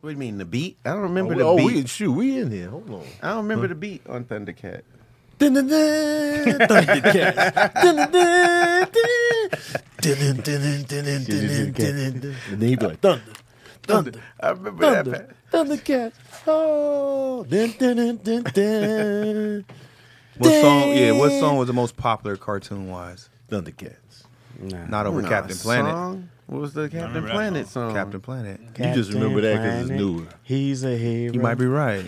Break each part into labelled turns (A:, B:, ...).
A: What do you mean the beat? I don't remember
B: oh,
A: the beat.
B: we shoot, we in here. Hold on.
A: I don't remember the beat on Thundercat.
B: And then he'd be like, thunder, thunder,
A: I remember that.
B: thunder,
A: pa-
B: thundercat. Oh. Dun, dun, dun, dun, dun.
C: What song? Yeah, what song was the most popular cartoon wise?
B: Thundercats.
D: Nah.
C: Not over
A: Nah,
C: Captain Planet.
A: Song? What was the Captain
E: remember that
A: Planet song?
C: Captain Planet.
B: You just remember that 'cause it's
D: Captain
B: newer.
D: Planet, He's a hero.
C: You might be right.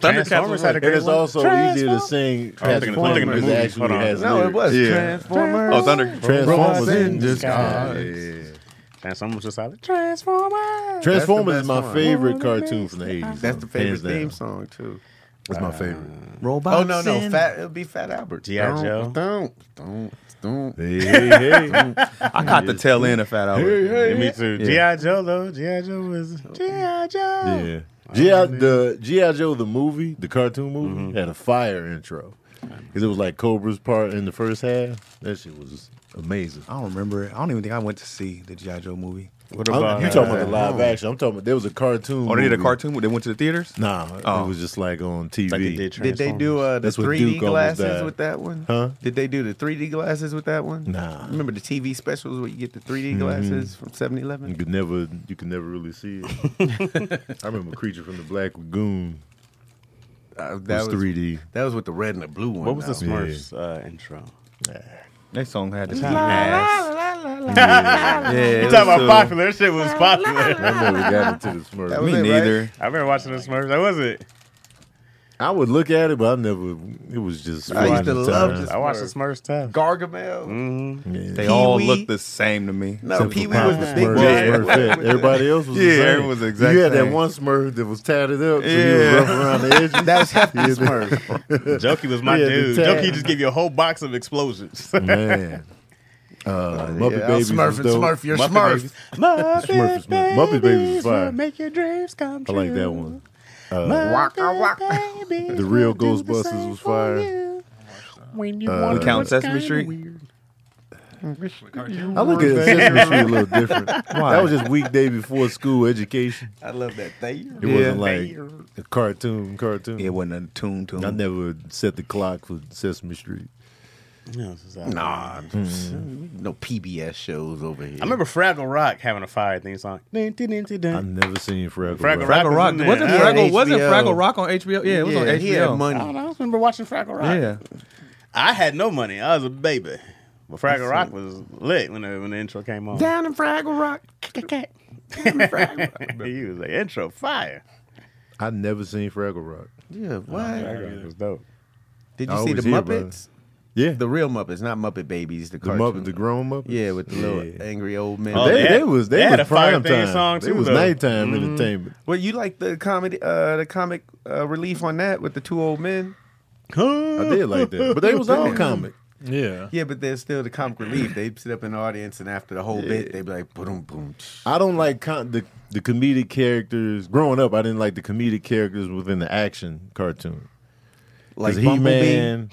E: Transformers had a
B: And
E: great
B: it's
E: one.
B: also easier to sing
E: I'm thinking of- I'm thinking of
B: Transformers
E: the movies.
B: actually
E: Hold on.
B: has
A: No, it
B: lyrics.
A: was
C: Yeah.
A: Transformers.
E: Oh, Thunder.
B: Transformers
A: Robots
B: in
A: in
B: disguise.
D: Transformers was solid. Transformers.
B: Transformers
A: That's
B: is
A: the
B: my
A: best one.
B: favorite cartoon from the eighties.
A: That's the favorite theme song too.
B: That's my favorite.
C: Robots.
A: Oh no no,
C: in-
A: fat it'll be Fat Albert.
D: G.I. Joe.
A: Don't don't don't.
B: Hey, hey, hey.
C: I caught the tail end of Fat Albert.
D: Yeah, me too. G.I. Joe though. G.I. Joe was G.I. Joe.
B: Yeah. G.I. the G.I. Joe the movie, the cartoon movie, had a fire intro. Because it was like Cobra's part in the first half. That shit was amazing.
C: I don't remember it. I don't even think I went to see the G.I. Joe movie.
D: What
B: I'm-
D: about
B: you
D: uh,
B: talking about the live action. I'm talking about there was a cartoon.
C: Oh, they did a
B: movie.
C: cartoon. movie? They went to the theaters.
B: Nah,
C: Oh.
B: it was just like on TV.
D: Like they did
A: Did they do uh, the
B: That's what
A: 3D
B: Duke almost
A: glasses
B: died.
A: with that one?
B: Huh?
A: Did they do the 3D glasses with that one?
B: Nah.
A: Remember the TV specials where you get the 3D glasses from 7
B: You
A: Eleven?
B: could never, you could never really see it. I remember Creature from the Black Lagoon. That was, 3D.
A: Uh, That was with the red and the blue one.
D: What was the
A: though.
D: Smurfs uh, intro?
C: That song had the
D: La,
C: ass. Yeah,
D: You talking
C: it was,
D: about
C: uh,
D: popular? That shit was popular.
B: I never got into the Smurfs.
A: That was
C: Me
A: it, right?
C: neither.
D: I remember watching the Smurfs. That was it.
B: I would look at it, but I never. It was just.
A: I used
B: fun
A: to
B: at the
A: love
B: time.
A: this-
D: I watched the Smurfs tough.
A: Gargamel.
D: Mm-hmm.
B: Yeah.
C: They all
A: Pee-wee.
C: looked the same to me.
A: No, Pee Wee
B: Pop
A: was the big
B: Smurf,
A: one.
B: Smurfette. Everybody else was
C: Yeah,
B: the same.
C: everyone was the exact
B: You had
C: same.
B: that one Smurf that was tatted up, so
C: Yeah.
B: he was rough around the edges.
A: That was Hefty Smurf.
D: Jokey was my
B: Yeah, the Mm.
D: dude.
B: tag.
D: Jokey just gave you a whole box of explosions.
B: man. Uh, Muppet
A: Yeah, I'll
B: Babies
A: Smurf
B: was
A: and
B: dope.
A: Smurf, you're
B: Muppet
A: Smurf.
B: Babies. Smurf
D: Muppet
B: is Smurf. Muppet Babies is
D: will
B: fire.
D: Make your dreams come
B: I
D: true.
B: like that one.
D: Waka
B: The real Ghostbusters was fire.
D: When you
C: We
D: wonder
C: count
D: what's
C: Sesame
D: kinda
C: Street?
D: weird.
B: I look at Sesame Street a little different. That was just weekday before school education.
A: I love that thing.
B: It wasn't like a cartoon. Cartoon.
C: It wasn't a tune to
B: I
C: him.
B: never set the clock for Sesame Street.
D: No, this is out.
A: Nah,
B: Hmm.
A: no PBS shows over here.
D: I remember Fraggle Rock having a fire theme song.
B: I never seen Fraggle
D: Fraggle
B: Rock.
D: Rock.
C: Fraggle Rock.
D: was in
C: Wasn't
D: there.
C: Fraggle,
A: Yeah,
C: wasn't
A: HBO.
C: Fraggle Rock on HBO? Yeah, it was on
A: Yeah,
C: HBO.
A: he had
D: I don't
A: money.
D: know. I just remember watching Fraggle Rock.
C: Yeah.
D: I had no money. I was a baby. But Fraggle Rock was lit when the, when the intro came on.
A: Down in Fraggle Rock.
D: he was like, intro fire.
B: I never seen Fraggle Rock.
A: Yeah,
D: Fraggle
A: what?
D: Rock was dope.
A: Did
B: I
A: you see the
B: was here,
A: Muppets?
B: brother. Yeah.
A: The real Muppets, not Muppet Babies. The,
B: The
A: cartoon.
B: Muppet, the grown Muppet.
A: Yeah, with the little
B: Yeah.
A: angry old man.
D: Oh,
B: they,
D: they
B: they,
D: had-
B: was they,
D: they had
B: was
D: a fire
B: prime
D: thing
B: time.
D: song,
B: they
D: too,
B: was
D: though. Mm-hmm.
B: nighttime entertainment.
A: Well, you like the comedy, uh, the comic uh, relief on that with the two old men.
B: I did like that, but they was all comic.
E: Yeah.
A: Yeah, but they're still the comic relief. They sit up in the audience, and after the whole bit, they be like, boom, boom. tsh."
B: I don't like con- the the comedic characters. Growing up, I didn't like the comedic characters within the action cartoon.
A: Like
B: He
A: Bumblebee.
B: Man,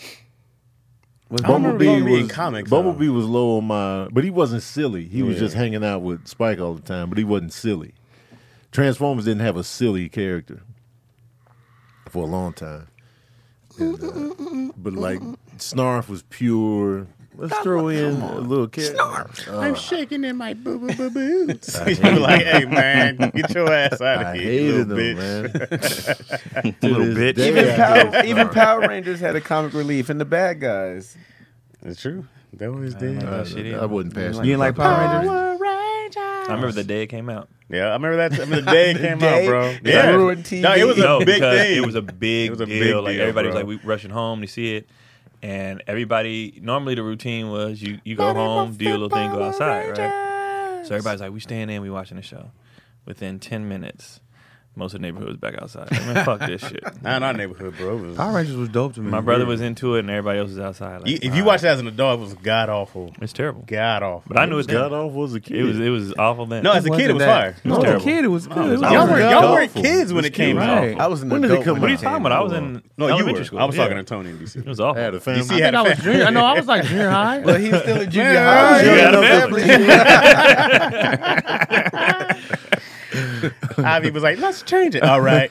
A: Was
D: Bumble-
A: Bumblebee.
B: Bumblebee,
D: Bumblebee in
B: was
D: comics,
B: Bumblebee was low on my, but he wasn't silly. He was just hanging out with Spike all the time, but he wasn't silly. Transformers didn't have a silly character for a long time, And, uh, but like Snarf was pure. Let's throw in a little character. Uh,
D: I'm shaking in my boo boo boo boots. You're like, hey man, get your ass out of
B: I
D: here,
B: hated
D: you
B: him,
D: little bitch.
B: man.
C: Little bitch.
A: Even,
B: Even
A: Power, even Power Rangers had a comic relief, and the bad guys.
D: It's true. They always did.
E: that shit
B: I
E: either.
B: wouldn't pass.
C: You didn't like Power Rangers?
E: I remember the day it came out.
D: Yeah, I remember that. I remember the day it came out,
A: day
D: bro.
A: it
D: Yeah,
A: ruined TV.
D: No, it was a
E: no,
D: big
E: because
D: thing.
E: It was a big
D: It was a
E: deal.
D: big
E: like
D: deal,
E: everybody was
D: bro.
E: like, we rushing home to see it, and everybody. Normally, the routine was you you go home, do your little thing, go outside, right? So everybody's like, we staying in, we watching the show. Within ten minutes, most of the neighborhood was back outside. Like, man, fuck this shit.
D: not in our neighborhood, bro. It was-
C: Power Rangers was dope to me.
E: My brother
C: Yeah.
E: was into it, and everybody else was outside. Like,
D: You- if you
E: "Nah,
D: watched it as an adult, it was god awful.
E: it's terrible.
D: God awful.
E: But I knew it. then.
B: God off was a kid.
E: It was it was awful then.
D: No, as a kid, it was fire.
E: was
C: No,
E: terrible.
C: kid, it was good. It was
E: I
D: Y'all
E: was
C: good.
D: were
E: an
D: y'all
E: adult.
D: were kids when it came
E: Right.
D: out.
A: I was an
B: When did
A: adult.
B: they come
A: when
E: What
A: it
E: are you
A: came
E: talking about? I was
A: out.
E: in
D: No, you
E: elementary
D: were.
E: school.
D: I was
E: Yeah.
D: talking to Tony in DC.
E: It was awful.
B: I had a family.
D: DC had a family.
E: junior. No, I was like junior high.
A: But he was still a junior
D: Man,
A: high.
D: you
A: He
E: had a
A: was
E: family.
A: definitely-
D: Ivy was like, "Let's change it." All right,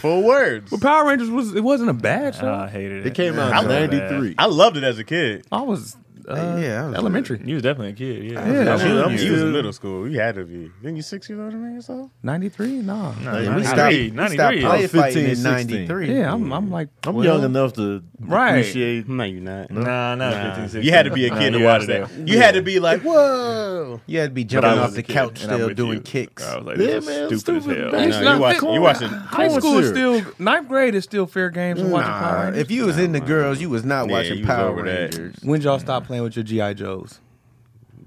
D: full words.
F: But Power Rangers was it wasn't a bad show.
E: I hated it.
B: It came out in
E: I'm bad.
B: '93.
D: I loved it as a kid.
F: I was uh,
A: yeah, I was-
F: elementary.
E: You was definitely a kid, yeah.
F: Yeah,
D: I'm,
F: I was-
D: I'm, you was in middle school. We had to be. Then you six years older than me or so.
F: ninety three. Nah.
A: Yeah, we stopped,
E: 93,
A: we stopped
E: 93.
A: play
B: Oh,
A: fighting
B: 15,
A: in 93.
F: Yeah, I'm. I'm like.
B: I'm
F: well,
B: young enough to
F: Right.
B: appreciate.
D: No, you not.
E: Nah, not 15, 16.
D: You had to be a
E: Nah,
D: kid to
E: you
D: watch
E: outta there.
D: that. You had to be like, "Whoa!"
A: You had to be
E: But
A: jumping
E: I was
A: off
E: a
A: the
E: kid,
A: couch
E: and I'm
A: still
E: with you.
A: doing kicks.
E: I was like,
B: Yeah,
E: this is
B: man,
E: stupid,
B: stupid
E: as hell.
F: It's
D: No,
F: not
D: you watch.
F: fit.
D: You watching?
F: High
B: Corn
F: school is
B: syrup.
F: still ninth grade is still fair games and watching Power
A: Nah,
F: Rangers.
A: if you was in the girls, you was not
D: Yeah,
A: watching
D: you was
A: Power
D: over that.
A: Rangers.
F: when did y'all stop playing with your GI Joes?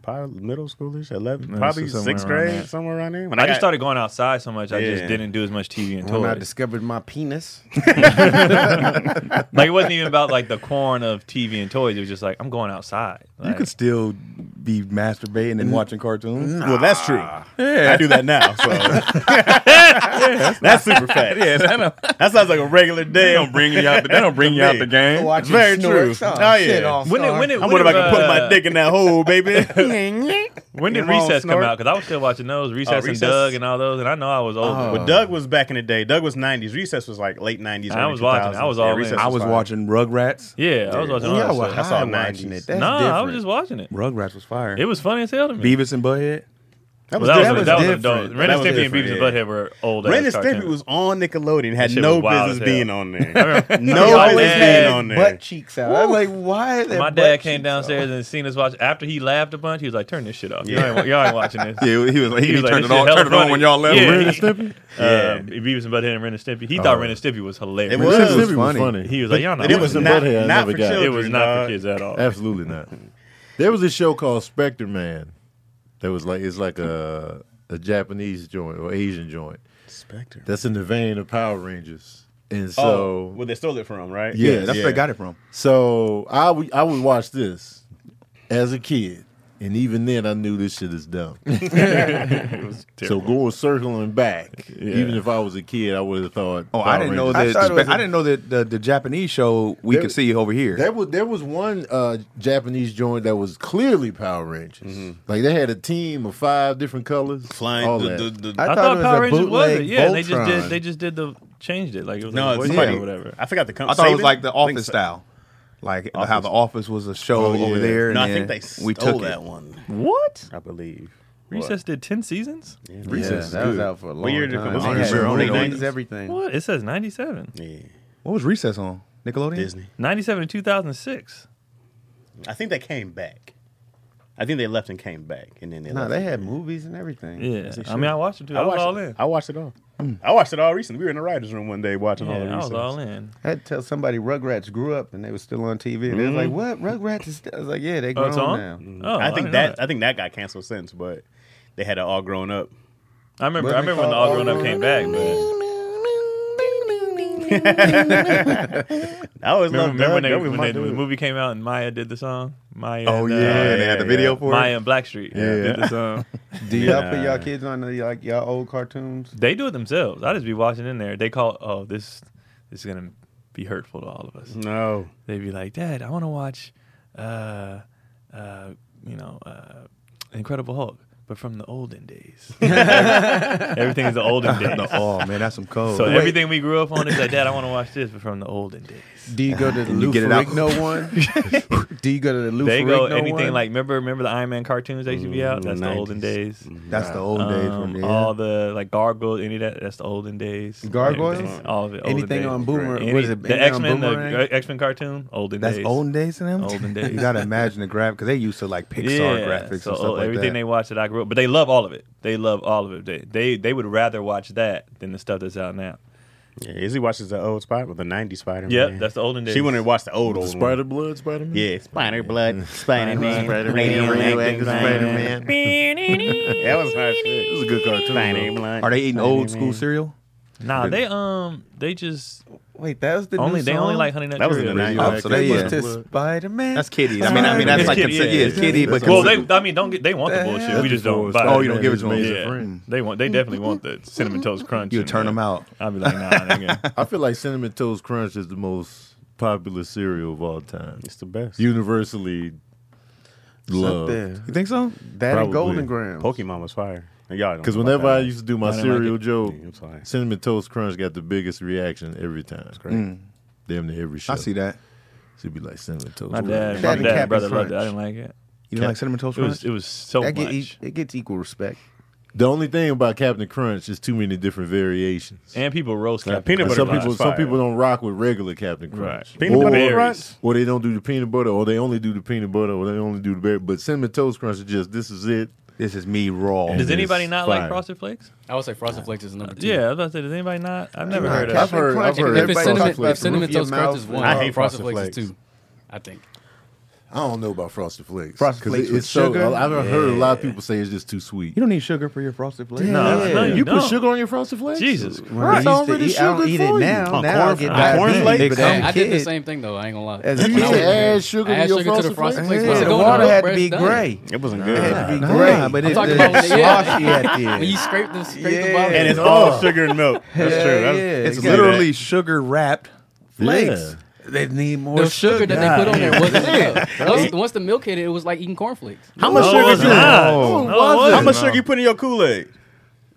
D: Probably middle schoolish, eleven,
E: No,
D: probably
E: so somewhere
D: sixth
E: around
D: grade,
E: that.
D: somewhere around there. When
E: I just
D: got-
E: started going outside so much, I
D: Yeah.
E: just didn't do as much TV and
A: When I
E: toys.
A: discovered my penis,
E: like it wasn't even about like the corn of TV and toys. It was just like I'm going outside.
F: You
E: Like,
F: could still be masturbating and watching cartoons.
D: Well, that's true.
E: Ah.
D: I do that now. So that's, super fat. Yeah, that sounds like a regular day. I'm bringing you out. That don't bring you out the game.
A: watching
D: Very true.
A: Snorks. Oh, shit, all
E: when did
A: star.
E: when did
D: I
E: when
D: wonder if I
E: did,
D: can put my
E: uh,
D: dick in that hole, baby.
E: When did
D: Come on,
E: Recess come
D: Snort.
E: out? Because I was still watching those Recess,
D: Recess.
E: and Doug and all those, and I know I was old.
A: Oh.
E: But Doug,
D: Doug was back in the day. Doug was '90s. Recess was like late '90s.
E: I
D: early
E: was watching.
D: 2000s.
E: I was all in.
D: Recess
F: I was
D: fine.
F: watching Rugrats.
E: yeah, I was watching.
A: Y'all
E: all
A: were
E: that
A: high
E: stuff.
D: That's all
A: watching
D: 90s.
A: it. That's
E: Nah,
A: different.
E: I was just watching it.
F: Rugrats was fire.
E: It was funny as hell to me.
F: Beavis and Butthead.
D: That
E: Well,
D: was,
E: that,
D: that
E: was,
A: was
E: that was
A: different.
E: adult. Ren
D: That
E: and
D: was
E: Stimpy and
D: different,
E: Beavis and
D: yeah.
E: Butthead were old.
D: Ren
E: ass
D: and Stimpy
E: cartoons.
D: was on Nickelodeon. Had
E: That shit
D: no
E: was wild
D: business
E: as hell.
D: being on
E: I
D: there.
E: remember-
D: no
E: My
D: business
E: dad-
D: being on there.
A: butt cheeks out. I'm like, why? That
E: My
A: butt
E: dad came
A: cheeks
E: downstairs and seen us watch. After he laughed a bunch, he was like, "Turn this shit off.
D: Yeah.
E: Y'all, ain't, y'all ain't watching this."
C: Yeah, he was like, he,
E: He was like,
C: turned
E: "This
C: it on,
E: shit hella
C: turned it on
E: funny."
C: when y'all left.
E: Yeah.
B: Ren and Stimpy.
E: Uh, Beavis and Butthead and Ren and Stimpy. He thought Ren and Stimpy was hilarious.
D: It was.
B: Ren and Stimpy was
F: funny.
B: funny.
E: He was like, "Y'all not."
D: It was
E: watching
D: not,
B: Butthead I
D: not
B: never got.
D: for
E: this."
D: children.
E: It was not
D: dog.
E: for kids at all.
B: Absolutely not. There was a show called Spectre Man. That was like it's like a a Japanese joint or Asian joint.
D: Spectre.
B: That's in the vein of Power Rangers. And so
D: oh, well, they stole it from, right?
B: Yeah,
F: that's
B: yeah.
F: where I got it from.
B: So I w- I would watch this as a kid, and even then I knew this shit is dumb. so going circling back, even if I was a kid, I would have thought.
F: Oh, I
B: Power
F: didn't know
B: Rangers-
F: that.
A: I thought it was
F: I
A: a-
F: didn't know that the, the Japanese show we
B: There-
F: could see over here.
B: There was there was one uh, Japanese joint that was clearly Power Rangers. Like they had a team of five different colors, all
D: Flying. The,
B: that.
D: the, the,
A: I
E: I,
A: thought
E: thought,
A: it was
E: Power
A: a
E: Rangers was
A: bootleg
E: it. Yeah, and they just
A: Voltron.
E: did. They just did the changed it. Like it was
D: no,
E: like
D: it's
E: voice
D: somebody-
E: or whatever.
D: I forgot the company.
F: I thought it was like the Office style, like how the Office was a show
B: Oh, yeah.
F: over there. And
D: No, I
F: then
D: think they
F: we
D: stole
F: took
D: that
F: it.
D: one.
E: What?
D: I believe.
E: Recess did ten seasons.
A: Yeah,
B: Recess is
A: that was
B: good.
A: out for a long
D: year did it
A: time.
D: come out?
A: They had
D: Sure,
A: movies,
D: early 90s.
A: everything.
E: What? It says ninety seven.
D: Yeah.
F: What was Recess on Nickelodeon?
D: Disney.
E: Ninety seven to two thousand six.
D: I think they came back. I think they left and came back, and then they
A: No,
D: left.
A: they had movies and everything.
E: Yeah.
D: they
E: I
D: should.
E: mean I watched it too. I, was
D: watched
E: all
D: it.
E: in.
D: I watched it all.
B: Hmm.
D: I watched it all recently. We were in the writers' room one day watching all the
E: Yeah, I was
D: reasons.
E: all in.
A: I had to tell somebody Rugrats grew up and they was still on TV. And they was like, "What? Rugrats is?" Still? I was like, "Yeah, they
E: Mm-hmm. Oh,
A: grown
E: it's on.
A: now."
E: Oh,
D: Mm. I think
E: didn't know
D: that, I think that got canceled since, but they had it all grown up.
E: I remember.
A: Wasn't
E: I
A: it
E: remember when the
A: called
E: all grown up
A: All
E: came
D: Mm.
E: back. But
D: I always
E: remember,
D: loved
E: remember when,
D: Doug.
E: they,
D: Doug was
E: when
D: my
E: they- the
D: dude.
E: movie came out and Maya did the song. Maya.
D: Oh,
E: and,
D: yeah,
E: uh,
D: they had the video for it?
E: Maya and Blackstreet.
B: Yeah.
E: Did the song.
A: Do y'all put y'all kids on the, like y'all old cartoons?
E: They do it themselves. I just be watching in there. They call, oh, this this is gonna be hurtful to all of us.
D: No,
E: They'd be like, Dad, I want to watch, uh, uh, you know, uh, Incredible Hulk, but from the olden days. everything is the olden days.
F: No, oh man, that's some code.
E: so
F: Wait,
E: everything we grew up on is like, Dad, I want to watch this, but from the olden days.
A: Do you go to the
F: you
A: Lou
F: get it out.
A: Ferrigno one? Do you go to the Lou
E: they go
A: Ferrigno
E: anything
A: one?
E: like remember remember the Iron Man cartoons that used to be out? That's the olden
D: 90s.
E: days.
F: that's the old Mm. days.
E: Um,
F: From, yeah.
E: All the like gargoyles, any of that. That's the olden days.
A: Gargoyles?
E: Everything, all of it. olden
A: anything
E: days.
A: on Boomer?
E: Any-
A: what is it?
E: the
A: Anything
E: X
A: on
E: Men,
A: Boomerang?
E: the X Men cartoon, olden
F: that's
E: days.
F: olden days to them.
E: Olden
F: You
E: days.
F: gotta imagine the grab because they used to like Pixar graphics and
E: so all-
F: stuff like
E: everything they
F: that.
E: watch that I grew up, but they love all of it. They love all of it. They they, they would rather watch that than the stuff that's out now.
D: yeah, Izzy watches the old Spider, well, the '90s Spider.
E: Yep,
D: Man.
E: that's the olden days.
D: She wanted to watch the old
B: The
D: old one.
B: Spider Blood, Spider Man.
D: Yeah, Spider Blood, Spider Man, Spider
B: Radioactive Spider-Man.
D: That was her shit. It was a good cartoon. Spider Blood.
F: Are they eating old school cereal?
E: Nah, they um they just
A: Wait, that was the
E: only
A: new
E: they
A: song?
E: only like Honey Nut
D: That was in
E: Cheerios.
D: the
F: Oh,
D: 90s.
F: so
A: They
F: they
A: was
F: yeah.
A: to Spider Man.
F: That's kiddie. I mean, I mean that's
E: It's
F: like
E: kiddie,
F: kiddie, yeah,
E: yeah.
F: it's kiddie, but
E: Well,
F: considered-
E: they I mean don't get they want the bullshit. We just don't. Buy
F: Oh, you don't give it to 'em.
E: Yeah. They want they definitely want the cinnamon toast crunch.
F: you
E: and
F: turn
E: the-
F: them out.
E: I'd be like nah. nigga.
B: I feel like Cinnamon Toast Crunch is the most popular cereal of all time,
D: It's the best.
B: universally
A: It's up
B: loved.
A: there.
F: You think so?
A: That and
B: Probably.
A: Golden Grahams.
D: Pokemon was fire. Y'all don't
B: Because
D: know about
B: whenever
D: that.
B: I used to do my
E: I didn't like
B: cereal
E: it.
B: joke,
D: Yeah, I'm sorry.
B: cinnamon toast crunch got the biggest reaction every time. It's great. Damn near every show.
F: I see that.
B: She'd be like cinnamon toast.
E: My
B: crunch.
E: dad,
A: That
E: my
A: and
E: dad,
A: Captain
E: and brother loved it. I
A: Crunch.
E: didn't like it.
F: You don't like cinnamon toast
E: It was
F: crunch?
E: it was so
A: That get,
E: much,
A: it gets equal respect.
B: The only thing about Captain Crunch is too many different variations.
E: and people roast
D: Now,
E: Captain
D: peanut butter
E: Crunch.
B: some
D: pie
B: people,
D: is
B: some
D: fire.
B: people don't rock with regular Captain Crunch.
E: Right.
D: Peanut
B: or,
D: butter
E: Berries.
D: crunch?
B: or they don't do the peanut butter, or they only do the peanut butter, or they only do the berry. But cinnamon toast crunch is just this is it.
F: This is me raw.
B: And
E: Does
B: it
E: anybody
B: is
E: not like
B: fire.
E: Frosted Flakes?
G: I would say Frosted Flakes is number two.
E: Uh, Yeah, I was about to say, does anybody not? I've never heard of
B: I've
E: it.
B: heard, I've
G: If
B: heard
G: it's
B: everybody
G: cinnamon,
B: talk
G: if
B: flakes.
G: cinnamon
A: Roof your
G: toast crunch is
A: mouth.
G: one,
D: I hate Frosted
G: Frosted Flakes is
D: Flakes.
G: two. I think.
B: I don't know about frosted flakes.
A: Frosted
B: 'Cause
A: Flakes
B: it-
A: with
B: it's so-
A: sugar?
B: I've heard a lot of people say it's just too sweet.
F: You don't need sugar for your frosted flakes.
E: No, no,
B: you
E: you
B: put
E: don't.
B: sugar on your frosted flakes?
E: Jesus,
A: When I used
B: It's
A: to
B: already
A: eat- I don't
B: sugar
A: eat
B: for
A: it
B: you.
A: now.
B: On
A: now I'll get
E: flakes.
A: diabetes,
E: Corn flakes.
A: but
E: Come-
A: as a
G: I did the
A: kid-
G: same thing though. I ain't gonna lie.
A: As
B: You
A: a
B: used to
A: kid,
B: add sugar
G: Add
B: to your
G: sugar to
B: frosted
G: the Frosted
B: flakes?
G: Flakes.
A: yeah,
G: Once it
A: the
G: go in
A: water
G: oven,
A: had to
G: bruh,
A: be
G: it's done.
A: gray.
D: It wasn't
A: It
D: good.
A: had to be
F: Nah,
A: gray.
F: but
A: it,
F: it-
G: talking
A: the
G: about when they- yeah.
A: sloshy at the
G: When you
A: end.
G: scrape the scrape the
A: Yeah.
G: bottom,
D: and it's all sugar and milk. That's
A: Yeah,
D: true. That's,
A: yeah.
D: it's
F: It's
A: Yeah.
F: literally sugar wrapped.
A: Flakes. They need more
G: the sugar that they put on there wasn't enough. Once, once the milk hit it, it was like eating cornflakes.
B: How much
E: No,
B: sugar is
E: it's not. No, it
B: that?
D: How much sugar you put in your Kool Aid?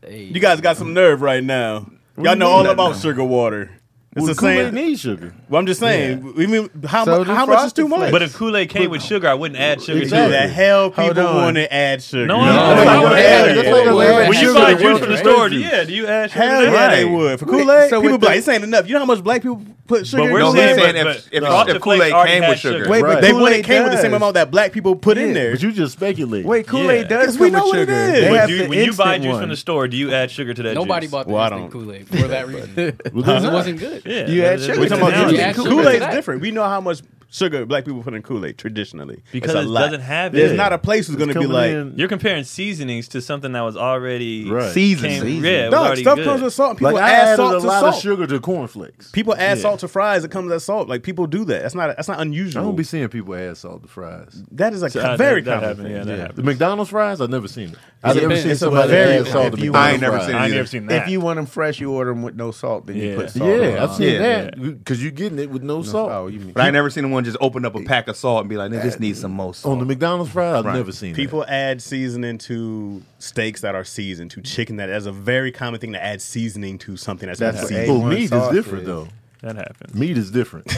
G: Hey,
D: You guys got some nerve right now. Y'all know all about sugar water. It's the
B: Kool-Aid
D: same.
B: needs sugar.
D: Well, I'm just saying. We mean, how,
A: So
D: mu-
A: do
D: how much is
A: Frosted
D: too much?
A: Flakes.
E: But if Kool Aid came with sugar, I wouldn't add sugar
D: Dude,
B: Exactly.
E: to
D: the
E: it.
D: hell
A: Hold
D: people
A: on.
D: want to add sugar.
E: No,
D: Hell
E: I
B: would
E: would
B: add
E: add
B: it.
E: it.
B: That's like
E: When
G: add
E: you
G: sugar
E: buy
G: to
E: juice
G: it,
E: from the
G: right?
E: store, yeah, do you add sugar? to
D: yeah,
E: that?
D: they would. For Kool Aid,
A: so
D: people
A: with
D: be like,
A: the-
D: this ain't enough. You know how much black people put sugar
E: But
D: in
E: we're
D: their
F: No,
E: saying,
D: Kool-Aid?
F: he's saying
E: but,
F: if-
E: but
F: if-
E: Frosted
F: if Kool-Aid
E: Flakes already
F: came
E: had
F: with sugar.
A: Wait,
B: Right.
A: but
D: They
A: Kool-Aid
D: wouldn't came with the same
A: does.
D: amount that black people put in there.
B: But you just speculate.
A: Wait, Kool Aid
E: Yeah.
A: does
D: Because we
A: come
D: know
A: with
D: what it
A: sugar.
D: is.
A: They
E: When
A: have
E: you,
A: the
E: when you buy
A: instant
E: juice
A: one.
E: from the store, do you add sugar to that
G: nobody
E: juice?
G: bought the
D: Well, I
G: instant
D: don't.
G: Kool Aid for that reason. Because
B: Well, this
G: it
B: is-
G: wasn't good.
E: Yeah,
A: You add
E: that-
A: sugar
E: that's
D: We're
A: to
D: talking
E: analogy.
D: about Kool-Aid.
G: Yeah, add sugar to
D: Kool-Aid's
G: that.
D: different. We know how much sugar black people put in Kool-Aid traditionally.
E: Because
D: It's a
E: it
D: lot.
E: doesn't have
D: There's
E: it.
D: not a place who's
B: it's
D: going to be
B: coming
D: like,
B: in-
E: You're comparing seasonings to something that was already
B: Right.
E: came-
A: Seasons.
E: Yeah, it was
D: dog,
E: already
D: stuff
E: good.
D: comes with salt. and People
B: Like I
D: add
B: added
D: salt
B: a
D: to
B: lot
D: salt.
B: of sugar to cornflakes.
D: People add
E: Yeah.
D: salt to fries. It comes as salt. Like people do that. That's not. That's not
B: I
D: unusual.
B: don't be seeing people add salt to fries.
D: that is a
E: So,
D: co-
E: uh,
D: very
E: that, that
D: common
E: happened,
D: thing.
E: Yeah, that happened.
B: The McDonald's fries, I've never seen it. I've
G: It's
B: never
G: a-
B: seen
G: it's a
B: somebody
A: very-
B: add salt to
A: if you-
B: McDonald's
A: I ain't
F: never
B: fries.
F: seen it
E: I ain't
F: either.
E: never seen that.
A: If you want them fresh, you order them with no salt. Then you
E: Yeah.
A: put salt.
B: Yeah, I've
A: on.
B: seen
F: Yeah.
B: that because you getting it with no, salt.
A: Oh, you mean
F: But I ain't never seen one just open up a pack of salt and be like, "Nah, this needs some more salt.
B: On the McDonald's fries, I've never seen
D: People add seasoning to steaks that are seasoned to chicken. That is a very common thing to add seasoning to something that's,
A: That's
D: not
A: what
B: that.
A: add
D: seasoned.
B: Well,
A: one
B: Oh, meat is
A: sausage.
B: different though.
E: that happens.
B: Meat is different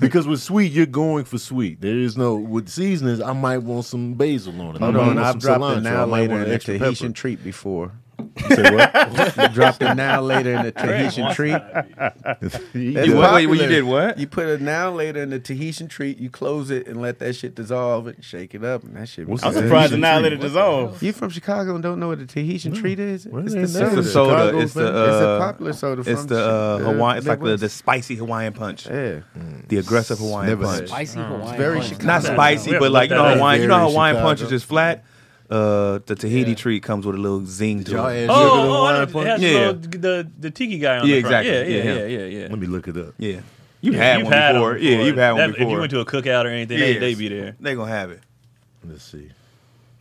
B: because with sweet, you're going for sweet. There is no with seasonings. I might want some basil on it.
A: Hold
B: I might
A: on,
B: want
A: I've
B: some
A: dropped it
B: cilantro.
A: now
B: I might
A: later
B: want
A: in
B: an
A: a
B: extra
A: Tahitian
B: pepper.
A: treat before.
B: You say what?
A: dropped it now later in a Tahitian treat. That's
F: You what? Wait, wait,
A: popular.
F: you did what?
A: You put a now later in the Tahitian treat. You close it and let that shit dissolve it, shake it up, and that shit. be
B: What's
D: I'm
A: good.
B: that?
D: surprised
B: Seasoned
D: that now let it
G: treat.
D: dissolve.
A: You from Chicago and don't know what a Tahitian treat is?
B: What
A: It's
B: is
A: the soda.
B: that?
F: It's the
B: Chicago
F: soda. It's the
B: thing?
F: uh,
A: it's a popular soda. From
F: It's the uh,
A: Chi-
F: Hawaiian. It's like the,
A: Midwest.
F: the spicy Hawaiian punch.
A: yeah.
F: The aggressive Hawaiian
B: Never
F: punch.
G: Spicy Hawaiian.
A: very
G: punch.
A: Chicago.
F: Not
E: Yeah.
F: spicy,
E: We have
F: but
E: to
F: like
E: look
F: you
E: that
F: know,
E: up.
F: Hawaiian. You know,
B: Very
F: how Hawaiian punch is
B: Chicago.
F: just flat. Uh, the Tahiti treat comes with a little zing to
B: Y'all add
F: it.
B: sugar to
E: Oh, oh, I
B: wine
E: know.
B: punch?
E: it has the
F: Yeah.
E: little- the the tiki guy on
F: Yeah,
E: the front.
F: exactly.
E: Yeah, yeah,
F: Yeah,
E: yeah, yeah, yeah.
B: Let me look it up.
F: Yeah, you've had
E: You've
F: one before. Yeah, you've had one
E: That- If you
F: before.
E: went to a cookout or anything, they-
F: Yes.
E: they be there.
F: They gonna have it.
B: Let's see.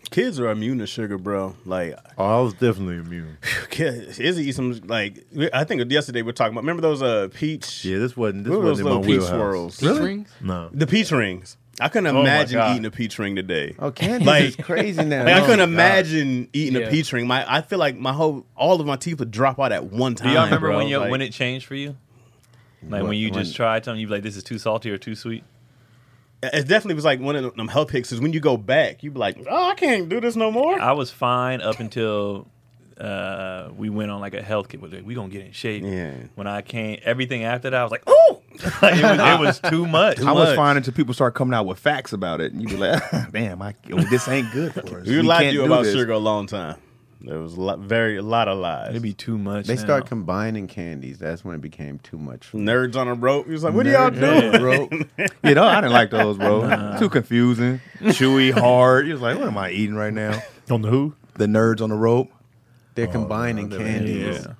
D: Kids are immune to sugar, bro. Like
B: Oh, I was definitely immune.
D: kids, Izzy eat some like I think yesterday we were talking about. Remember those uh peach?
B: Yeah, this wasn't this
D: remember those
B: wasn't in my
D: little peach
B: wheelhouse.
D: swirls.
G: Peach rings?
B: No.
D: The peach rings. I couldn't
E: Oh my
D: imagine
E: God.
D: eating a peach ring today.
A: Oh, candy
D: Like-
A: is crazy now.
D: Like
A: Oh,
D: I couldn't
A: God.
D: imagine eating
G: Yeah.
D: a peach ring. My I feel like my whole all of my teeth would drop out at one time.
E: Do y'all remember
D: bro.
E: when you
D: Like,
E: when it changed for you? Like
A: What-
E: when you
A: when-
E: just tried something, you be like, "This is too salty or too sweet."
D: it definitely was like one of them health picks. Is when you go back, you be like, oh, I can't do this no more.
E: I was fine up until uh, we went on like a health kit. We're Like, we gonna get in shape.
D: Yeah.
E: When I came, everything after that, I was like, "Oh, Like, it, was, it was too much."
F: I was
D: much.
F: fine until people start coming out with facts about it, and you be like, "Damn, I, oh, this ain't good for us.
D: we lied to
F: can't
D: you
F: do
D: about
F: this.
D: sugar a long time. There was a lot, very a lot of lies.
E: It'd be too much.
A: They
E: now.
A: start combining candies. That's when it became too much.
D: nerds on a rope. He was like, what do y'all do?
E: doing?
F: You know, I didn't like those, bro. Too confusing, chewy, hard. You was like, "What am I eating right now?"
B: On the who?
F: The nerds on the rope.
B: Oh,
A: They're combining candies.
E: Yeah.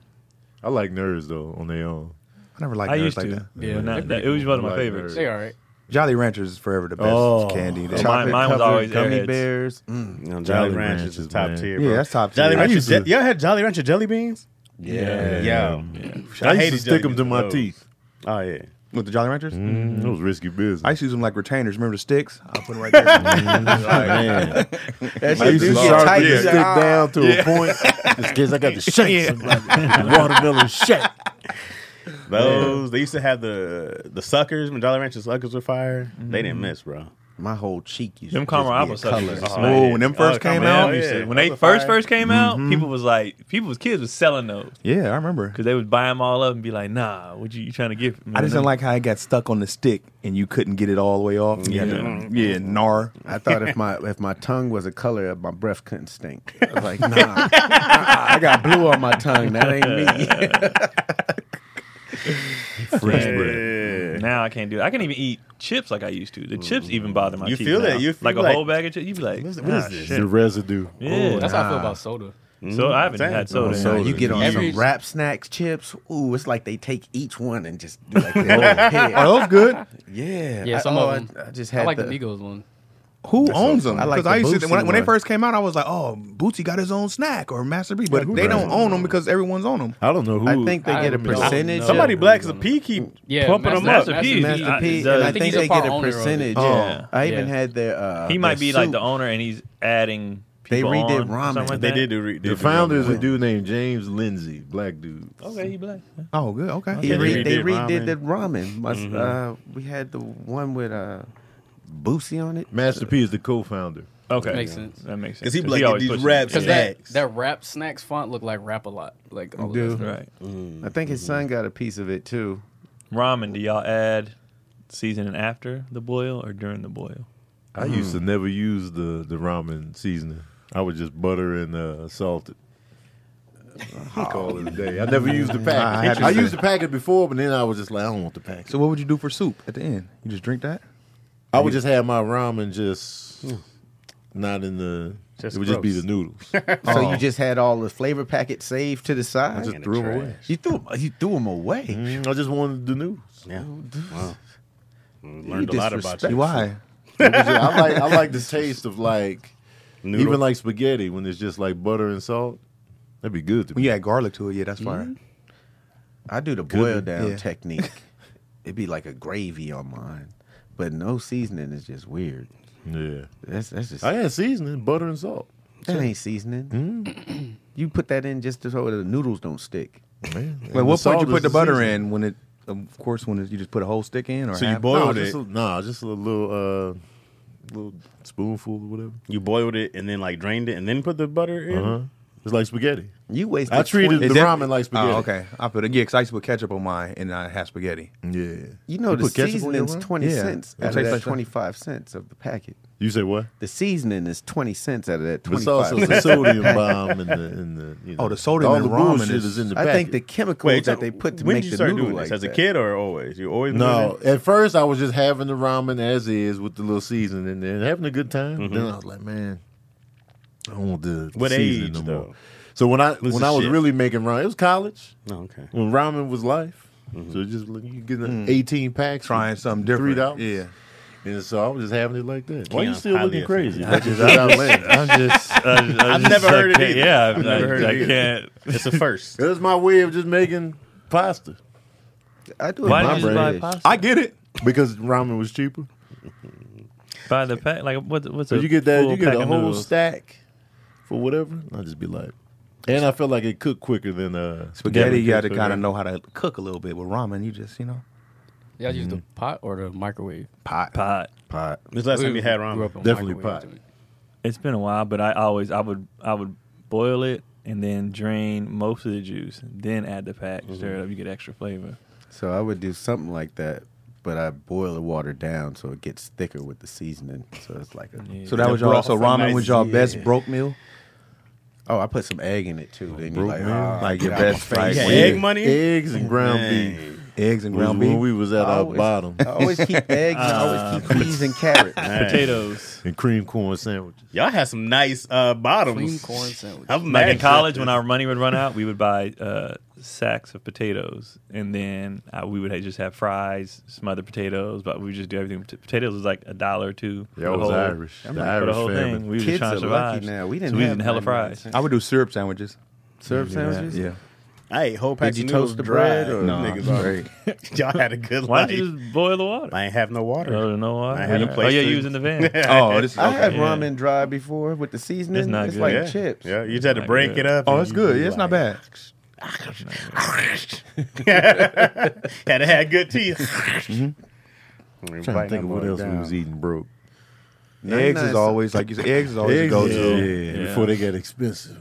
B: I like nerds though on their own.
F: I never liked
E: I
F: nerds
E: used
F: like
E: to.
F: that.
G: Yeah,
E: but
G: they're
E: not, that,
B: pretty
E: it was
B: cool.
E: one of my
B: I like
E: favorites.
G: They all right.
F: Jolly Ranchers is forever the best
B: Oh.
F: candy.
A: Chocolate
E: mine- mine was
A: covered
E: always
A: gummy
E: Airheads.
A: bears. Mm.
D: You know, Jolly,
B: Jolly
D: Ranchers
B: Ranchers,
D: is top
B: man.
D: tier, bro.
F: yeah, that's top.
D: Jolly
F: tier.
D: Ranchers.
B: used
D: Je-
B: to-
D: y'all had Jolly Rancher jelly beans?
A: Yeah.
D: Yeah.
B: I, used to
D: hated
B: stick
D: jelly
B: them to my
D: beans.
B: teeth.
D: Oh, yeah.
F: With the Jolly Ranchers?
E: Mm-hmm.
B: Mm, that was risky business.
F: I used to use them like retainers. Remember the sticks? I put them right there.
B: Man,
A: That
B: I
A: shit
B: used
A: do
B: to
A: get
B: sharpen
A: tight.
B: the
A: as
B: stick
A: hell.
B: down to a point. Just in case I got the shakes, watermelon shake.
D: Those they used to have the the suckers when Jolly Rancher suckers were fire. They
B: Mm-hmm.
D: didn't miss, bro.
A: My whole cheek used
E: Them
A: to just
E: Comrade
A: be a
E: Apple suckers.
A: color.
E: used to
D: Oh,
E: smash.
D: yeah.
F: when them first
E: Oh,
F: came
E: Comrade Apple
F: out,
E: used to-
D: yeah.
E: when they
D: Those are
E: first
D: fire.
E: first came out, people was like, people was kids was selling those
F: yeah, I remember.
E: because they would buy them all up and be like, nah, what you, you trying to get?
F: I just didn't like how it got stuck on the stick and you couldn't get it all the way off. Yeah, yeah, gnar.
A: I thought if my if my tongue was a color, my breath couldn't stink. I was like, nah, Nuh-uh. I got blue on my tongue. That ain't me.
B: Fresh bread.
D: Yeah.
E: Now I can't do it. I can't even eat chips like I used to. The chips even bother my
D: You
E: teeth.
D: feel that.
E: now.
D: You feel
E: like a
D: like-
E: whole bag of chips. You be like,
D: What is- what
E: nah,
D: is this?
E: shit.
B: The residue.
E: Yeah.
G: That's how I feel about soda.
E: so I haven't
D: Same.
E: had soda.
B: Oh,
E: in
B: soda.
E: like-
A: you get on
G: Every-
A: some wrap snacks, chips. Ooh, it's like they take each one and just do like the whole head.
F: Are those Oh, good?
A: Yeah,
G: Yeah,
A: I-
G: some
A: oh,
G: of them.
A: I, I just had
G: I like the,
A: the
G: Migos one.
F: Who owns them?
A: I like
F: Because
A: the
F: I, used to
A: Bootsy
F: when, I- when they
A: one.
F: first came out, I was like, "Oh, Bootsy got his own snack or Master B," but
B: who
F: they
B: does?
F: don't own them because everyone's on them.
B: I don't know who.
A: I think they
G: I
A: get a
G: don't know.
A: percentage. of-
D: Somebody black as a pea keep
G: Yeah,
D: pumping them up.
E: Master
G: Master
E: P.
G: P.
A: Master P, and
E: I-
A: I
E: I
A: think
G: think
A: they
G: he's a part
A: get a
G: owner of it.
A: percentage.
E: Oh.
A: yeah. I
G: Yeah.
A: even had their. Uh,
E: he might
A: their
E: be like
A: soup.
E: the owner, and he's adding.
A: They
E: people
A: redid
E: on, or
A: ramen.
E: something Like
D: They
E: that.
D: did do. Re-
B: the founder is a dude named James Lindsay, black dude.
E: Okay, he black.
F: Oh, good. Okay.
A: He
D: Yeah, they
A: re- they
D: redid
A: redid the ramen. Must-
B: Mm-hmm.
A: uh, we had the one with uh, Boosie on it.
B: Master P is the co-founder.
E: Okay,
G: Makes sense.
E: That makes
D: Because
E: sense.
D: he be like, "Get
E: always
D: these
E: pushes
D: raps
E: it.
G: Because that,
D: Snacks.
G: that rap snacks font looked like rap a lot. Like all of
A: Do.
G: that stuff.
E: Right.
A: I think his
B: Mm-hmm.
A: son got a piece of it too.
E: Ramen. Do y'all add seasoning after the boil or during the boil?
B: I used
E: Mm.
B: to never use the the ramen seasoning. I would just butter and uh, salt it. Call it a day. I never used the packet. I, used the packet before, but then I was just like, I don't want the packet.
F: So, what would you do for soup at the end? You just drink that?
B: I would just have my ramen just not in the.
D: Just
B: it would just be
D: gross.
B: the noodles.
A: So you just had all the flavor packets saved to the
B: Oh. I
A: side.
B: just threw them away.
A: you threw 'em- you threw them away.
F: Mm-hmm.
B: Mm, I just wanted the noodles.
D: Yeah. Wow. Learned a lot about
A: disrespect-
D: you.
F: Why?
B: It was just- I like I like the taste of like
D: Noodle.
B: even like spaghetti when it's just like butter and salt. That'd be good to
F: When
B: me.
F: you add garlic to it, yeah, that's
A: Mm-hmm.
F: fire.
A: I do the boil down
F: Yeah.
A: technique. It'd be like a gravy on mine, but no seasoning is just weird.
B: Yeah,
A: That's that's just
B: I had seasoning, butter and salt.
A: that ain't seasoning.
B: Mm.
A: you put that in just so the noodles don't stick.
B: Man,
F: Wait, what point
B: salt
F: you
B: is
F: put the
B: the
F: butter
B: seasoning.
F: in when it? Of course, when it, you just put a whole stick in, or
D: So you
F: half?
D: boil-
B: No,
D: boiled
B: just
D: it.
B: a, nah, just a little, uh, little spoonful or whatever.
D: You boiled it and then like drained it and then put the butter in.
B: Uh
E: Uh-huh.
B: huh. It's like spaghetti.
A: You wasted.
B: I treated
A: 20
B: the
F: Is that-
B: ramen like spaghetti.
F: Oh, okay. I put it. Yeah, because I used to put ketchup on mine, and I had spaghetti.
B: Yeah.
A: You know
B: You
A: the
B: put ketchup on your
A: seasoning's
B: ramen?
A: twenty
F: Yeah.
A: cents out
F: It tastes
A: of that
F: like-
A: twenty five cents of the packet.
B: You say what?
A: The seasoning is twenty cents out of that
B: But
A: twenty
B: it's also
A: five.
B: the sodium bomb and the and the. You know,
F: Oh, the sodium
B: all
F: in
B: the
F: ramen
B: bullshit
F: is-
B: is, in the
A: I
B: packet.
A: think the chemicals
D: Wait,
A: that they put to
D: when
A: make
D: did you
A: the
D: start
A: noodle
D: doing
A: like
D: this? As a
A: that.
D: kid or always? You always
B: No,
D: doing
B: at first I was just having the ramen as is with the little seasoning and, and having a good time. Then I was like, man, I don't want the
D: What
B: seasoning
D: age,
B: no
D: though?
B: more. So when I when
D: the
B: I was
D: shit.
B: really making ramen, it was college
A: Oh,
D: that? No, okay.
B: when ramen was life. So it just like, you get an eighteen packs,
F: Mm. Trying something different.
B: three dollars.
F: Yeah.
B: And so I was just having it like that. Why
D: Yeah,
B: you still
D: highly
B: looking crazy?
D: offended.
B: I just, I just, uh,
E: I, I
D: I've
E: just-
D: never
E: I
D: heard it
E: can't-
D: either.
E: Yeah,
D: I've
E: I,
D: never heard
E: I,
D: it either.
E: can't.
D: It's the first.
B: it was my way of just making pasta
A: I do it
E: Why
A: my
E: did you just buy
A: bread.
E: pasta?
F: I get it.
B: because ramen was cheaper.
E: By the pack, like what, what's
B: So
E: a
B: you get that,
E: full
B: you get
E: pack
B: a
E: of
B: whole
E: noodles?
B: stack for whatever. and I'll just be like, and I felt like it cooked quicker than uh,
F: Spaghetti, you got to
B: cooks,
F: kind of
B: right?
F: know how to cook a little bit. With ramen, you just you know
G: Y'all use
E: Mm-hmm.
G: the pot or the microwave?
F: pot.
E: pot.
B: pot.
D: This last time
G: We
D: you had
G: grew
D: ramen.
G: up on
B: Definitely
G: microwaves.
B: pot.
E: It's been a while, but I always I would I would boil it and then drain most of the juice, then add the pack,
B: Mm.
E: stir it up, you get extra flavor.
A: So I would do something like that, but I boil the water down so it gets thicker with the seasoning. So it's like a.
E: Yeah.
F: So that was y'all.
D: broth
F: So
D: is
F: ramen
D: nice.
F: was y'all
A: Yeah.
F: best broke meal.
A: Oh, I put some egg in it too. Then you're
B: Broke
A: like,
B: man.
A: ah,
F: Like your
A: get out my
F: best
A: face.
F: fried
D: You had
F: Yeah.
D: egg money.
B: eggs and ground
D: Dang.
B: beef.
F: Eggs and ground
B: was when
F: beef.
B: we was at
A: I
B: our
A: always-
B: bottom
A: I always keep eggs. and I always
F: Ah.
A: keep peas and carrots.
E: Potatoes.
B: and cream corn sandwiches.
D: Y'all had some nice uh,
G: Clean
D: bottoms.
G: corn sandwich.
D: I'm
E: Back
D: mad
E: in college, when our money would run out, we would buy uh, sacks of potatoes, and then uh, we would ha- just have fries, smothered potatoes, but we would just do everything. Pot- Potatoes was like a dollar or two. for
B: Y'all
E: the
B: was
E: whole-
B: Irish. The
E: for
B: Irish
E: the whole
B: famine.
E: thing. We were just
A: Kids
E: trying
A: are
E: to survive.
A: lucky now. We didn't
E: so we
A: have
E: didn't hella
A: none of that
E: fries.
F: I would do syrup sandwiches.
A: Syrup sandwiches.
F: Yeah.
D: I ate whole packs
A: Did you
D: of noodles
A: toast the
D: dry.
A: bread or-
D: No.
A: Nah.
D: Niggas already- Y'all had a good
E: Why
D: life.
E: don't you just boil the water?
D: I ain't have no water.
E: Oh, no water.
D: I had a
E: oh
D: place
E: yeah,
D: to-
E: you was in the van.
F: Oh, this is
A: I had
F: okay.
A: ramen dry before with the seasoning. It's,
E: It's not good.
A: like
D: yeah.
A: chips.
D: Yeah, you just had to
E: Not
D: break
E: good.
D: it up.
F: Oh,
D: and
F: it's
D: you
F: good.
D: be
F: Yeah, it's not
D: like-
F: bad.
D: had to have good teeth. You're
B: trying to
D: biting
B: think of
D: that
B: what
D: mug
B: else we
D: down.
B: was eating broke.
F: Eggs
A: 99
F: is always like you said. Eggs is always
B: Eggs,
F: go
B: yeah,
F: to.
B: yeah, before they got expensive.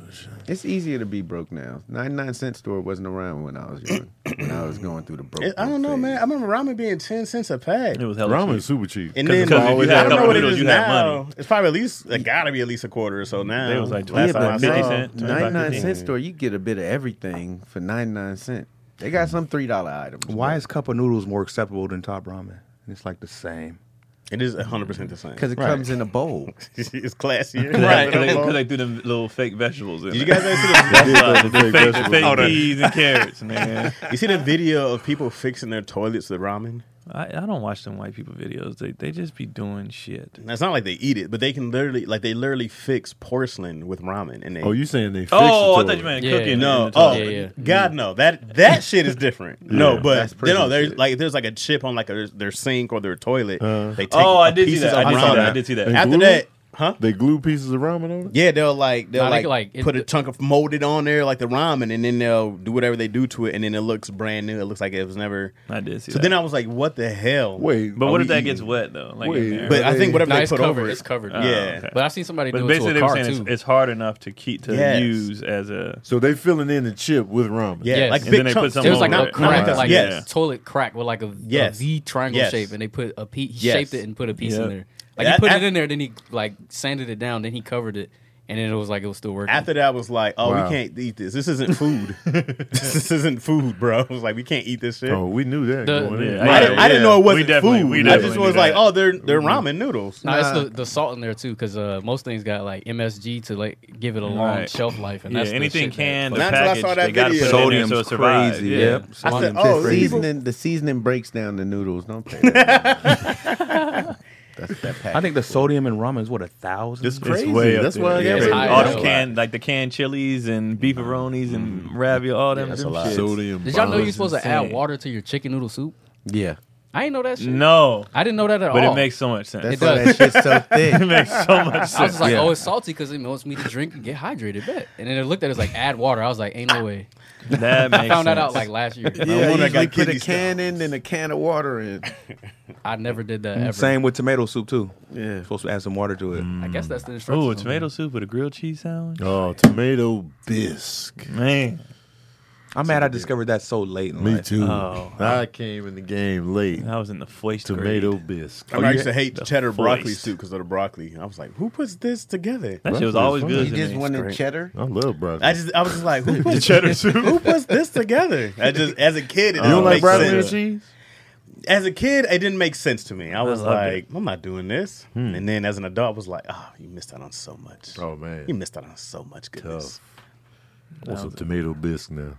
A: It's easier to be broke now. 99 cent store wasn't around when I was young. when I was going through the broke.
D: It- I don't know, man. I remember ramen being ten cents a pack.
E: It was hella
B: Ramen
E: cheap.
B: is super cheap.
D: And
E: 'Cause-
D: then
E: 'cause if you had
D: I
E: a
D: don't know
E: couple
D: what it
E: noodles,
D: is
E: you had
D: now.
E: money.
D: It's probably at least it got to be at least a quarter or so now.
E: It was like
D: last time I
E: 50
D: saw.
E: cent.
A: 99
E: 25,
A: cent store, you get a bit of everything for 99 cent. They got some $3 items.
F: Why is cup of noodles more acceptable than top ramen? It's like the same.
D: It is hundred percent the same.
A: Because it comes in a bowl.
D: it's classier,
E: Right,
D: Ramen
E: because they, 'cause
D: alone.
E: they threw them little fake vegetables in.
D: Did you
E: there.
D: guys ever see the
E: the fake, the fake peas and carrots, man?
D: You see the video of people fixing their toilets with ramen?
E: I, I don't watch them white people videos. They they just be doing shit.
D: Now, It's not like they eat it, but they can literally, like, they literally fix porcelain with ramen, and they.
B: Oh, you saying they fixed
E: Oh,
B: it
E: I
B: to
E: thought you meant
G: Yeah.
E: cooking.
D: no,
E: in the
D: oh,
E: toilet.
G: Yeah, yeah.
D: God, no, that that shit is different. No, but
A: That's
D: you know,
A: prison
D: there's
A: shit.
D: like there's like a chip on like a, their sink or their toilet. they take
E: Oh, I did see
D: pieces of
E: that. I did see
D: ramen.
E: that. I did see that.
B: And
D: After
B: glue
D: that,
B: it?
D: huh?
B: They glue pieces of ramen on it.
D: Yeah, they'll like they'll
G: Nah, they
D: like,
G: could, like, it-
D: put a chunk of molded on there like the ramen, and then they'll do whatever they do to it, and then it looks brand new. It looks like it was never.
E: I did see
D: So
E: that.
D: then I was like, what the hell?
B: Wait,
E: but
B: are
E: what
B: we
E: if that
B: eating?
E: gets wet though? Like
B: Wait,
E: in there?
D: but I think whatever
G: No,
D: they
G: it's
D: put
G: covered.
D: over
G: It's uh,
D: it.
G: covered.
E: Oh,
D: yeah.
E: okay.
G: But I've seen somebody
E: But
G: do it
E: basically,
G: to
E: they
G: a
E: were
G: car
E: saying
G: too.
E: it's, it's hard enough to keep to
D: Yes.
E: use as a.
B: So they filling in the chip with ramen.
D: Yeah,
G: Yes.
D: like
G: And
D: big
E: then they put
D: chunks.
E: some
G: There was like
E: Not-
G: a
E: not
G: crack,
E: like
G: like
D: that.
G: a
D: Yes.
G: toilet crack with like a, a
D: Yes.
G: V triangle
D: Yes.
G: shape, and they put a piece. He
D: Yes.
G: shaped it and put a piece
E: Yep.
G: in there. Like
D: That-
G: he put
D: that-
G: it in there, then he like sanded it down, then he covered it, and then it was like it was still working.
D: After that, I was like, oh,
F: Wow.
D: we can't eat this. This isn't food. this isn't food, bro. I was like, we can't eat this shit.
B: Oh, we knew that.
G: The-
B: going in.
E: Yeah,
D: I, didn't, I didn't know it
E: We
D: wasn't
E: definitely-
D: food.
E: we
D: I
E: definitely
D: just was
E: knew
D: like,
E: that.
D: oh, they're they're ramen noodles.
G: No, it's the, the salt in there too, because uh, most things got like MSG to like give it a long
E: Right.
G: shelf life, and
E: Yeah,
G: that's the
E: anything
G: shit that-
E: canned or
D: Not until I saw
E: packaged,
D: that
E: they got to put
D: video.
E: it in there so it
F: Sodium's
E: survives.
F: crazy.
E: Yeah.
F: Yep.
D: I said,
F: Sodium's
D: oh,
A: the
F: crazy.
D: people-
A: seasoning the seasoning breaks down the noodles. Don't pay that. That's that pack.
F: I think the sodium in ramen is what a thousand.
B: This
E: It's way up
B: That's
E: there.
B: why I
E: Yeah,
B: got
G: it's
B: it.
G: high
E: all
G: as
E: them
G: hell.
E: canned, like the canned chilies and beefaronis and ravioli, all them.
B: That's a
E: them
B: lot.
E: shits.
B: Sodium.
G: Did y'all know
B: bombs.
G: you're supposed to
E: insane.
G: add water to your chicken noodle soup?
A: yeah.
G: I ain't know that shit.
E: No,
G: I didn't know that at
E: but
G: all.
E: it makes so much sense.
A: That's
G: It
A: why that
G: does.
A: shit's so thick.
E: it makes so much
G: I was
E: sense.
G: just like,
A: Yeah.
G: oh, it's salty because it wants me to drink and get hydrated, bet. And then I looked at it, it's like, add water. I was like, ain't no way.
E: That makes
G: I found that
E: sense.
G: out like last year.
A: Yeah,
D: one that
A: I usually
D: got
A: put a
D: kidney
A: can in and a can of water in.
G: I never did that
E: Mm,
G: ever.
F: Same with tomato soup too.
A: Yeah.
F: Supposed to add some water to it.
G: I guess that's the instruction.
E: Ooh, a tomato soup with a grilled cheese sandwich.
B: Oh, tomato bisque.
E: Man,
F: I'm mad I discovered that so late. In
B: Me
F: life.
B: too.
E: Oh.
B: I came in the game late.
E: I was in the foist
B: Tomato
E: grade.
B: bisque.
D: I, mean, I used to hate
E: Oh, the
D: cheddar broccoli
E: foist.
D: soup because of the broccoli. I was like, who puts this together?
E: That shit was
B: Broccoli
E: always
B: is
E: good
A: You
E: to
A: just
E: me.
A: wanted cheddar.
B: I love broccoli.
D: I just I was just like, who
E: The
D: puts
E: cheddar soup.
D: who puts this together? I just as a kid, it
B: you
D: didn't
B: don't like
D: make
B: broccoli
D: sense.
B: and cheese?
D: As a kid, it didn't make sense to me. I was
E: loved Hmm.
D: like, I'm not doing this. And then as an adult, I was like, oh, you missed out on so much.
B: Oh man,
D: You missed out on so much goodness.
B: want some tomato bisque now?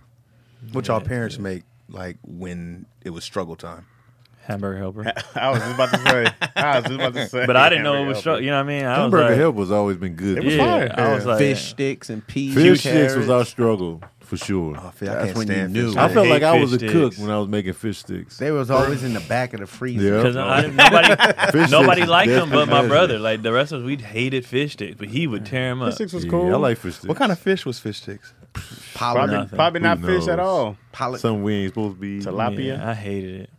F: What y'all parents make like when it was struggle time?
E: Hamburger helper.
D: I was just about to say. I was just about to say.
E: But I didn't know it was.
D: Hamburger
E: Str-
D: helper.
E: you know what I mean? I was
B: Hamburger
E: like,
B: helper's always been good.
D: It was
E: yeah,
D: fire.
E: I was like,
A: Fish sticks and peas. and
B: Fish sticks was
A: carrots.
B: our struggle for sure.
F: Oh,
D: Oh,
F: I
A: That's
F: can't
A: when you
F: stand
A: knew.
F: fish.
A: I
B: I felt
E: hate
B: like I was a
E: fish
B: cook
E: sticks.
B: when I was making fish sticks.
A: They was always in the back of the freezer.
B: Yeah.
E: Because I didn't- nobody,
B: Fish
E: nobody
B: sticks
E: liked them but my
B: definitely.
E: brother. Like the rest of us, we hated fish sticks, but he would tear them up.
D: Fish sticks was
B: Yeah,
D: cool.
B: I like fish sticks.
F: What kind of fish was fish sticks?
A: Pollen.
D: probably,
E: nothing.
D: probably
B: Who
D: not fish
B: knows?
D: at all.
A: pollen.
B: Something we ain't supposed to be. eating.
D: Tilapia.
E: Yeah, I hated it.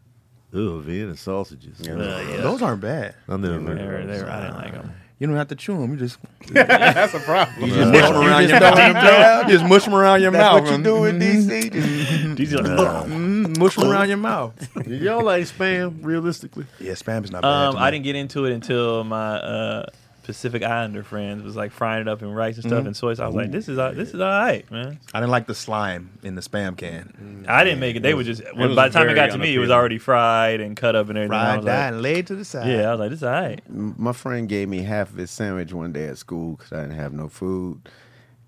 B: Ugh, Vienna sausages.
E: Ugh, yeah.
F: Those aren't bad.
B: I never.
E: They were, they were, I didn't like them.
F: You don't have to chew them. You just
D: That's a problem.
F: you just mush them around your mouth. You just mush them around your
A: That's
F: mouth.
A: what you
F: and-
A: do in DC. Just
E: These are like,
F: Mm, mush them around your mouth.
B: Did y'all like spam realistically?
F: Yeah, spam's not bad.
E: um,
F: to
E: I
F: me.
E: didn't get into it until my uh, Pacific Islander friends was like frying it up in rice and stuff and soy sauce. I was like, this is all, this is all right, man.
F: I didn't like the slime in the spam can.
E: I didn't make it. They were just
D: was
E: by the time
D: very
E: it got to me, it was
D: unappealing.
E: already fried and cut up and everything. I
F: Fried,
E: was
F: died,
E: like,
F: and laid to the side.
E: yeah, I was like, this is all right.
A: my friend gave me half of his sandwich one day at school because I didn't have no food.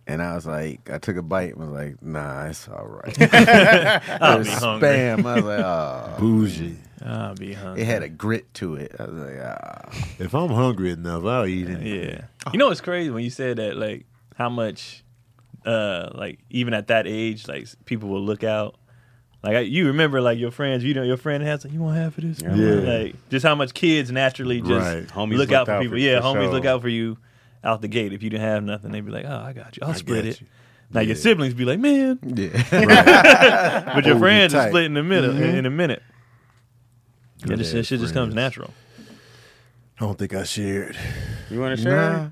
A: And I was like, I took a bite and was like, nah, it's all right.
E: I'll be hungry.
A: Spam. I was like, oh.
B: Bougie.
E: I'll be
A: It
E: hungry.
A: had a grit to it. I was like, ah.
B: If I'm hungry enough, I'll eat it.
E: Yeah. You know what's crazy when you said that, like how much uh, like even at that age, like s- people will look out. Like I, you remember, like your friends, you know, your friend has like you want half of this.
B: Yeah.
E: Like just how much kids naturally just
B: Right.
F: Homies
E: look out
F: looked
E: for
F: out
E: people.
F: for-
E: yeah,
F: for
E: homies
F: sure.
E: look out for you out the gate. If you didn't have nothing, they'd be like, "Oh, I got you. I'll split
B: got
E: it."
B: you.
E: Now your siblings be like, "Man,"
A: Yeah.
E: but your
B: Hold me
E: friends are
B: tight. Mm-hmm.
E: split in the middle in a minute. Yeah,
B: Good
E: this
B: ass
E: shit just
B: friends.
E: comes natural.
B: I don't think I shared.
F: You want to share?
A: Nah.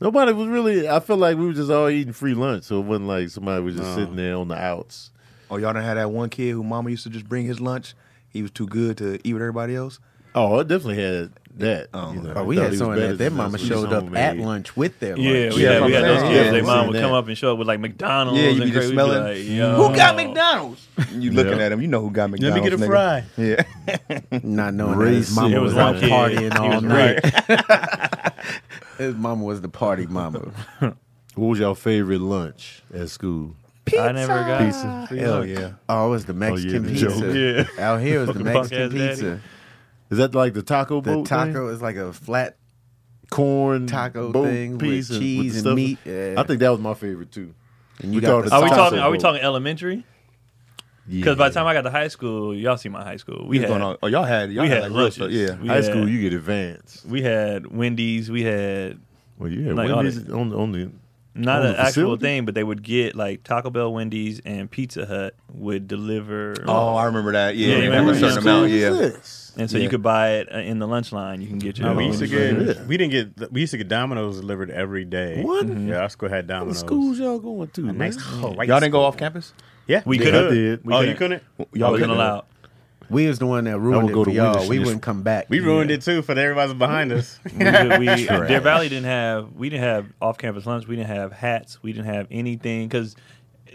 B: Nobody was really. I feel like we were just all eating free lunch, so it wasn't like somebody was just sitting there on the outs.
C: Oh, y'all done had that one kid who mama used to just bring his lunch. He was too good to eat with everybody else.
B: Oh, I definitely had that. you know.
A: Oh,
B: I
A: we
B: thought
A: had
B: he was
A: someone
B: better
A: that their
B: than
A: mama
B: us. We
A: showed
B: just
A: up at
B: homemade.
A: lunch with their lunch.
E: Yeah, we
F: Yeah,
E: had,
F: that's what I'm
E: we had those
F: saying.
E: kids.
F: Yeah,
E: their
F: we
E: mom
B: seen
E: would
B: that.
E: come up and show up with like McDonald's.
F: Yeah, you be
E: and
F: just
E: crazy. We'd
F: smelling,
E: Like, Yo.
F: Who got McDonald's? You looking
B: Yeah.
F: at him? You know who got McDonald's?
D: Let me get a
F: nigga.
D: fry.
F: Yeah,
A: Not knowing that his
B: Racist.
A: mama
E: It
A: was,
E: was
A: out
E: one kid.
A: partying
E: He
A: all
E: was
A: night.
E: right.
A: His mama was the party mama.
B: What was your favorite lunch at school?
E: I never got
B: Pizza.
C: Hell yeah.
A: Oh, it was the Mexican
B: the
A: pizza.
E: joke.
A: Out here was the
E: Fucking
A: Mexican
E: punk-ass daddy.
A: pizza.
B: Is that like the taco
A: The
B: boat? thing?
A: taco is like a flat
B: corn
A: taco
B: boat
A: thing with
B: piece the
A: cheese and
B: stuff.
A: meat. Yeah.
B: I think that was my favorite too.
A: and you
B: We
A: got
B: thought
A: the
B: it-
E: Are we
B: Taco
E: talking? Are we
B: Boat.
E: talking elementary? Because by the time I got to high school, y'all see my high school. We
F: What's
E: had
F: going on? Oh, y'all had y'all
E: we
F: had,
E: had
F: like real stuff.
E: lunches.
F: Yeah,
E: We
B: high
E: had-
B: school, you get advanced.
E: we had Wendy's. We had
B: Well, you had
E: Like, all
B: Wendy's
E: that-
B: on the, on the
E: not
F: Oh,
B: On
E: an
B: the
E: actual
B: facility?
E: thing, but they would get like Taco Bell, Wendy's, and Pizza Hut would deliver.
F: Oh, I remember that. Yeah,
E: Yeah,
F: yeah
E: you
F: have
E: remember
F: a certain
E: that?
F: amount. Yeah,
E: and so you could buy it uh, in the lunch line. You can get your.
D: No, we used to
B: Yeah.
D: get we didn't get we used to get Domino's delivered every day. Mm-hmm.
B: What?
D: Yeah, our school had
B: What
D: Domino's.
B: schools y'all going to? man?
D: Nice. Oh, right.
F: y'all didn't go off campus.
D: Yeah,
E: We
D: yeah.
E: could.
B: I did.
E: We
D: oh,
E: couldn't.
D: you couldn't.
E: I
F: Y'all couldn't-
E: wasn't allowed.
A: We was the one that
B: I
A: ruined
B: would
A: it
B: go
A: for
B: to
A: y'all.
B: Wendy's
A: We
B: and
A: wouldn't come back.
D: We ruined it too for everybody behind us.
E: We, we, Deer Valley didn't have we didn't have off campus lunch. We didn't have hats. We didn't have anything because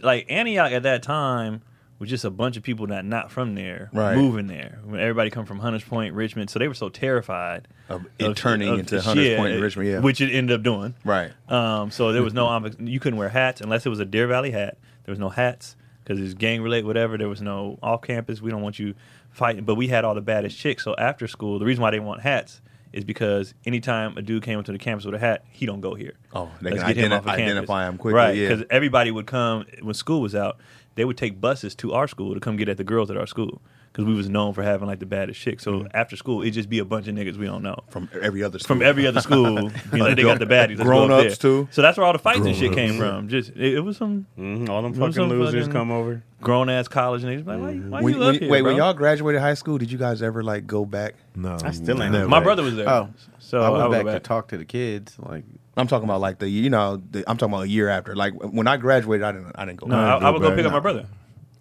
E: like Antioch at that time was just a bunch of people that not from there
F: Right.
E: moving there. When everybody come from Hunters Point, Richmond, so they were so terrified
F: Of it turning into Hunters Point and Richmond, yeah.
E: which it ended up doing.
F: Right.
E: Um, so there was no omni- you couldn't wear hats unless it was a Deer Valley hat. There was no hats because it was gang related, whatever. There was no off campus. We don't want you fighting, but we had all the baddest chicks. So after school, the reason why they want hats is because anytime a dude came into the campus with a hat, he don't go here.
F: Oh, they
E: Let's
F: can
E: get him
F: identi-
E: off of campus.
F: identify him quickly,
E: right?
F: yeah.
E: Because everybody would come when school was out. They would take buses to our school to come get at the girls at our school because we was known for having like the baddest chicks. So
F: Mm-hmm.
E: after school, it'd just be a bunch of niggas we don't know
F: from every other school.
E: from every other school. You know, they got the baddies. Let's go up
F: Grown-ups,
E: there.
F: too.
E: So that's where all the fights and shit came from. Just it, it was some
D: Mhm, All them
E: Remember
D: fucking
E: some
D: losers
E: fucking-
D: come over.
E: grown ass college niggas. Like, why, why
F: When-
E: you up
F: when-
E: here,
F: wait,
E: bro?
F: when y'all graduated high school, did you guys ever like go back?
B: No,
D: I still ain't
B: never.
E: My brother was there.
A: Oh.
E: so
A: I went
E: was
A: back, to talk to the kids. Like
F: I'm talking about like the you know the, I'm talking about a year after. Like when I graduated, I didn't I didn't go.
E: No,
F: back.
E: I, I would go
B: back.
E: pick up my brother.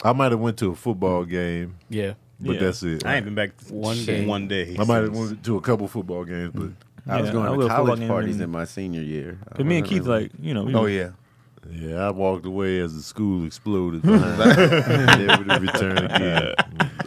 B: I might have went to a football game,
G: Yeah.
B: but
E: Yeah.
B: that's it.
D: I ain't been back one
G: One day.
D: day. One day.
B: I might have
D: since-
B: went to a couple football games, but
A: I was
E: Yeah,
A: going
E: I
A: to
E: will football
A: college
E: game
A: parties
E: and-
A: in my senior year. I
E: But me and
A: wasn't
E: Keith,
A: really-
E: like, you know, we
F: Oh yeah,
B: yeah, I walked away as the school exploded. behind me. Never to return again.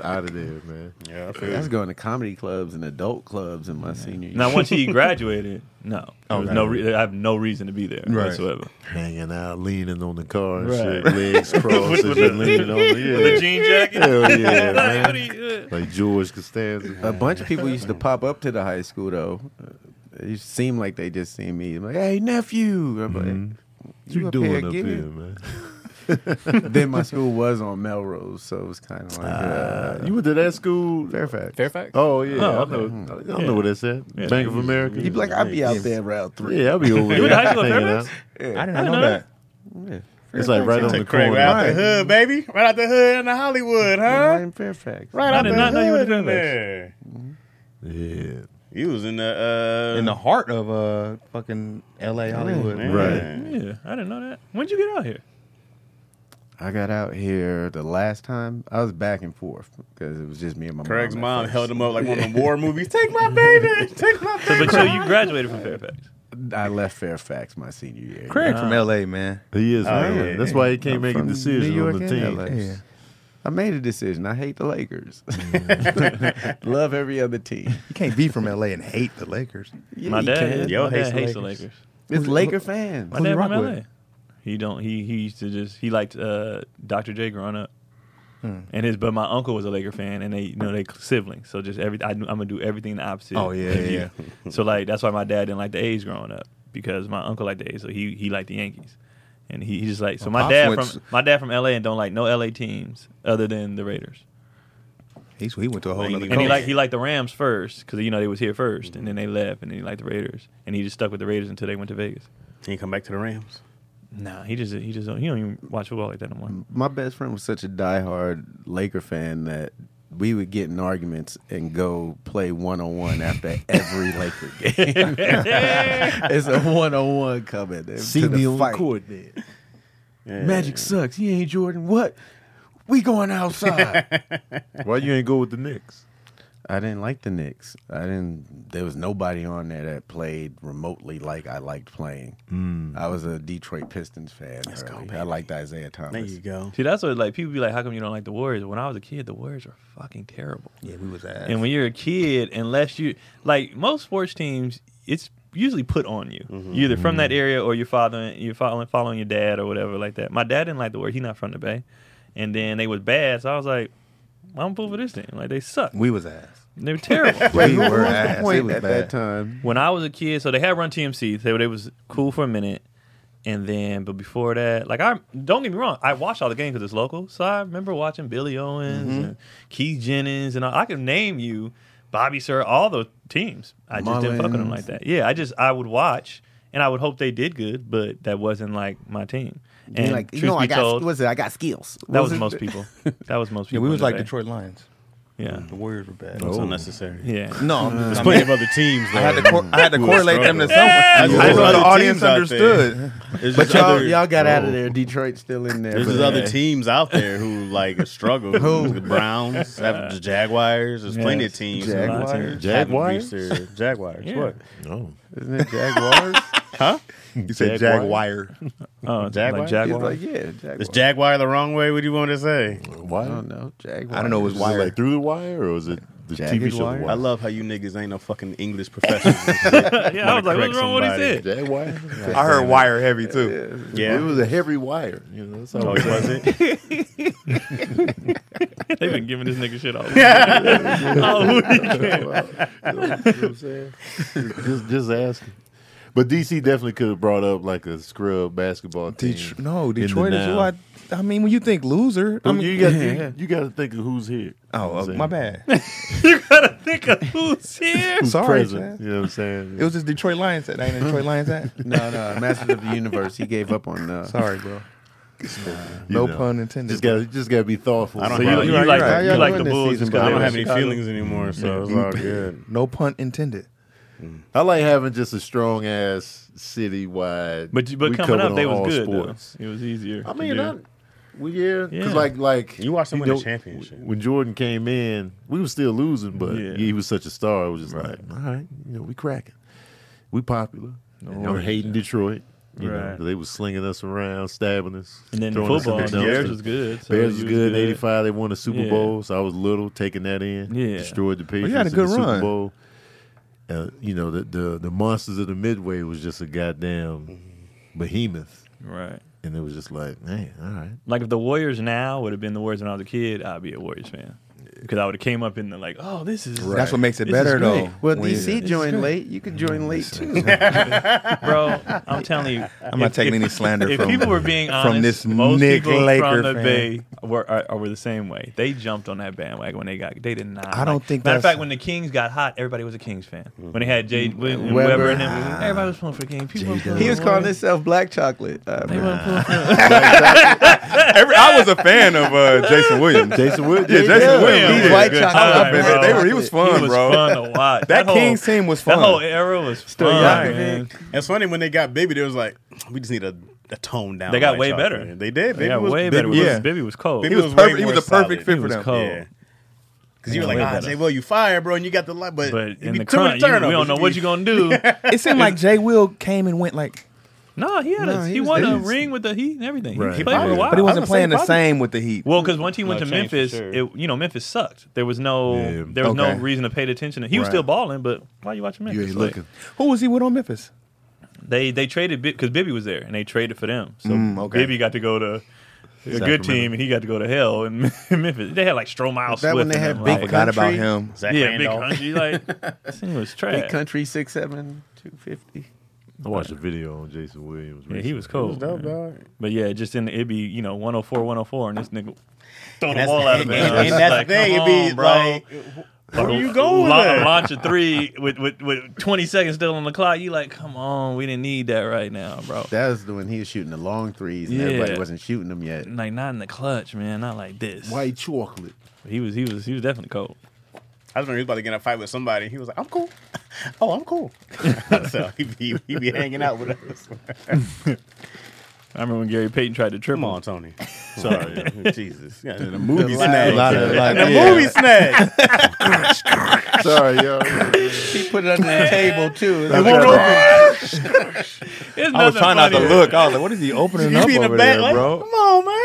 B: Out of there, man.
D: Yeah, I
A: I
D: feel
A: was going to comedy clubs and adult clubs in my senior year.
E: Now once he graduated, no, there was
F: Okay.
E: no. Re- I have no reason to be there
F: Right.
E: whatsoever.
B: Hanging out, leaning on the car and
E: Right.
B: shit, legs crossed, and
E: the-
B: then leaning on the, yeah.
E: The jean jacket.
B: Hell yeah,
E: Like,
B: man.
E: what are you-
B: Like George Costanza.
A: a bunch of people used to pop up to the high school though. Uh, It seemed like they just seen me. like, hey nephew, I'm like,
E: Mm-hmm.
B: What you
A: up
B: doing
A: here
B: up here,
A: again?"
B: man?
A: then my school was on Melrose, so it was kind of like uh,
B: You went to that school?
A: Fairfax.
G: Fairfax?
B: Oh yeah,
E: Oh,
B: I
E: okay.
B: know. I know where that's at.
E: Yeah.
B: Bank of America.
A: He'd be like, I'll be out there around three.
B: yeah, I'll be over
E: You went
B: there
E: to high school at
B: hanging
E: Fairfax?
B: out.
F: I didn't,
E: know
F: know that.
B: It's like right on the
D: Take Craig
B: corner.
D: right out the hood, baby. Right out the hood in the Hollywood,
A: Right
D: huh?
A: in Fairfax.
D: Right out
E: did
D: the
E: not know you
D: hood
E: would've
D: in
E: done this.
D: there.
B: Yeah,
D: You was in the uh,
F: In the heart of uh fucking L.A. Hollywood.
D: man.
B: Right.
E: Yeah, I didn't know that. When'd you get out here?
A: I got out here the last time. I was back and forth because it was just me and my
D: Craig's
A: mom. at
D: mom
A: first.
D: held him up like one of the war movies. Take my baby, take my
E: So,
D: baby.
E: but so you graduated from Fairfax.
A: I left Fairfax my senior year.
F: Craig from L.A. Man.
B: he is. man.
D: yeah.
B: That's why he can't
A: Oh, I'm
B: make a
A: from
B: decision
A: New York
B: on the
A: and LA.
B: team.
F: Yeah.
A: I made a decision. I hate the Lakers. Love every other team.
F: You can't be from L.A. and hate the Lakers.
A: Yeah,
E: My
A: you
E: dad,
A: can.
D: Yo
E: my dad
D: hates the
E: hates the
D: Lakers.
E: Lakers.
A: It's Laker fans.
E: My
F: Who you
E: dad
F: rock
E: from LA.
F: with?
E: He don't. He he used to just he liked uh, Dr. J growing up,
F: Hmm.
E: and his but my uncle was a Laker fan, and they you know they siblings. So just every I, am gonna do everything the opposite.
F: Oh, yeah,
E: of you.
F: yeah.
E: so like that's why my dad didn't like the A's growing up because my uncle liked the A's, so he he liked the Yankees. and he, he's just like so. My
F: Pops
E: dad
F: went
E: from
F: to-
E: my dad from LA and don't like no LA teams other than the Raiders.
C: He's, he went to a whole other
E: And he
C: coast.
E: like he liked the Rams first because you know they was here 1st
F: Mm-hmm.
E: and then they left, and then he liked the Raiders, and he just stuck with the Raiders until they went to Vegas.
D: He come back to the Rams.
E: Nah, he just he just don't, he don't even watch football like that no
C: Mm.
E: more.
A: my best friend was such a diehard Laker fan that we would get in arguments and go play one on one after every Laker game. it's a one on one coming. to
B: See
A: the
B: me on
A: fight.
B: the court, man.
A: Magic sucks. He ain't Jordan. What? We going outside.
B: Why you ain't go with the Knicks?
A: I didn't like the Knicks. I didn't. There was nobody on there that played remotely like I liked playing. I was a Detroit Pistons fan.
D: go,
A: early. I
D: baby.
A: liked Isaiah Thomas.
D: There you go.
E: See, that's what like people be like, how come you don't like the Warriors? When I was a kid, the Warriors were fucking terrible.
C: yeah, we was ass.
E: And when you're a kid, unless you like most sports teams, it's usually put on you.
C: Mm-hmm.
E: You're either from that area or your father, you're following following your dad or whatever like that. My dad didn't like the word. He not from the Bay, and then they was bad. So I was like, I don't pull for this team. Like they suck.
C: we was ass.
E: They were terrible.
A: Wait,
C: We
A: who
C: were
A: was
C: ass.
A: the
C: It
A: point
C: was
A: at
C: bad.
A: that time?
E: when I was a kid, so they had Run TMC. They, they was cool for a minute, and then but before that, like I don't get me wrong, I watched all the games because it's local. So I remember watching Billy Owens and Keith Jennings, and I, I can name you Bobby Sir, all those teams. I just didn't fuck with them
A: Marlins.
E: like that. Yeah, I just I would watch, and I would hope they did good, but that wasn't like my team.
A: You're
E: And
A: like, you
E: truth
A: know,
E: be
A: I got
E: told,
A: what's it? I got skills.
E: that
A: What
E: was
A: it?
E: most people. That was most
C: Yeah,
E: people.
C: we
E: in
C: was
E: the
C: like
E: Bay.
C: Detroit Lions.
E: Yeah,
C: The Warriors were bad.
D: That's unnecessary.
E: yeah.
C: No, I'm
D: There's
C: just, I,
D: plenty
C: mean,
D: of other teams.
C: I had to
D: though.
C: cor- I had to
D: Who are
C: correlate them to
D: struggling.
C: someone. I
D: Yeah.
C: just
D: There's
C: want
D: other
C: the audience
D: teams out
C: understood.
D: There's
A: But
D: just
A: y'all,
D: other-
A: y'all got out of there. Detroit's still in there.
D: There's
A: but-
D: just other teams out there who like struggle.
A: Who?
D: The Browns, have the Jaguars. There's plenty of
E: Yes.
D: teams.
A: Jaguars?
D: Jaguars. Jaguars.
E: Yeah.
D: What?
B: No.
A: Isn't it Jaguars?
D: You
B: said
D: Jaguar.
E: Oh, like
D: Jaguar?
A: He's
E: Jaguar.
A: like, yeah, Jaguars.
D: Is Jaguar the wrong way? What do you want to say?
B: Why?
A: I don't know. Jaguars.
C: I don't know. It was
B: Is it
C: wire.
B: like through the wire or is it the
A: Jagged
B: TV show?
A: Wire?
B: The wire?
D: I love how you niggas ain't no fucking English professionals.
E: yeah, I was like,
D: correct
E: what's wrong with what he
D: somebody.
E: said?
B: Jagged wire.
C: I heard wire heavy too.
B: It
D: yeah.
B: was a heavy wire. You know, that's
D: Oh,
B: all.
D: it was it?
E: They've been giving this nigga shit all oh,
B: just, just asking. But DC definitely could have brought up like a scrub basketball team.
C: Detr- no,
B: in the
C: Oh, Detroit is
B: now.
C: who I. I mean, when you think loser, I
B: Well,
C: mean,
B: you got you, you got to think of who's here.
C: oh, uh,
B: Saying.
C: my bad.
E: you gotta think of who's here.
B: Who's
C: Sorry,
B: present?
C: man.
B: You know what I'm saying?
C: It was just Detroit Lions that ain't Detroit Lions at.
A: No, no. Masters of the Universe. He gave up on. Uh,
C: Sorry, bro.
B: You
C: No
B: know.
C: pun intended.
B: Just got to just got to be thoughtful.
D: I don't
B: So
D: have-
B: you-
E: you
C: right,
E: like,
C: you're right.
E: you
A: How y'all
E: like the
A: doing this
E: Bulls
A: season,
E: just
A: bro?
D: I
E: because
D: don't
E: they
D: have
E: were
D: any
E: Chicago.
D: feelings anymore, so it's all good.
C: no pun intended.
B: I like having just a strong ass city wide.
E: But but coming up, they was good. Though. It was easier.
B: I
E: to
B: mean,
E: do.
B: I, well, yeah, 'cause
E: Yeah.
B: like like
D: You watched them win
B: know,
D: the championship.
B: When Jordan came in, we were still losing, but
E: Yeah.
B: he was such a star. It was just like, all right, you know, we cracking, we popular. We're hating Detroit. You know,
E: Right.
B: they was slinging us around, stabbing us,
E: and then
B: throwing us in
E: football,
B: the
E: the
B: dumpster.
E: Bears was good. So
B: Bears
E: you
B: was good in '85. They won the Super
E: Yeah.
B: Bowl, so I was little taking that in.
E: Yeah.
B: destroyed the Patriots.
C: you had a
B: in
C: good
B: the Super
C: run.
B: Bowl. Uh, you know the, the the monsters of the midway was just a goddamn
E: Mm-hmm.
B: behemoth,
E: Right.
B: and it was just like, man, all right.
E: Like if the Warriors now would have been the Warriors when I was a kid, I'd be a Warriors fan because I would have came up in the like, oh, this is
C: That's what makes it
E: This is
C: better,
E: great.
C: though.
A: well,
C: When you-
A: DC joined late. You could join late too.
E: bro. I'm telling you,
C: I'm not taking any slander
E: if
C: from
E: people were being honest,
C: from this
E: most
C: Nick
E: people
C: Laker
E: from the
C: fan.
E: Bay were are, are were the same way. They jumped on that bandwagon when they got. They did not.
C: I don't
E: like-
C: think
E: Matter of
C: that's-
E: fact, when the Kings got hot, everybody was a Kings fan.
D: Mm-hmm.
E: When they had Jay Weber,
C: Mm-hmm.
E: Weber and them, everybody was pulling for the Kings. People were pulling
A: He was
E: for
A: calling
E: the
A: himself Black Chocolate. Uh,
E: Warriors. They weren't pulling for-
F: Every, I was a fan of uh, Jason Williams.
B: Jason Wood,
F: Yeah, Jason
A: Yeah,
F: Williams.
A: he's
F: was a
A: white
F: good-
A: chocolate.
E: All right,
A: Black
E: bro.
A: Chocolate.
F: They were- he was fun,
E: he was
F: bro.
E: fun to watch.
C: That
E: whole-
C: Kings team was
E: That
C: fun.
E: whole era was fun.
A: Siakam.
E: man.
D: It's funny when they got Bibby, they was like, we just need a, a tone down.
E: They got
D: white
E: way
D: chocolate.
E: better.
D: They did.
E: They
D: Bibby
E: got
D: was,
E: way
D: Bibby
E: better.
D: was-
E: Yeah.
C: yeah.
E: Bibby was cold.
D: Bibby
C: was
D: way
C: perfect- he
D: more
C: was a
D: solid.
C: perfect fit
E: He
C: for
E: was
C: them.
E: cold.
D: Yeah. Because you were
E: Way
D: like, ah,
E: better.
D: Jay, well, you fired, bro, and you got the light, but,
E: But
D: you
E: in
D: be
E: the
D: too many
E: crunch, you, we
D: turnovers.
E: don't know what you're gonna do.
C: It seemed like Jay Will came and went like,
E: no, he had
A: No,
E: a,
A: he
E: he,
A: was-
E: won
A: he
E: a
A: was-
E: ring with the Heat and everything.
B: Right.
E: He played for a while.
C: but he wasn't
D: was gonna
C: playing
D: say,
C: the
D: probably-
C: same with the Heat.
E: Well, because once he went
D: No
E: to
D: change for
E: Memphis,
D: sure.
E: it, you know Memphis sucked. There was no
B: Yeah.
E: there was no
C: Okay.
E: reason to pay attention. to He was
C: Right.
E: still balling, but why you watching Memphis?
B: you ain't
E: Like,
B: looking.
C: Who was he with on Memphis?
E: They they traded because Bibby was there, and they traded for them. So
C: Mm, okay.
E: Bibby got to go to a good team, and he got to go to hell in Memphis. They had like Stromile
A: that
E: Swift.
A: when they
E: and
A: had
E: them,
A: Big
E: like-
C: Forgot about
A: Country.
C: him.
D: Zach
E: yeah,
D: Randolph.
E: big country. Like this thing was trash.
A: Big Country six seven two fifty.
B: I watched a video on Jason Williams.
E: Yeah, he was
B: recently.
E: cool. But yeah, just in it'd be you know 104, 104, and this nigga throw the
D: that's-
E: ball out of there.
D: and- and that's the thing,
E: come
D: it'd be
E: on, bro.
D: like,
E: where
D: you going with that?
E: Launch a three with, with with 20 seconds still on the clock. You like, come on, we didn't need that right now, bro.
A: That was when he was shooting the long threes and
E: Yeah.
A: everybody wasn't shooting them yet.
E: like not in the clutch, man. Not like this.
B: White chocolate.
E: He was he was he was definitely cold.
D: I remember he was about to get in a fight with somebody. He was like, "I'm cool. Oh, I'm cool." so he be, he be hanging out with us.
E: I remember when Gary Payton tried to trip
D: Come
E: him.
D: on, Tony. Sorry, Jesus. Yeah, the movie
B: A
D: snag.
B: lot of- like,
D: The
B: yeah.
D: movie snag.
B: Sorry, yo.
A: He put it under the table too. It
B: won't
E: It's
F: I was
E: nothing
F: trying not to
E: funnier.
F: look. I was like, what is he opening
D: You
F: up
D: be in the
F: over
D: back,
F: there,
D: like,
F: bro?
D: come on, man.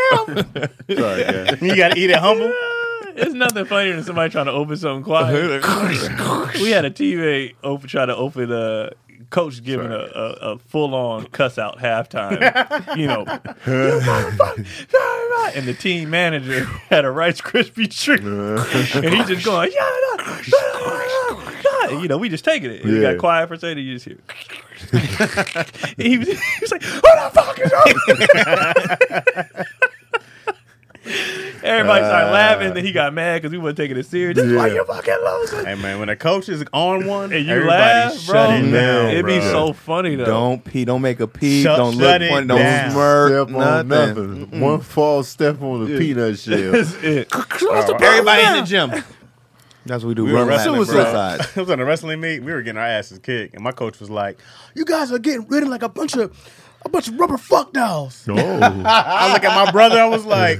F: Sorry, yeah.
D: you gotta eat it humble.
E: It's nothing funnier than somebody trying to open something quiet. we had a teammate open, try to open a coach giving a, a, a full on cuss out halftime. you know, "You motherfucker," and the team manager had a Rice Krispie treat, and he's just going, yeah, no, no, no, no." you know, we just taking it. We
B: Yeah.
E: got quiet for a second. and You just hear. he, was, he was like, "Who the fuck is up?" Everybody started laughing. Then he got mad because we wasn't taking it serious. This is why
B: Yeah.
E: you fucking losing.
D: Hey man, when a coach is on one,
E: And you
D: everybody
E: laugh, bro.
D: shut it down.
E: It'd be
D: bro.
E: so funny though.
F: Don't pee. Don't make a pee.
D: Shut-
F: don't
D: shut
F: look
D: it
F: funny. Don't
D: down.
F: smirk.
B: Step on nothing.
F: Nothing.
B: One false step on the peanut shell.
E: That's it.
F: Everybody in the gym.
C: That's what we do.
D: We
C: Run
D: were wrestling,
C: laps.
D: bro.
F: Suicide.
D: it was on a wrestling meet. We were getting our asses kicked, and my coach was like, "You guys are getting ridden like a bunch of a bunch of rubber fuck dolls."
B: Oh,
D: I look at my brother. I was like,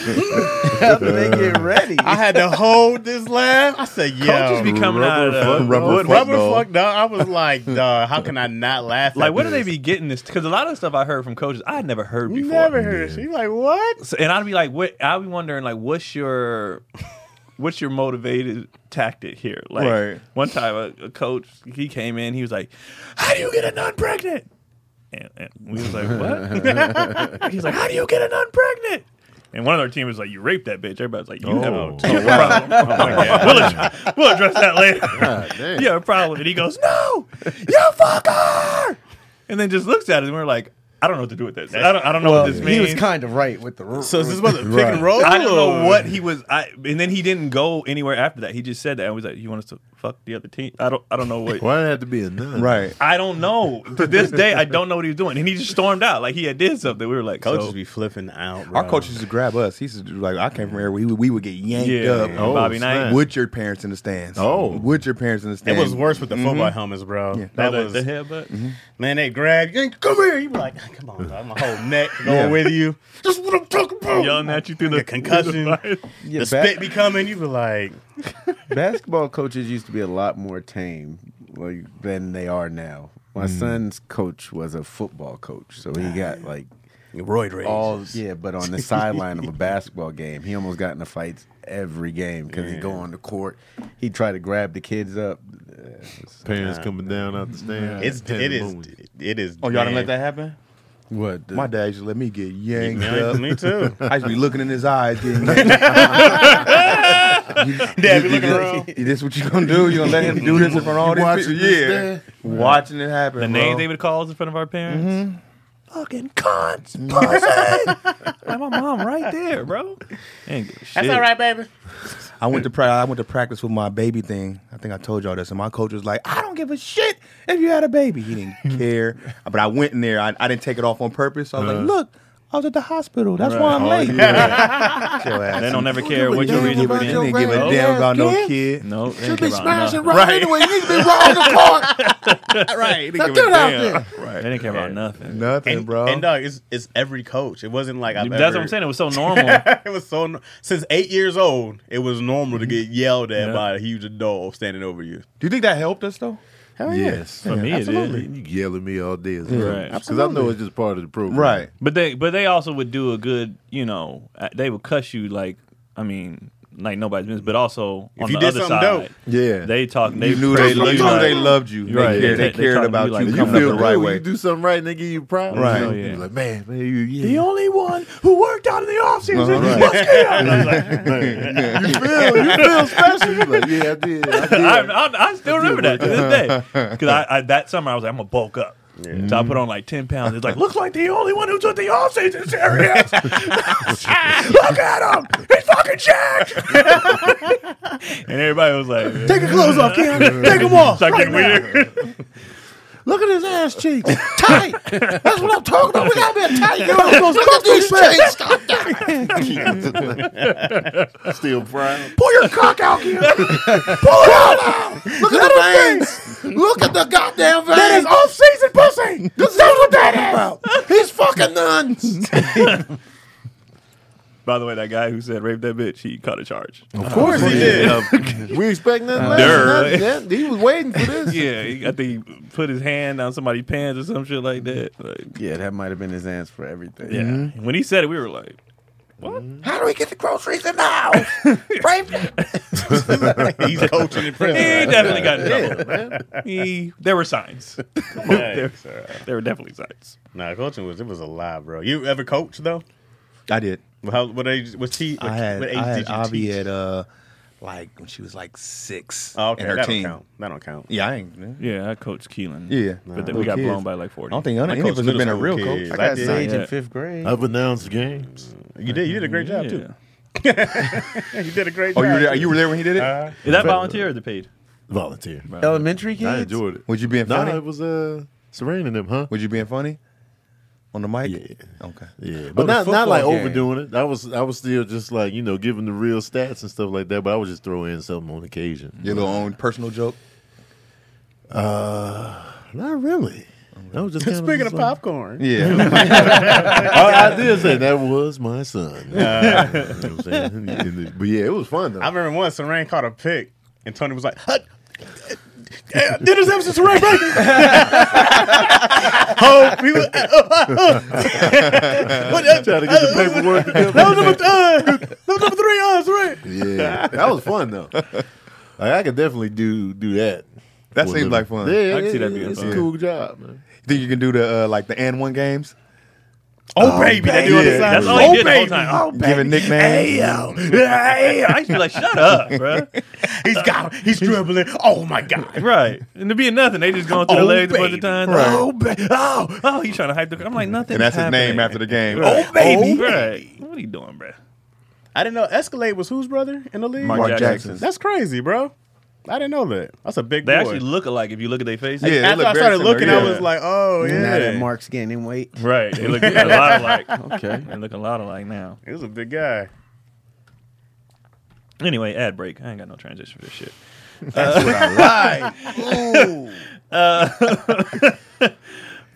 A: they get ready.
D: I had to hold this laugh. I said, "Yeah."
E: Coaches be coming out of the,
B: fuck- rubber
E: woodwork.
B: fuck
D: Rubber
B: dog.
D: fuck dog. I was like, duh, how can I not laugh?
E: Like,
D: at
E: where do they
D: this?
E: be getting this? Because a lot of the stuff I heard from coaches, I had never heard before.
D: Never heard. She's like, what?
E: So, and I'd be like, what? I'd be wondering, like, what's your, what's your motivated tactic here? Like,
F: Right.
E: one time a, a coach he came in, he was like, "How do you get a nun pregnant?" And, and we was like, "What?" He's like, "How do you get a nun pregnant?" And one of our team was like, "You raped that bitch." Everybody's like, "You have a
B: Oh.
E: problem." we'll, address, we'll address that later.
B: damn.
E: you have a problem. And he goes, No, you fucker. And then just looks at it and we're like, I don't know what to do with this. I don't, I don't know what this means.
A: he was kind of right with the rules.
D: So is this was a pick and roll?
E: I don't know
D: or-
E: what he was. I and then he didn't go anywhere after that. He just said that. I was like, "You want us to fuck the other team?" I don't. I don't know what.
B: why did it have to be a nun?
F: Right.
E: I don't know. To this day, I don't know what he was doing. And he just stormed out like he had did something. We were like,
D: Coaches
E: so,
D: be flipping out. Bro.
F: Our coach used to grab us. He used to do, like I came from here. We would, we would get yanked
E: yeah,
F: up.
E: and
B: Oh,
E: Bobby
B: snap.
E: Knight.
F: With your parents in the stands.
B: Oh.
F: With your parents in the
D: It
F: stands.
D: was worse with the football helmets, bro.
E: Oh,
D: That
E: the,
D: was
E: the headbutt.
D: Mm-hmm. man. They grabbed you. Come here. You be like, come on, dog. my whole neck going with you. That's what I'm talking about.
E: Yelling at you through the
D: Like a concussion.
E: through the-
A: Yeah, ba-
D: the spit be coming. You be like,
A: basketball coaches used to be a lot more tame like, than they are now. My son's coach was a football coach, so he got like
D: roid rage.
A: all yeah, but on the sideline of a basketball game, he almost got into fights every game because he'd go on the court, he'd try to grab the kids up.
B: Parents coming down out the stand.
D: It's it is
B: Pandemonium.
D: it is.
F: Oh, y'all didn't let
D: damn-
F: that happen?
A: What? The,
F: My dad used to let me get yanked
D: Yeah,
F: up.
D: me too.
F: I used to be looking in his eyes. Getting yanked.
D: Dad be looking around.
F: Is this what you gonna do? You gonna let him do this in front of all
B: You
F: these
B: watching
F: people?
B: this
F: Yeah,
B: there?
F: watching it happen.
E: The
F: bro.
E: names they would call us in front of our parents.
D: Mm-hmm.
E: Fucking cons, pussy. like my mom right there, bro. Ain't give a shit.
D: That's all right, baby.
F: I went to pra- I went to practice with my baby thing. I think I told y'all this, and my coach was like, "I don't give a shit if you had a baby." He didn't care, but I went in there. I, I didn't take it off on purpose. I was
B: Uh.
F: like, "Look, I was at the hospital. That's why I'm
B: Oh,
F: late."
B: yeah.
E: They don't ever care what your
F: Damn
E: reason for
F: about
E: being.
F: your didn't give a
E: No,
F: damn about no kid.
E: No, they ain't care about nothing.
F: Right. Anyway, you need to be wrong the park. right. Now get out
E: They didn't care about nothing.
F: Nothing,
D: And,
F: bro.
D: and uh, dog, it's it's every coach. It wasn't like I've
E: That's
D: ever,
E: what I'm saying. It was so normal.
D: it was so no- since eight years old, it was normal to get yelled at
E: Yeah.
D: by a huge adult standing over you.
F: Do you think that helped us though?
B: Yes.
E: For me, it is.
B: You yell at me all day. As
E: Right.
B: Because I know it's just part of the program.
F: Right.
E: But they, but they also would do a good, you know, uh, they would cuss you like, I mean, like nobody's business. But also
D: If
E: on
D: you
E: the
D: did
E: other
D: something
E: side,
D: dope.
B: Yeah.
E: they talk. They
F: You knew they,
E: praise
F: you
E: you
F: knew
E: like-
F: they loved you. They
E: Right.
F: cared,
E: They-
F: they
E: they
F: cared
E: talking
F: about
E: to you
F: you
E: like
B: you
F: coming up
B: feel
F: the
B: good
F: right
B: when
F: way.
B: You do something right Oh, and they give you props.
F: Right.
B: You know,
E: Yeah.
B: you like, man, man, you, yeah.
A: The only one who worked out in the off season.
B: you feel, you feel special. You like, yeah, I did. I did.
E: I, I, I still remember that to this day because I, I that summer I was like I'm gonna bulk up. So I put on like ten pounds. It's like looks like the only one who took the off season serious. Look at him, he's fucking jacked. and everybody was like, "Take your clothes off, Ken. Take them off." It's like getting weird.
B: Look at his ass cheeks. tight. That's what I'm talking about. We got to be tight. You're not supposed to fuck these cheeks. Stop that. Still proud. Pull your cock out here. Pull it out. Look at the veins. Look at the goddamn veins. That is off-season pussy. This is what that is. About. He's fucking nuns.
E: By the way, that guy who said rape that bitch, he caught a charge.
B: Of course he did. we expect nothing less.
E: Duh.
B: than That, that, he was waiting for this.
E: yeah, he, I think he put his hand down somebody's pants or some shit like that. Like,
A: Yeah, that might have been his answer for everything.
E: yeah.
D: Mm-hmm.
E: When he said it, we were like,
B: How do we get the groceries in the house?
D: He's coaching in prison.
E: he definitely got in trouble.
B: man.
E: He, there were signs.
D: Yeah.
E: There were definitely signs.
D: Nah, coaching was it was a lie, bro. You ever coach though?
F: I did.
D: How what age was he? What,
F: I had,
D: what age
F: I had
D: did you
F: Avi
D: teach?
F: at uh, like when she was like six.
D: Oh, okay,
F: in her
D: that
F: team.
D: don't count. That don't count.
F: Yeah, I ain't. man.
E: Yeah, I coached Keelan.
F: Yeah.
E: But then
F: Little
E: we got
F: kids.
E: blown by like 40.
F: I don't think any of us have
D: coached
F: been a
D: middle
F: real
D: school
F: coach.
D: kids.
A: I got
D: did.
A: sage
E: Yeah.
A: in fifth grade.
B: I've announced games.
D: You did. You did a great job too. You did a great
F: Oh,
D: job.
F: you were there, you were there when he did it?
D: Uh,
E: Is that volunteer or the paid?
B: Volunteer.
A: Elementary kids.
B: I enjoyed it.
F: Would you being
B: Nah,
F: funny?
B: it was uh, Serena and them, huh?
F: Would you being funny on the mic?
B: Yeah.
F: Okay.
B: Yeah,
A: the
B: but not not
A: football
B: like
A: game.
B: overdoing it. I was I was still just like you know giving the real stats and stuff like that. But I would just throw in something on occasion.
F: Your little own personal joke.
B: Not really. I was just kinda
D: speaking
B: just
D: of
B: like- Oh,
D: popcorn,
F: Yeah.
B: I, I did say that was my son. You know what I'm saying? And it- but yeah, it was fun though.
D: I remember once Saran caught a pick, and Tony was like, huh, "Dinner's episode, Saran Baker." Hope he was. Uh,
B: I tried to get the paperwork together.
D: number, uh, that was number three, uh, Saran.
B: yeah, that was fun though. Like, I could definitely do do that.
F: That
B: With
F: seems
B: them.
F: like fun.
B: Yeah,
E: I can see
B: it-
E: that being
B: it's
E: fun.
B: a cool job, man.
F: Think you can do the uh, like the and one games?
D: Oh, baby, that dude on the
F: Yeah.
D: side.
E: That's all he
D: oh,
E: did the whole
D: baby.
E: time.
F: Giving nicknames.
E: Hey, I used to be like, shut up, bro.
D: He's got. He's dribbling. Oh my god.
E: Right. And to be nothing, they just going through the
D: Oh,
E: legs a bunch
D: baby.
E: of times.
F: Right.
E: Oh, ba- oh, oh, he's trying to hype the. I'm like, nothing.
F: And that's his name after the game.
E: Right.
D: Oh, baby.
E: Right. What are you doing, bro?
D: I didn't know Escalade was whose brother in the league.
E: Mark
F: Mark
E: Jackson.
F: Jackson.
D: That's crazy, bro. I didn't know that. That's a big.
E: They
D: boy.
E: actually look alike if you look at their faces.
F: Yeah. they
D: After
F: look
D: I
F: very
D: started
F: similar,
D: looking, I
F: yeah.
D: was like, "Oh yeah."
A: Now that Mark's gaining weight.
E: Right. They look a lot alike.
A: Okay.
E: They look a lot alike now.
D: He was a big guy.
E: Anyway, ad break. I ain't got no transition for this shit.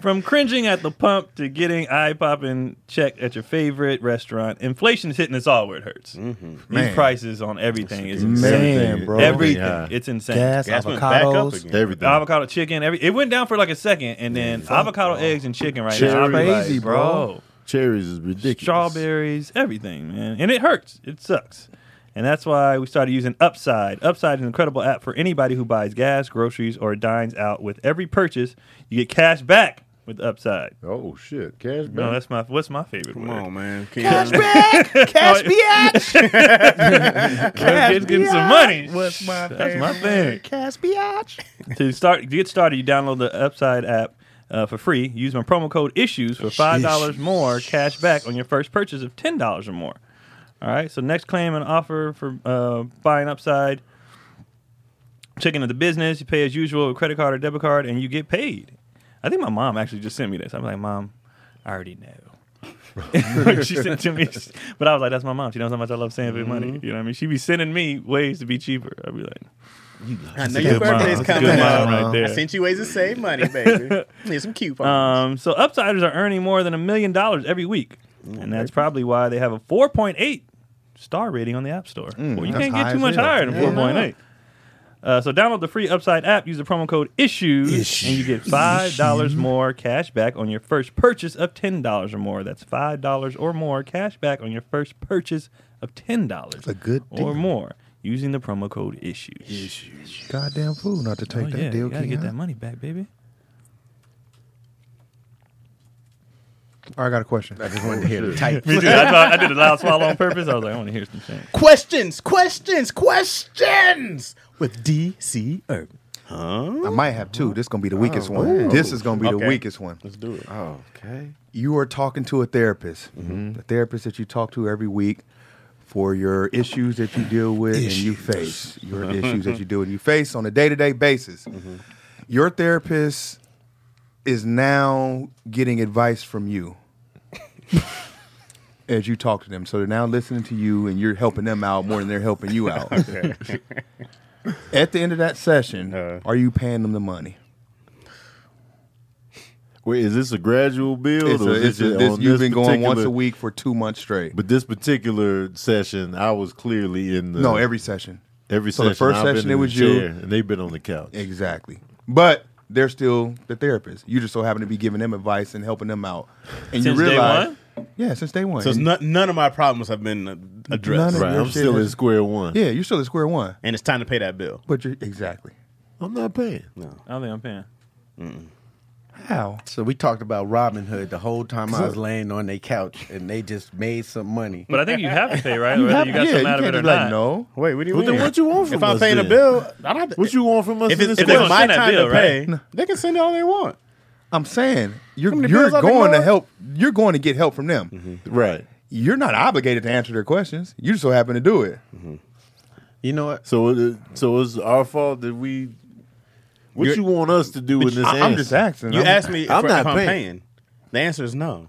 E: From cringing at the pump to getting eye popping check at your favorite restaurant, inflation's hitting us all where it hurts.
D: Mm-hmm.
E: These
F: Man.
E: prices on everything is insane.
F: Man, bro.
E: Everything,
B: Yeah.
E: it's insane.
F: Gas,
D: Gas went back up
F: avocados.
D: again.
E: The
B: Everything.
E: avocado chicken, every it went down for like a second, and then avocado eggs and chicken right now. I'm like,
F: Crazy, bro.
B: Cherries is ridiculous.
E: strawberries, everything, man. And it hurts. It sucks. And that's why we started using Upside. Upside is an incredible app for anybody who buys gas, groceries, or dines out. With every purchase, you get cash back with Upside.
B: Oh shit, cash back.
E: No, that's my what's my favorite
D: Come
E: word.
D: on, man.
E: Cash biatch. Cash getting some money.
F: What's my
E: That's my thing.
F: Cash biatch.
E: to start to get started, you download the Upside app uh, for free. Use my promo code issues for five dollars more cash back on your first purchase of ten dollars or more. All right. So next claim and offer for uh, buying Upside. Checking into the business, you pay as usual with credit card or debit card, and you get paid. I think my mom actually just sent me this. I'm like, Mom, I already know. she sent it to me, but I was like, "That's my mom. She knows how much I love saving money. You know what I mean? She be sending me ways to be cheaper. I'd be like,
D: I know
E: a
D: your
E: good mom.
D: birthday's
E: That's a
D: coming
E: good
D: up.
E: mom right there.
D: I sent you ways to save money, baby. Here's some coupons.
E: Um, so upsiders are earning more than a million dollars every week,
F: Mm,
E: and that's probably why they have a 4.8 star rating on the App Store. well, you
F: Mm, that's
E: can't
F: high
E: get too
F: as
E: much
F: hell.
E: higher than
F: Yeah, no.
E: 4.8. Uh, so download the free Upside app, use the promo code ISSUES, and you get $5 more cash back on your first purchase of $10 or more. That's $5 or more cash back on your first purchase of $10 a
F: good
E: or more using the promo code ISSUES. ISSUES.
F: Goddamn fool not to take
E: Oh,
F: that
E: yeah,
F: deal.
E: you got to
F: Keon.
E: get that money back, baby.
F: All right, I got a question.
A: I just wanted to hear the type.
E: Me too. I, thought- I did a loud swallow on purpose. I was like, I want to hear some shit.
H: Questions, questions, questions with DC Urban.
F: I might have two. This is gonna be the weakest one. This is gonna be
D: Okay.
F: the weakest one.
D: Let's do it.
A: Oh, okay.
F: You are talking to a therapist,
B: Mm-hmm.
F: the therapist that you talk to every week for your issues that you deal with and you face your issues that you deal and you face on a day to day basis.
B: Mm-hmm.
F: Your therapist is now getting advice from you as you talk to them. So they're now listening to you and you're helping them out more than they're helping you out. At the end of that session,
D: Uh.
F: are you paying them the money?
B: Wait, is this a gradual build?
F: It's
B: or
F: a,
B: is
F: it's a,
B: it
F: this,
B: on
F: you've
B: this
F: been going once a
B: particular-
F: week for two months straight.
B: But this particular session, I was clearly in the
F: no, every session.
B: every
F: so
B: session.
F: the first
B: I've been
F: session,
B: in
F: it
B: the
F: was you.
B: chair, and they've been on the couch.
F: Exactly. But they're still the therapist. You just so happen to be giving them advice and helping them out. And
E: Since
F: you
E: day
F: realize,
E: one?
F: yeah, since day one.
D: So it's
F: And-
D: none, none of my problems have been uh, addressed,
F: None of
B: Right,
F: Your
B: I'm
F: shit
B: still
F: has-
B: in square one.
F: yeah, you're still at square one.
D: and it's time to pay that bill.
F: But you're exactly
B: I'm not paying. No.
E: I don't think I'm paying.
F: how
A: So we talked about Robin Hood the whole time I was laying on their couch, and they just made some money.
E: But I think you have to pay, right? Whether you
F: yeah,
E: got something
F: you
E: out
F: can't
E: of it or
F: just be like
E: not.
F: no.
D: Wait, what do you
B: Well,
D: mean?
B: then what you want
D: If
B: from
D: I'm
B: us
D: paying
B: then?
D: a bill, I don't have to.
B: What you want from us?
D: if
B: in
D: it's,
B: this
D: if it's
E: Well,
D: my
E: send that
D: time
E: bill,
D: to
E: right?
D: pay, they can send it all they want.
F: I'm saying you're
D: many
F: you're
D: bills I can
F: going to
D: go?
F: help. You're going to get help from them.
E: Mm-hmm.
B: right.
F: You're not obligated to answer their questions. You just so happen to do it.
A: You know what?
B: So it, so it's our fault that we. What
D: You're-
B: you want us to do in this?
F: I, am
B: answer?
F: just asking.
D: You
F: I'm-
D: asked me if,
B: I'm
D: I'm,
B: not
D: if I'm
B: paying.
D: paying. The answer is no.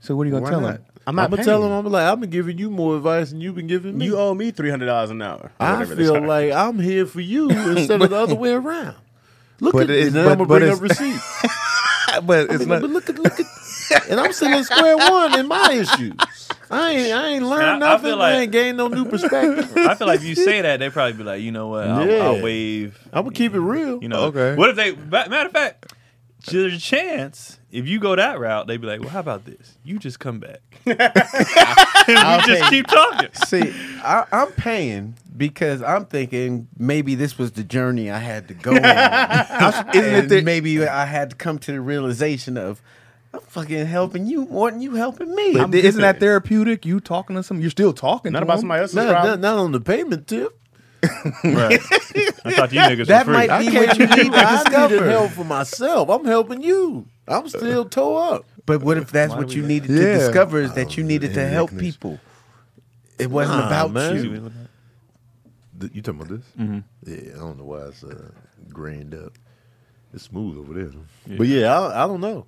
F: So what are you going
A: Why
F: to tell
A: not?
F: them?
D: I'm
B: I'm
D: not
B: gonna
D: paying.
B: tell him. I'm like, I've been giving you more advice than you've been giving me.
D: you owe me three hundred dollars an hour. or
B: I
D: whatever they
B: feel
D: charge.
B: like I'm here for you instead of the other way around. Look at
F: But it's-
B: it, and then
F: but-
B: I'm gonna
F: but
B: bring
F: it's-
B: up receipts.
F: But it's
B: but look at look at, and I'm still in square one in my issues. I ain't I ain't learned
E: And I- I
B: nothing. I,
E: feel like-
B: ain't gained no new perspective.
E: I feel like if you say that, they probably be like, you know what? I'll,
B: Yeah.
E: I'll waive.
B: I'm gonna keep it real.
E: You know,
F: Okay.
E: What if they? ba- Matter of fact, there's a chance if you go that route, they'd be like, well, how about this? You just come back. and we just keep talking.
A: See, I, I'm paying because I'm thinking maybe this was the journey I had to go on.
F: Isn't it
A: and
F: that-
A: maybe I had to come to the realization of I'm fucking helping you more than you helping me.
F: But isn't that therapeutic? You talking to some? You're still talking.
D: not
F: to
D: about
F: them?
D: somebody else's
B: not, not,
D: problem.
B: not on the payment tip.
E: I thought you niggas
A: that
E: were free.
A: might be what you need to
B: I needed
A: discover.
B: help for myself. I'm helping you. I'm still toe up.
A: But what if that's what you needed to
F: Yeah.
A: discover is
B: Oh,
A: that you needed to help people? It wasn't
B: Nah,
A: about
B: man.
A: you.
B: Th- You talking about this? Mm-hmm. Yeah, I don't know why it's uh, grained up. It's smooth over there. though. But yeah, I, I don't know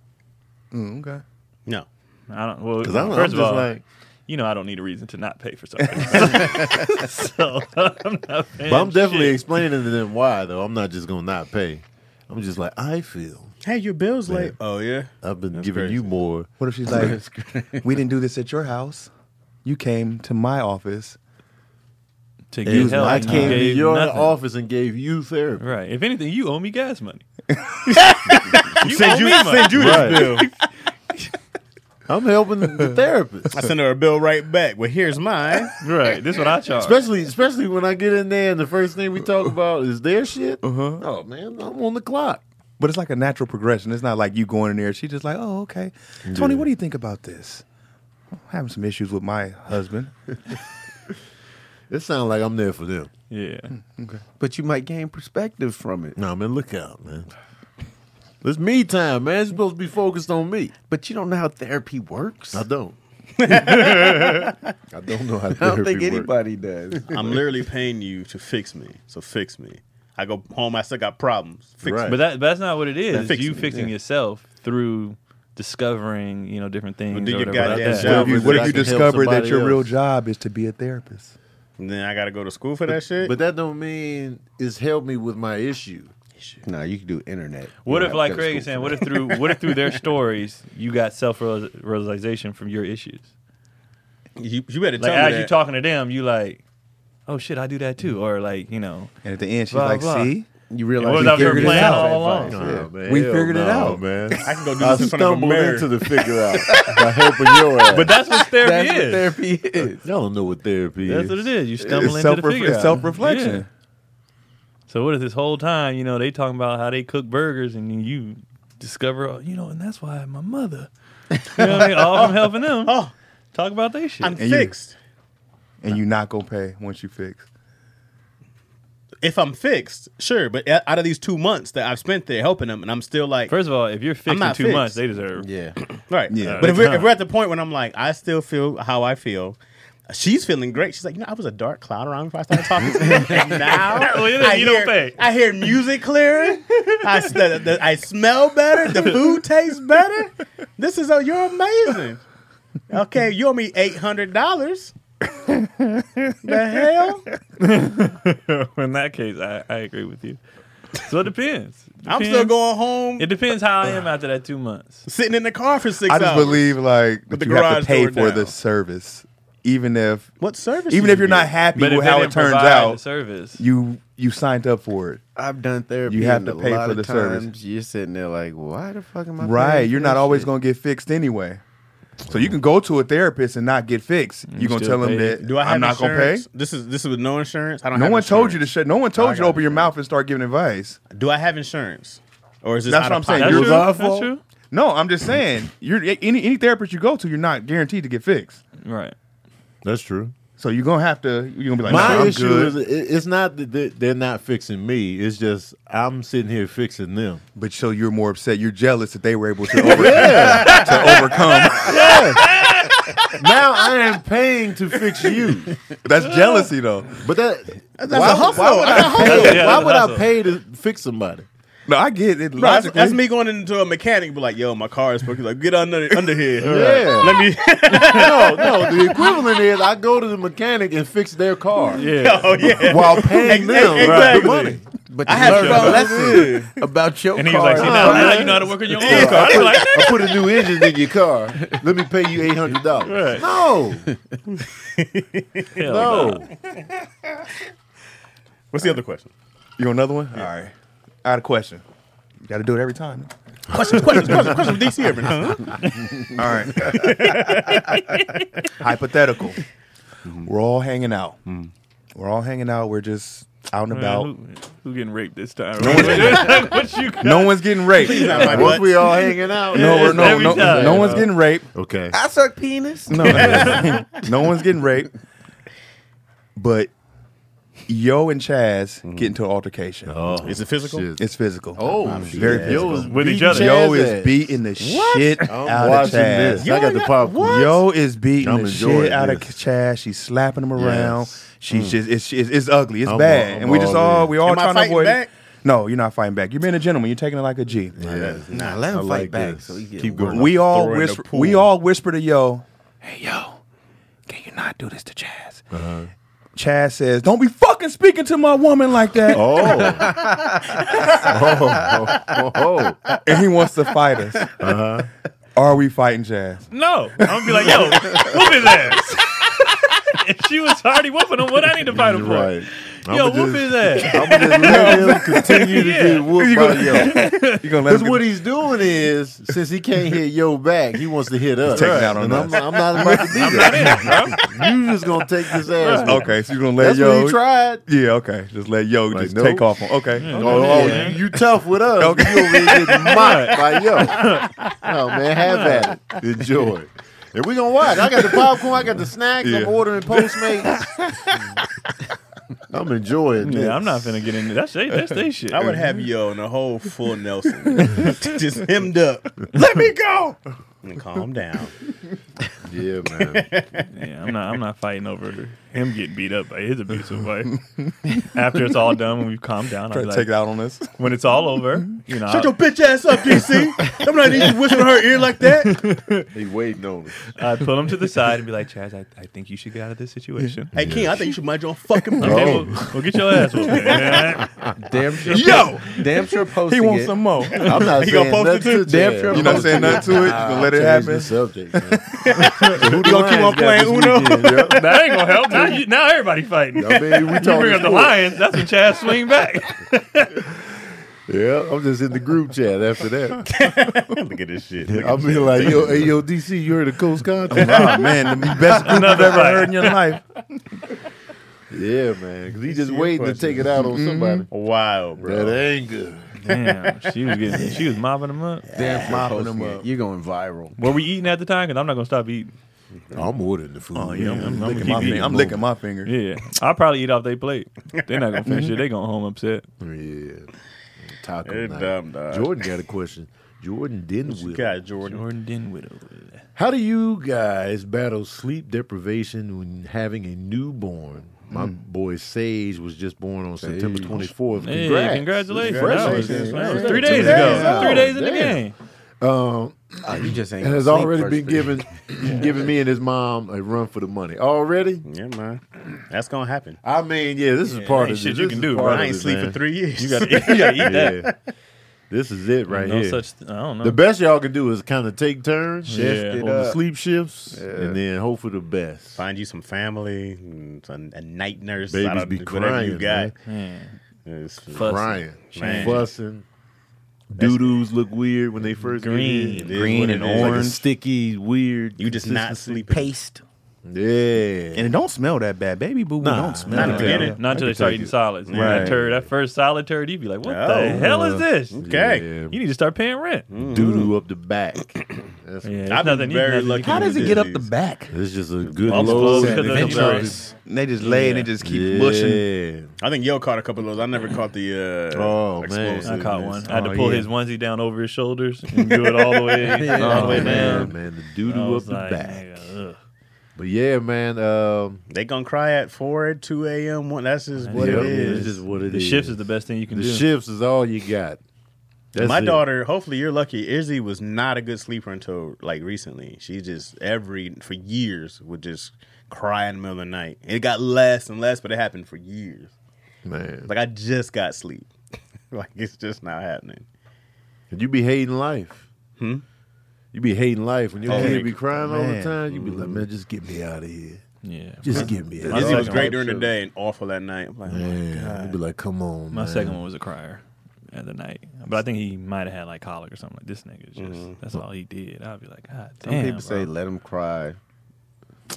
F: Mm, okay.
D: no.
E: I don't. Well,
B: because I'm,
E: 1st
B: I'm
E: of
B: just
E: all,
B: like,
E: you know, I don't need a reason to not pay for something. so I'm not paying.
B: but I'm definitely
E: shit.
B: explaining to them why though. I'm not just gonna not pay. I'm just like I feel
D: Hey, your bill's late. Oh yeah.
B: I've been giving you more.
F: What if she's like, "We didn't do this at your house. You came to my office.
E: to
B: It
E: get
B: was
E: help.
B: I
E: and you
B: came to
E: gave
B: your
E: nothing.
B: office and gave you therapy.
E: Right. If anything, you owe me gas money. you
D: Send
E: owe
D: you
E: me money.
D: send you
B: Right.
D: this bill.
B: I'm helping the therapist.
D: I send her a bill right back. Well, here's mine.
E: Right. This is what I charge.
B: Especially, especially when I get in there and the first thing we talk about is their shit. Uh-huh. Oh man, I'm on the clock.
F: But it's like a natural progression. It's not like you going in there. She's just like, oh, okay. Tony, what do you think about this? I'm having some issues with my husband.
B: It sounds like I'm there for them.
E: yeah.
A: But you might gain perspective from it.
B: No man, look out, man. It's me time, man. It's supposed to be focused on me.
A: But you don't know how therapy works.
B: I
A: I
B: don't. I don't know how. Therapy
A: don't think
B: works.
A: anybody does.
D: I'm literally paying you to fix me. So fix me. I go home. I still got problems. Fix
B: Right.
D: me.
E: But that that's not what it is.
D: fixing
E: you
D: it,
E: fixing yourself through discovering, you know, different things.
D: do
E: or
D: your
E: whatever like
D: goddamn
E: that.
D: job.
F: What if you, what
B: I
F: if you
B: can help
F: discover that
B: somebody
F: your real
B: else.
F: job is to be a therapist?
D: And then I got to go to school for that shit.
B: But that don't mean it's helped me with my issue.
A: No, you can do internet.
E: What if, like Craig is saying, what if through what if through their stories you got self realization from your issues?
D: you, you better tell me
E: Like as
D: that.
E: you talking to them, you like, oh shit, I do that too, or like you know,
F: And at the end, she's
E: Blah,
F: like,
E: blah.
F: "See,
A: You
E: It
A: realize
E: was
A: you
E: out there
A: figured it
E: playing
A: out.
E: all along.
B: Nah, man,
F: We
B: hell
F: figured it
B: no,
F: out.
B: man.
I: I can go do
B: I
I: this in front of a
B: stumbled
I: mirror.
B: into the figure out by helping your ass.
E: But that's what therapy
A: That's what
E: is.
A: therapy is.
B: Y'all don't know what therapy
E: That's
B: is.
E: what it is. You stumble
F: It's
E: into the
F: self-ref-
E: figure.
F: it's
E: out.
F: self-reflection.
E: Yeah. So what is this whole time? You know, they talking about how they cook burgers, and then you discover, oh, you know, and that's why my mother. You know what I mean? All from helping them.
D: Oh.
E: Talk about they shit.
D: I'm
F: you-
D: fixed.
F: and you not gonna pay once you fix."
D: If I'm fixed, sure. But o- out of these two months that I've spent there helping them, and I'm still like,
E: First of all, if you're fixing
D: not
E: too
D: fixed.
E: much, they deserve.
A: Yeah.
D: right.
F: Yeah.
D: But if we're, if we're at the point when I'm like, I still feel how I feel. She's feeling great. She's like, you know, I was a dark cloud around before I started talking. to you. And now
E: Well, you don't-
D: I,
E: you
D: hear,
E: don't think.
D: I hear music clearing. I, s- the- the- I smell better. The food tastes better. This is a, you're amazing. Okay, you owe me eight hundred dollars. the hell?
E: In that case, I, I agree with you. So it depends.
D: I'm
E: Depends.
D: still going home,
E: It depends how I am after that two months.
D: sitting in the car for six
F: I just
D: hours.
F: believe like that
D: the
F: you have
D: garage
F: to pay
D: door
F: for
D: down.
F: the service, even if
D: what service?
F: even
D: do
F: if
D: you
F: you're
D: get?
F: not happy
E: But
F: with
E: if they
F: how
E: didn't
F: it turns
E: provide the
F: out,
E: service,
F: you you signed up for it.
A: I've done therapy.
F: You
A: and
F: have to
A: a
F: pay
A: lot
F: for
A: of
F: the service.
A: times You're sitting there like, why the fuck am I?
F: Right,
A: paying
F: you're
A: for
F: not
A: this
F: always
A: shit?
F: gonna get fixed anyway. So you can go to a therapist and not get fixed. You're gonna
E: still
F: tell them
E: pay.
F: that
D: Do I have
F: I'm not
D: insurance?
F: gonna
D: This is this is with no insurance. I don't.
F: pay. No
D: have
F: one told you to
D: insurance.
F: shut. No one
D: I
F: told you to
D: got
F: open your mouth and start giving advice.
D: Do I have insurance, or is this
F: That's what
D: out of
F: I'm saying.
E: that's
D: pocket?
F: You're
E: true. That's
F: lawful.
E: true.
F: No, I'm just saying. You're any any therapist you go to, you're not guaranteed to get fixed.
E: Right.
B: That's true.
F: So you're gonna have to. You're gonna be like,
B: My
F: nah, I'm
B: issue
F: good.
B: is it- it's not that they- they're not fixing me. It's just I'm sitting here fixing them.
F: But so you're more upset. You're jealous that they were able to, over- to overcome.
B: now I am paying to fix you.
F: That's jealousy, though.
B: But that that's
F: a hustle.
B: Why would I pay,
E: Yeah,
B: why
E: that's
B: would
E: hustle.
B: I pay to fix somebody?
F: No, I get it.
D: Bro, that's,
F: Logically,
D: that's me going into a mechanic, be like, "Yo, my car is broken." Like, get under under here.
B: Yeah.
D: Let me.
B: no, no. The equivalent is I go to the mechanic and fix their car
E: Yeah.
D: oh yeah.
B: while paying
D: Ex-
B: them
D: exactly.
B: the money.
A: But
D: I
A: you
D: had
A: learn
D: trouble.
A: a lesson about your
E: And he was
A: car.
E: like, see,
A: and how
E: now, now
A: you
E: you know how to work on your own
B: Yeah,
E: car.
B: I,
E: I was
B: put,
E: like,
B: I put a new engine in your car. Let me pay you eight hundred dollars.
E: Right.
B: No,
E: hell
B: no.
D: What's the other question?
F: You want another one? All right. I had a question. You got to do it every time.
D: Questions, questions, questions, questions. from DC Urban, huh?
F: All right. Hypothetical. We're all hanging out. We're all hanging out. We're just out and
E: Man,
F: about.
E: who, who getting raped this time? what you got?
F: No one's getting raped. no,
D: my
B: Once
D: butt.
B: we all hanging out.
F: we're- no,
E: Every
F: no,
E: time.
F: no one's getting raped.
B: Okay.
A: I suck penis.
F: No, no one's getting raped. But yo and Chaz get into an altercation.
B: Oh,
D: Is it physical?
B: shit.
F: It's physical.
B: Oh,
F: very physical.
B: is
E: With each
B: beating
E: other.
F: Yo
B: Chaz
F: is
B: ass.
F: beating the shit
B: I'm
F: out
B: watching
F: of Chaz.
B: this. I got the popcorn.
F: Yo is beating
B: I'm
F: the
B: enjoying
F: shit out of
B: this.
F: Chaz. She's slapping him around.
B: Yes.
F: She's just it's, it's it's ugly. It's
B: I'm
F: bad,
B: all- I'm
F: and we just
B: all
F: Mm. all
B: in.
F: we all
D: Am I
F: trying to
D: fighting
F: avoid.
D: back?
F: It. No, you're not fighting back. You're being a gentleman. You're taking it like a G.
B: Yeah.
A: Nah, let him
B: I
A: fight
B: like
A: back.
B: this.
A: So he get
B: Keep
A: one.
B: going.
F: we all
D: throw in the
F: whisper.
D: pool.
F: We all whisper to Yo. Hey Yo, can you not do this to Chaz? Uh-huh. Chaz says, "Don't be fucking speaking to my woman like that."
B: Oh. oh. Oh. Oh.
F: And he wants to fight us. Uh-huh. Are we fighting Chaz?
E: No. I'm going to be like, yo, whoop his ass. if she was already whooping him, what I need to fight him for?
B: Right.
E: Yo, whoop his ass.
B: I'm gonna just let him continue to get whooped by yo.
F: You gonna let
B: Because
F: him get-
B: what he's doing is, since he can't hit yo back, he wants to hit us.
F: taking it out on
B: and I'm,
F: us.
B: I'm not about to do that. you just gonna take this ass. whooping.
F: Okay, so you're gonna let
B: That's
F: yo.
B: what he tried.
F: Yeah, okay. Just let yo
B: Like,
F: just
B: nope.
F: take off on. Okay.
B: Oh, oh,
E: Yeah.
B: you, you tough with us. You over here getting mocked by yo. Oh man, have at it. Enjoy. And we gonna watch. I got the popcorn. I got the snacks.
F: Yeah.
B: I'm ordering Postmates. I'm enjoying. this.
E: Yeah, I'm not finna get into that shit. That's they shit.
D: I would
B: Mm-hmm.
D: have yo in a whole full Nelson, just hemmed up. Let me go. And calm down.
B: Yeah, man.
E: Yeah, I'm not. I'm not fighting over him getting beat up by his abusive wife. After it's all done, when we've calmed down, I'll
F: Try
E: be
F: to
E: like,
F: take it out on us.
E: when it's all over, you know,
D: Shut your
E: I'll,
D: bitch ass up, DC. I'm not even whispering her ear like that.
B: He waiting on us.
E: i pull him to the side and be like, Chaz, I, I think you should get out of this situation.
D: Hey, King, I think you should mind your own fucking
E: Okay,
D: business.
E: we'll, we'll get your ass. whooped, man.
A: Damn sure.
D: Yo!
A: Damn sure posting
F: He wants
A: it.
F: some more.
B: I'm not
D: He
B: saying
D: gonna post
B: nothing to
D: it too?
B: Chad.
A: Damn sure
F: You're not saying nothing to it. You
B: Nah,
F: gonna let
B: change
F: it happen.
B: The subject, man. Who
H: You gonna keep on playing Uno?
E: That ain't gonna help. Now, you, now everybody fighting.
B: I mean, we
E: You bring
B: talking
E: up the
B: sports.
E: Lions, that's when Chad swing back.
B: Yeah, I'm just in the group chat after that.
D: Look at this shit. Look at
B: I'll be like, yo, hey, yo, DC, you heard of Coast Contact?
F: Oh man, the best group I've
E: Another
F: ever
E: fight.
F: heard in your life.
B: yeah, man, because he just
D: your
B: waiting to
D: question.
B: take it out on somebody.
D: Wow, bro.
B: That ain't good.
E: Damn, she was getting, she was mopping them up.
A: Damn,
F: mopping them up.
A: You're going viral.
E: Were we eating at the time? Because I'm not gonna stop eating.
B: I'm ordering the food.
F: Oh yeah, I'm,
E: I'm
F: licking
E: gonna
F: my
E: keep
F: finger. I'm
E: eating.
F: licking my finger.
E: Yeah, I'll probably eat off their plate. They're not gonna finish it. They going home upset.
B: Yeah. Taco
D: They're
B: night.
D: dumb, dog.
B: Jordan got a question. Jordan didn't
D: um, uh, You got Jordan.
E: Jordan Dinwiddie.
B: How do you guys battle sleep deprivation when having a newborn? My boy Sage was just born on September 24th.
E: Hey,
B: Congrats.
E: congratulations! That was,
B: Congratulations.
E: that was
B: Yeah.
E: three
B: Two
E: days ago.
B: out.
E: Three days in the
B: Damn.
E: game.
A: Oh, you just ain't.
B: Um, And
A: gonna
B: has
A: sleep
B: already
A: first
B: been
A: thing.
B: given, giving me and his mom a run for the money. Already?
D: Yeah, man. That's gonna happen.
B: I mean, yeah, this is part of
E: ain't shit
B: this.
E: you
B: This
E: can
B: is
E: do,
B: part
E: bro.
B: of
D: I ain't
B: it,
D: sleep
B: man.
D: for three years.
E: You gotta, you gotta eat that.
B: Yeah. This is it right
E: no
B: here.
E: such. I don't know.
B: The best y'all can do is kind of take turns
E: Shift
B: on
E: it
B: the sleep shifts, and then hope for the best.
D: Find you some family, and some- a night nurse. I
B: Babies
D: don't-
B: be
D: whatever
B: crying,
D: you got.
B: man.
E: Man,
D: It's-
E: Fuss.
B: Crying,
D: Man.
B: fussing. Doo doos look weird when they first get
E: Green.
B: in. It is
D: Green
B: what
D: and
B: it is. Like a
D: orange.
B: sticky, weird.
D: You just not sleeping.
A: paste.
B: Yeah,
F: And it don't smell that bad, baby boo.
B: Nah,
F: don't smell
D: Not
F: that
D: at the
F: bad.
D: beginning.
E: Not until they start eating solids. Man, That
F: Right.
E: turd, that first solid turd, you'd be like, "What the
D: Oh.
E: hell is this?"
D: Okay.
E: You need to start paying rent.
B: doo doo Mm-hmm. up the back. That's,
E: Yeah, it's
D: I've
E: nothing
D: been
E: you-
D: very
E: nothing you
D: lucky.
E: can
F: How
E: do.
F: does it get up the back?
B: It's just a good
E: Bumps
B: load.
E: closed 'cause of the mattress.
F: And they just lay and it just keep
B: yeah.
F: mushing.
D: I think Yo caught a couple of those. I never caught the. Uh,
B: Oh, man.
D: explosive.
E: I caught one. I had to
F: Oh,
E: pull
F: yeah.
E: his onesie down over his shoulders and do it all the way, all the
B: Oh,
E: way
B: man,
E: down.
B: man, the doo
E: I
B: doo up
E: was
B: the
E: like,
B: back.
E: nigga, ugh.
B: But yeah, man, um,
D: They gonna cry at four, two a.m. One. That's just what
B: yeah,
D: it is.
B: It's just what it is.
E: The shifts is the best thing you can
B: The
E: do.
B: shifts is all you got. That's
D: My
B: it.
D: daughter, hopefully you're lucky. Izzy was not a good sleeper until like recently. She just every for years would just cry in the middle of the night. It got less and less, but it happened for years.
B: man,
D: Like I just got sleep. like it's just not happening.
B: you be hating life.
D: Hmm?
B: You be hating life when your
D: Oh,
B: kid
D: yeah.
B: be crying all the
F: Man.
B: time. You be like, man, just get me out of here.
E: Yeah.
B: Just get me out. of
E: My
D: Izzy
B: here.
D: was
E: second
D: great
E: one-
D: during the day and awful at night. I'm like, oh my
B: Man, you
D: God.
B: be like, come on.
E: My
B: man.
E: second one was a crier at the night, but I think he might have had like colic or something. Like this nigga is just
B: Mm-hmm.
E: that's all he did. I'd be like, God
A: Some
E: damn.
A: people say
E: bro."
A: let them cry.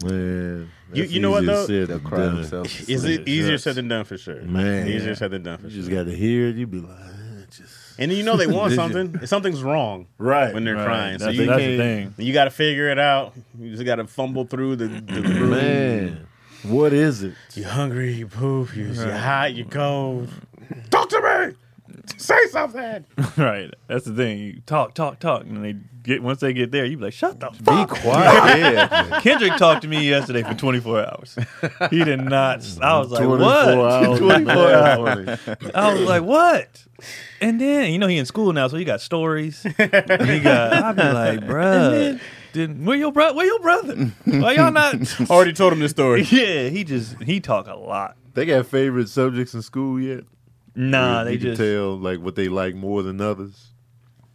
B: Man,
D: You-
B: that's
D: you know what,
B: easier
D: though?
B: said
A: They'll
B: than
A: cry
B: done.
A: themselves. to
D: Is
A: sleep.
D: it easier
E: Yes.
D: said than done for sure?
B: Man.
D: easier said than done for
B: You
D: sure.
B: just got to hear it. You be like, eh, just
D: and then you know they want something. Something's wrong
B: right
D: when they're
E: Right.
D: crying. So
E: That's,
D: you
E: that's the
D: can't-
E: thing.
D: You got to figure it out. You just got to fumble through the, the room.
B: Man, what is it?
D: You hungry? You poop? You you hot? You cold?
B: Talk to me.
D: Say something.
E: Right. That's the thing. You talk, talk, talk, and they get once they get there, you be like, shut the
B: Be
E: fuck.
B: quiet. yeah.
E: Kendrick talked to me yesterday for 24 hours. He did not. I was like,
B: 24
E: what?
B: hours.
E: 24 hours. I was like, what? And then you know he in school now, so he got stories. He got. I'd be like, bruh. Didn't, where your brother? Where your brother? Why y'all not?
D: Already told him the story.
E: Yeah, he just he talk a lot.
B: They got favorite subjects in school yet?
E: Nah,
B: you
E: they
B: you
E: just
B: can tell like what they like more than others.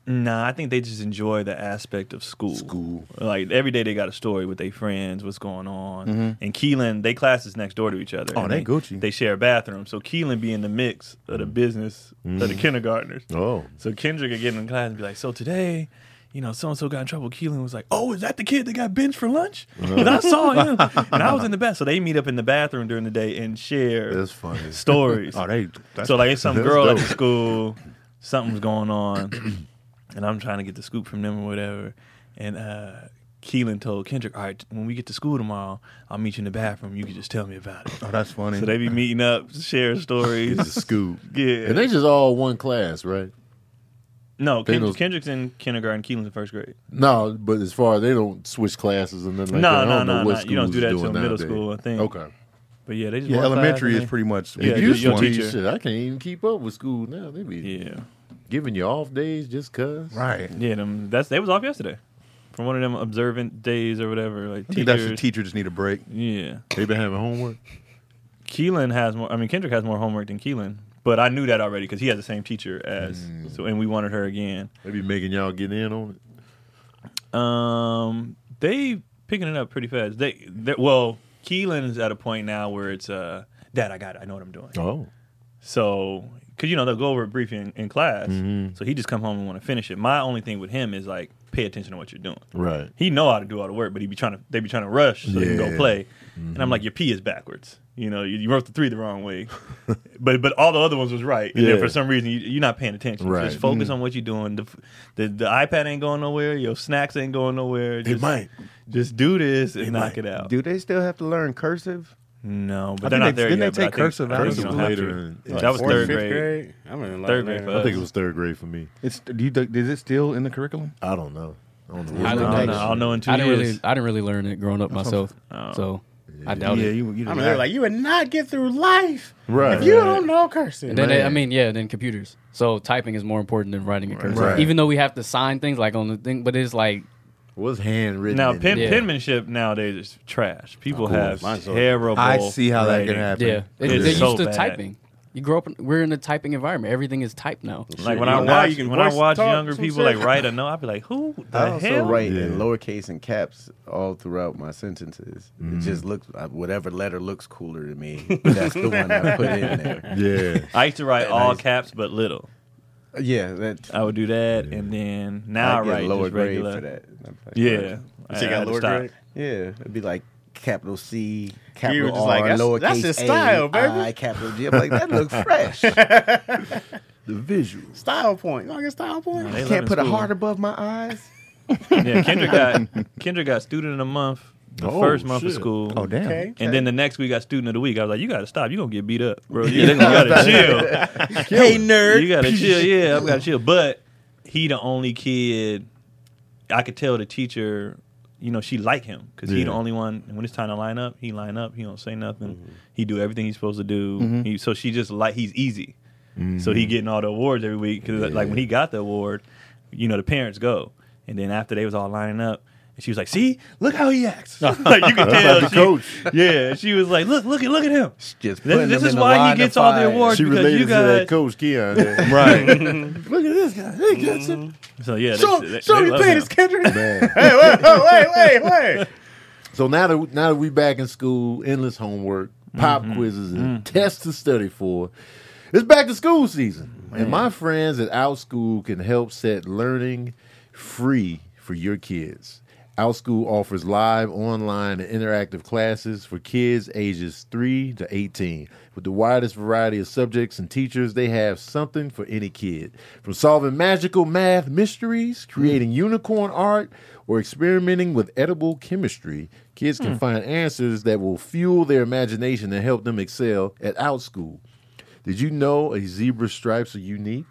E: nah. I think they just enjoy the aspect of school.
B: School.
E: Like every day they got a story with their friends, what's going on.
B: Mm-hmm.
E: And Keelan, they classes next door to each other.
F: Oh,
E: and
F: they Gucci.
E: They share a bathroom, so Keelan be in the mix of the
B: Mm.
E: business of the kindergartners.
B: Oh,
E: So Kendrick would get in class and be like, "So today." You know, so and so got in trouble. Keelan was like, "Oh, is that the kid that got benched for lunch?"
F: Uh-huh.
E: And I saw him, and I was in the bath. So they meet up in the bathroom during the day and share
B: that's funny.
E: stories.
F: Oh, they. That's,
E: So like it's some
B: That's
E: girl at
B: dope.
E: the school, something's going on, and I'm trying to get the scoop from them or whatever. And uh Keelan told Kendrick, All right, when we get to school tomorrow, I'll meet you in the bathroom. You can just tell me about it.
F: oh, that's funny.
E: So they be meeting up, share
B: It's a
E: stories.
B: scoop.
E: yeah.
B: And they just all one class, right?
E: no,
B: they
E: Kend-
B: those-
E: Kendrick's in kindergarten, Keelan's in first grade.
B: No, but as far as they don't switch classes and nothing like
E: No,
B: that. I
E: no,
B: don't know
E: no,
B: what
E: no. You don't
B: schools
E: do that
B: is
E: till
B: doing
E: middle
B: nowadays.
E: school, I think.
B: Okay.
E: But yeah, they just
F: yeah,
E: walk
F: elementary
E: past
F: is pretty much.
E: Yeah,
B: It
E: you-
B: used
E: you're a
B: to be
E: teacher.
B: shit. I can't even keep up with school now. They be
E: and they-
B: giving you off days just cause.
F: Right.
E: Yeah, yeah. Them, that's they was off yesterday from one of them observant days or whatever. Like
F: I think that's the
E: teachers-
F: teacher just need a break.
E: yeah.
B: They been having homework.
E: Keelan has more. I mean, Kendrick has more homework than Keelan, but I knew that already because he has the same teacher as.
F: Mm.
E: So, and we wanted her again.
B: They be making y'all get in on it.
E: Um, they picking it up pretty fast. They, they well, Keelan's at a point now where it's uh, Dad, I got, it. I know what I'm doing.
B: Oh,
E: So, cause you know they'll go over it briefly in, in class.
F: Mm-hmm.
E: So he just come home and want to finish it. My only thing with him is like pay attention to what you're doing.
B: right.
E: He know how to do all the work, but he be trying to they be trying to rush so he can go
B: Yeah. Mm-hmm.
E: play. And I'm like, your P is backwards. You know, you, you wrote the three the wrong way, but but all the other ones was right. And then
B: Yeah.
E: for some reason you, you're not paying attention.
B: Right. Mm-hmm.
E: Just focus on what you're doing. The, f- the the iPad ain't going nowhere. Your snacks ain't going nowhere. Just,
B: might.
E: Just do this and knock it out.
A: Do they still have to learn cursive?
E: No, but
F: I
E: they're
F: think
E: not
F: they-
E: there
F: didn't they
E: yet. but I
F: take
E: think
F: cursive out of
E: cursive
B: school?
E: don't have
B: Later
E: to.
B: in-
E: that
B: like
E: was
B: fourth,
E: third
B: fifth
E: grade.
D: I'm in
E: Third grade for
B: I think
E: us.
B: it was third grade for me.
F: It's do you think- is it still in the curriculum?
B: I don't know. I don't know.
G: I
E: I
G: don't
E: don't know. I'll know in two
G: I didn't
E: years.
G: really, I didn't really learn it growing up myself,
E: Oh.
G: so I doubt it.
F: you, you
D: I'm there like you would not get through life
B: Right.
D: if you don't know cursive.
G: And then they, I mean, yeah, then computers. So typing is more important than writing in cursive.
B: Right.
G: Even though we have to sign things like on the thing, but it's like
B: What's handwritten?
E: Now
B: in
E: pen,
G: Yeah.
E: penmanship nowadays is trash. People have
D: Mine's okay.
E: terrible.
F: I see how that can
E: writing.
F: happen.
G: yeah, it,
E: It's
G: they're
E: so
G: used to
E: bad.
G: typing. You grow up, in, we're in a typing environment. Everything is typed now.
E: Like when
D: You
E: I
D: know, now
E: watch
D: you can
E: when I
D: voice
E: watch
D: talk
E: younger
D: some
E: people
D: shit.
E: like write a note, I'd be like, "Who the
A: I also
E: hell?"
A: write in
B: Yeah.
A: lowercase and caps all throughout my sentences. It just looks uh, whatever letter looks cooler to me. That's the one I put in there.
B: Yeah.
E: I used to write all caps but little.
A: Yeah, that
E: I would do that, and then now I,
A: I get
E: write
A: lower
E: Uh, just
A: grade
E: regular.
A: for that. I'm like,
E: Yeah, I,
D: So you
E: I had
D: got
E: to
D: lower
E: stop.
D: grade.
A: Yeah, it'd be like capital C, capital
D: You were just
A: R,
D: like, that's-
A: lowercase
D: that's his
A: a,
D: style, baby.
A: I, capital G. I'm like, that look fresh.
B: The visuals.
D: Style point. You don't get style point.
E: They love
A: Can't
E: in
A: put a
E: school.
A: heart above my eyes.
E: Yeah, Kendra got Kendra got student of the month the
B: Oh,
E: first month
B: shit.
E: of school.
F: Oh damn!
D: Okay.
E: And then the next week, I got student of the week. I was like, "You gotta stop. You gonna get beat up, bro. You, you gotta chill.
D: Hey nerd.
E: You gotta chill. Yeah, I gotta chill. But he the only kid. I could tell the teacher, you know, she like him because he
B: Yeah.
E: the only one. And when it's time to line up, he line up. He don't say nothing. He do everything he's supposed to do. He, so she just like he's easy. So he getting all the awards every week because like when he got the award, you know, the parents go, and then after they was all lining up. And she was like, "See, look how he acts. like you can tell,
B: the
E: she-
B: coach.
E: Yeah, she was like, "Look, look at, look at him.
A: Just
E: This-
A: putting
E: this
A: them
E: is
A: in a
E: why he
A: line of
E: gets all the
A: fire.
E: awards.
B: She
E: Because
B: related
E: you
B: to that
E: got-
B: coach Keon. there.
E: Right.
B: Look at this guy. Hey, gets it.
E: So yeah, they-
D: Show,
E: they,
D: show
E: they
D: me
E: love
D: penis,
E: him.
D: Kendrick. Hey,
B: Man.
D: wait, Oh, wait, wait, wait.
B: So now that now that we back in school, endless homework, pop quizzes, and tests to study for, it's back to school season. And my friends at OutSchool can help set learning free for your kids. OutSchool offers live, online, and interactive classes for kids ages 3 to 18. With the widest variety of subjects and teachers, they have something for any kid. From solving magical math mysteries, creating unicorn art, or experimenting with edible chemistry, kids can find answers that will fuel their imagination and help them excel at OutSchool. Did you know a zebra's stripes are unique?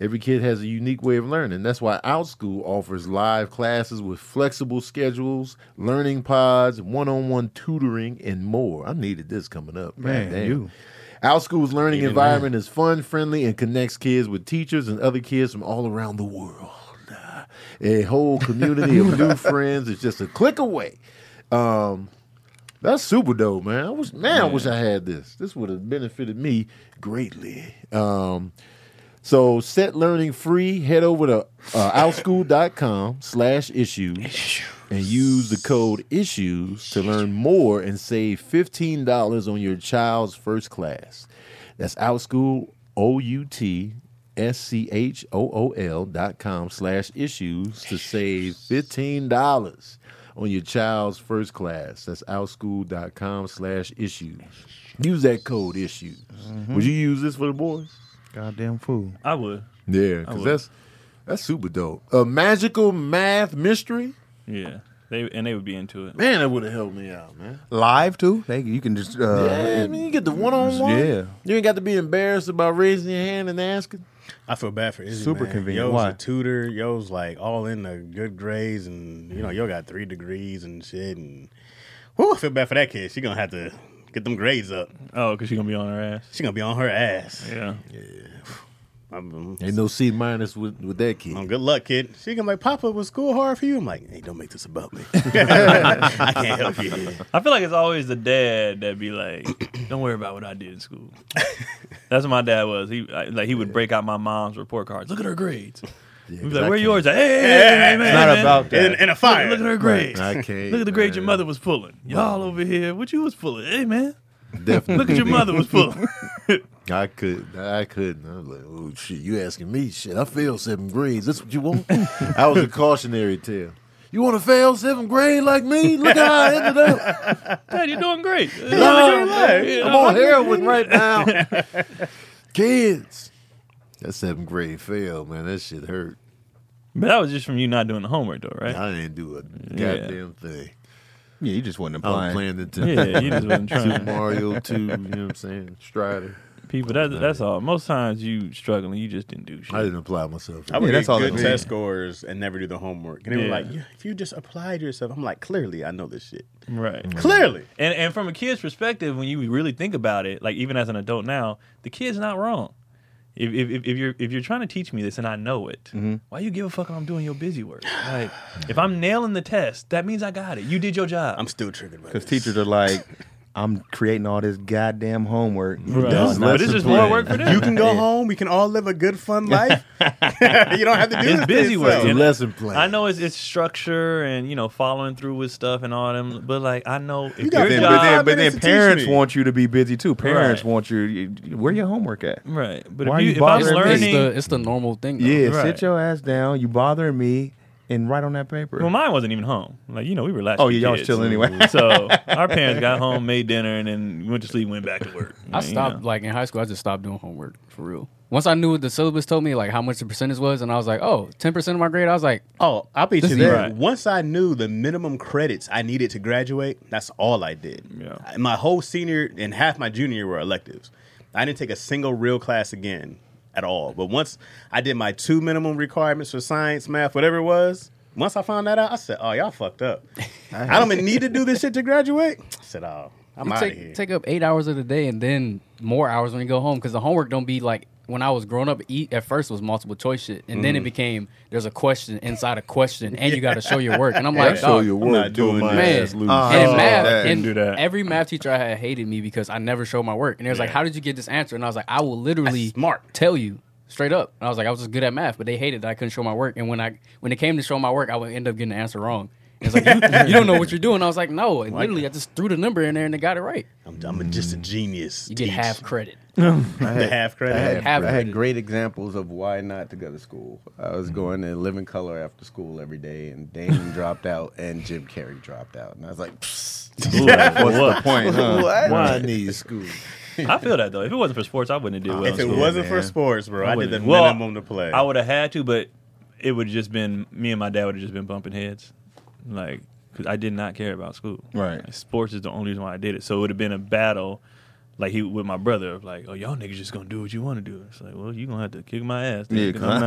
B: Every kid has a unique way of learning. That's why OutSchool offers live classes with flexible schedules, learning pods, one-on-one tutoring, and more. I needed this coming up.
F: Man,
B: Goddamn.
F: you.
B: OutSchool's learning environment is fun, friendly, and connects kids with teachers and other kids from all around the world. A whole community of new friends is just a click away. Um, That's super dope, man. I was man, I wish I had this. This would have benefited me greatly. Um, so set learning free. Head over to uh, outschool.com slash issues and use the code issues to learn more and save fifteen dollars on your child's first class. That's outschool o u t s c h o o l dot com slash issues to save fifteen dollars on your child's first class. That's outschool.com slash issues. Use that code issues. Would you use this for the boys?
F: Goddamn fool.
E: I would.
B: Yeah,
E: would.
B: because that's that's super dope. A magical math mystery?
E: Yeah, they and they would be into it.
B: Man, that would have helped me out, man.
F: Live too? They, you can just uh,
B: yeah, I mean, you get the one on one.
F: Yeah.
B: You ain't got to be embarrassed about raising your hand and asking.
D: I feel bad for Izzy.
F: Super
D: man.
F: convenient.
D: Yo's
F: Why?
D: a tutor. Yo's like all in the good grades, and
F: Mm-hmm.
D: you know, yo got three degrees and shit. And whoo, I feel bad for that kid. She gonna have to get them grades up.
E: Oh, because she's gonna be on her ass.
D: She gonna be on her ass.
E: Yeah,
D: I'm,
B: Ain't no C minus with, with that
D: I'm-
B: kid.
D: good luck, kid. She gonna be like, Papa, was school hard for you? I'm like, hey, don't make this about me. I can't help you. here.
E: I feel like it's always the dad that be like, "Don't worry about what I did in school." That's what my dad was. He I- like he would break out my mom's report cards. Look at her grades. We'd be
B: 'cause
E: like,
B: I
E: where
B: can't-
E: yours at? Hey, hey, hey, hey, man,
F: not
E: man.
F: about that.
D: And, and a fire.
E: Look at her grades.
B: I can't.
E: Look at the grades your
B: man.
E: mother was pulling. Y'all over here, what you was pulling? Hey, man.
B: Definitely.
E: Look at your mother was pulling.
B: I could, I couldn't. I was like, "Oh shit, you asking me? Shit, I failed seventh grades. That's what you want?" I was a cautionary tale. You want to fail seventh grade like me? Look how I ended up.
E: Dad, you're doing great.
B: I'm on heroin right now. Kids, that seventh grade fail, man. That shit hurt.
E: But that was just from you not doing the homework, though, right?
B: I didn't do a goddamn thing.
F: Yeah, you just wasn't
B: I was
F: applying.
B: playing the
E: Yeah, you just wasn't
B: Super
E: trying.
B: Mario Two. You know what I'm saying? Strider.
E: People, that, that's all. Most times you struggling, you just didn't do shit.
B: I didn't apply myself.
D: I would
F: Yeah,
D: get
F: that's all
D: good
F: it is.
D: test scores and never do the homework. And they
E: Yeah.
D: were like, yeah, if you just applied yourself, I'm like, clearly I know this shit.
E: Right.
D: Clearly.
F: Mm.
E: And and from a kid's perspective, when you really think about it, like even as an adult now, the kid's not wrong. If if, if- if you're if you're trying to teach me this and I know it, why you give a fuck if I'm doing your busy work? Like if I'm nailing the test, that means I got it. You did your job.
D: I'm still triggered by
F: Because
D: this.
F: teachers are like, I'm creating all this goddamn homework.
E: Right. But it's just more work for them.
D: You can go home. We can all live a good, fun life. you don't have to do
E: It's
D: this
E: busy
D: to
E: work.
B: It's
D: yourself.
B: a
E: And
B: lesson plan.
E: I know it's, it's structure and you know following through with stuff and all them, but like I know if
D: got
E: your
F: But then,
E: job,
F: but then, but
D: Five
F: then
D: minutes to teach
F: parents
D: me.
F: want you to be busy too. Parents
E: Right.
F: want you, you. Where your homework at?
E: right? But
F: Why
E: if,
F: you
E: you, if I'm
F: bothering me?
G: It's
E: learning,
G: the, it's the normal thing. Though.
F: Yeah,
E: Right.
F: sit your ass down. You bothering me, and write on that paper.
E: well, mine wasn't even home. Like you know, we were last.
F: oh yeah, y'all was chilling anyway.
E: so our parents got home, made dinner, and then went to sleep, went back to work.
G: I
E: Like, you
G: stopped
E: know.
G: like in high school. I just stopped doing homework for real. Once I knew what the syllabus told me, like how much the percentage was, and I was like, oh, 10 percent of my grade. I was like,
D: Oh, I'll beat
G: This
D: you
G: is
D: there.
E: right.
D: Once I knew the minimum credits I needed to graduate, that's all I did.
E: Yeah.
D: I- My whole senior and half my junior year were electives. I didn't take a single real class again at all. But once I did my two minimum requirements for science, math, whatever it was, once I found that out, I said, "Oh, y'all fucked up. I don't even need to do this shit to graduate." I said, "Oh, I'm
G: you
D: out of here."
G: take, take up eight hours of the day and then more hours when you go home because the homework don't be like when I was growing up. Eat at first was multiple choice shit, and then it became there's a question inside a question, and you got to show your work. And I'm like,
B: show
G: dog,
B: your
D: not
B: work.
D: doing
B: Doing my
G: man.
B: ass loose.
F: Uh,
G: and
F: Oh,
G: in math,
F: that-
G: and
E: do that.
G: every math teacher I had hated me because I never showed my work. And they was like, "How did you get this answer?" And I was like, "I will literally
D: That's smart.
G: tell you straight up." And I was like, "I was just good at math," but they hated that I couldn't show my work. And when I when it came to show my work, I would end up getting the answer wrong. And It's like you, you don't know what you're doing. I was like, "No," and literally I just threw the number in there and they got it right.
D: I'm, I'm just a genius.
G: You get
D: Teach.
G: half credit.
D: the half credit.
A: Mm. I had,
G: Have
A: I had
G: it.
A: great examples of why not to go to school. I
E: Mm-hmm.
A: was going to live in color after school every day, and Dane dropped out, and Jim Carrey dropped out, and I was like, "Psst,
F: What's the point? huh?
A: what?
B: Why I need school?
E: I feel that though. If it wasn't for sports, I wouldn't
F: Uh,
E: have did well.
D: If
E: in
D: it
E: school.
D: wasn't for sports, bro, I, did the
E: wouldn't. Well,
D: minimum to play.
E: I would have had to, but it would have just been me and my dad would have just been bumping heads, like because I did not care about school.
F: Right.
E: Like, sports is the only reason why I did it. So it would have been a battle, like he with my brother of like, oh y'all niggas just gonna do what you want to do. It's like, well you gonna have to kick my ass.
F: Yeah,
E: Yeah, i I'm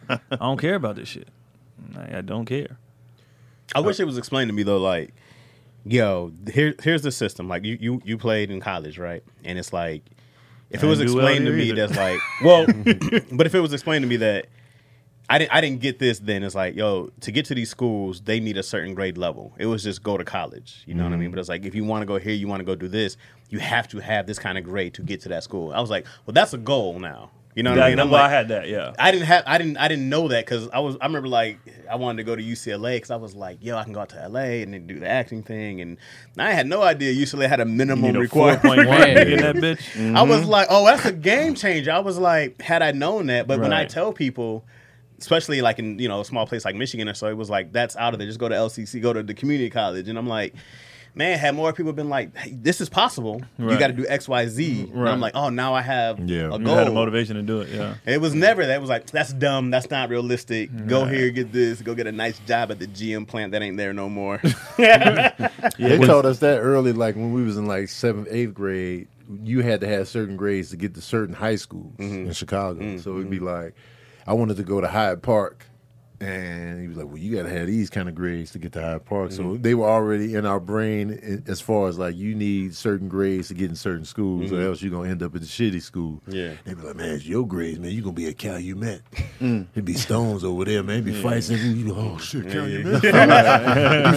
E: not. I don't care about this shit. Like, I don't care.
D: I wish it was explained to me though, like, yo, here, here's the system. Like, you, you, you played in college, right? And it's like, if it
E: I
D: was
E: didn't do well
D: explained to
E: there
D: me,
E: either.
D: that's like, well, but if it was explained to me that I didn't, I didn't get this, then it's like, yo, to get to these schools, they need a certain grade level. It was just go to college, you know what I
E: Mm-hmm.
D: mean? But it's like, if you want to go here, you want to go do this, you have to have this kind of grade to get to that school. I was like, well, that's a goal now. You know what I
E: Like,
D: mean?
E: well,
D: I'm like,
E: I had that. Yeah.
D: I didn't have I didn't I didn't know that because I was I remember like I wanted to go to UCLA because I was like yo I can go out to LA and then do the acting thing and I had no idea UCLA had a minimum
E: Need a four
D: requirement.
E: point Mm-hmm. one
G: Right.
E: in that bitch.
D: I was like oh that's a game changer. I was like had I known that, but when I
E: Right.
D: tell people. Especially like in you know a small place like Michigan or so, it was like that's out of there. Just go to LCC, go to the community college, and I'm like, man, had more people been like, hey, this is possible. You
E: Right.
D: got to do X, Y, Z. And
E: Right.
D: I'm like, oh, now I have
B: Yeah.
D: a
E: You had the
D: goal.
E: motivation to do it. Yeah.
D: It was never that. It was like, that's dumb. That's not realistic.
B: Mm-hmm.
D: Go here, get this. Go get a nice job at the GM plant that ain't there no more.
B: They taught us that early, like when we was in like seventh, eighth grade. You had to have certain grades to get to certain high schools in Chicago. So it'd be like, I wanted to go to Hyde Park, And he was like, "Well, you gotta have these kind of grades to get to Hyde Park." So they were already in our brain i- as far as like you need certain grades to get in certain schools, or else you're gonna end up at the shitty school.
D: Yeah.
B: they be like, "Man, it's your grades, man. You gonna be a Calumet.
E: Mm.
B: It'd be stones over there, man. It'd be fights and you, oh shit, Calumet."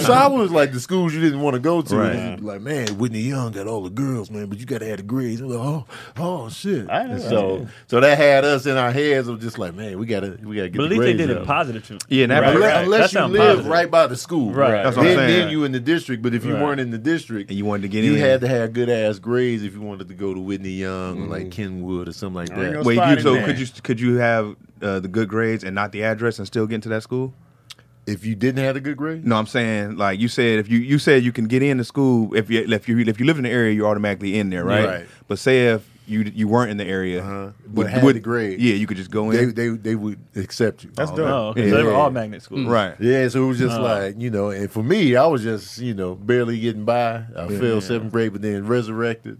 B: so I was like the schools you didn't want to go to.
A: Right.
B: You'd be Like, man, Whitney Young got all the girls, man, but you gotta have the grades. I'm like, oh, oh shit.
D: I know.
B: And so so that had us in our heads of just like, man, we gotta we gotta get
E: But at
B: the
E: least they
B: grades
E: did
B: up.
E: it positive.
F: Yeah, and that-
E: Right,
B: Unle-
E: right. That
B: Unless you
E: sound
B: live
E: positive.
B: right by the school,
E: Right. That's
F: what I'm
B: then,
F: saying.
B: then you in the district. But if you
E: Right.
B: weren't in the district,
F: And you wanted to get
B: you
F: in.
B: had to have good ass grades if you wanted to go to Whitney Young or
F: Mm.
B: like Kenwood or something like
D: ain't
B: that.
D: no
B: Wait,
F: Wait, you,
D: Spider-Man.
F: so could you could you have uh, the good grades and not the address and still get into that school?
B: if you didn't have a good grade,
F: No, I'm saying like you said if you you said you can get into school if you if you if you live in the area you're automatically in there, right?
B: Right.
F: But say if you you weren't in the area,
B: Uh-huh. But had the grade.
F: Yeah, you could just go
B: they,
F: in.
B: they they would accept you.
D: That's dope.
E: Oh, okay. So they were all magnet schools.
G: Mm.
F: right.
B: Yeah, so it was just like you know, and for me, I was just you know barely getting by. I failed seventh grade, but then resurrected.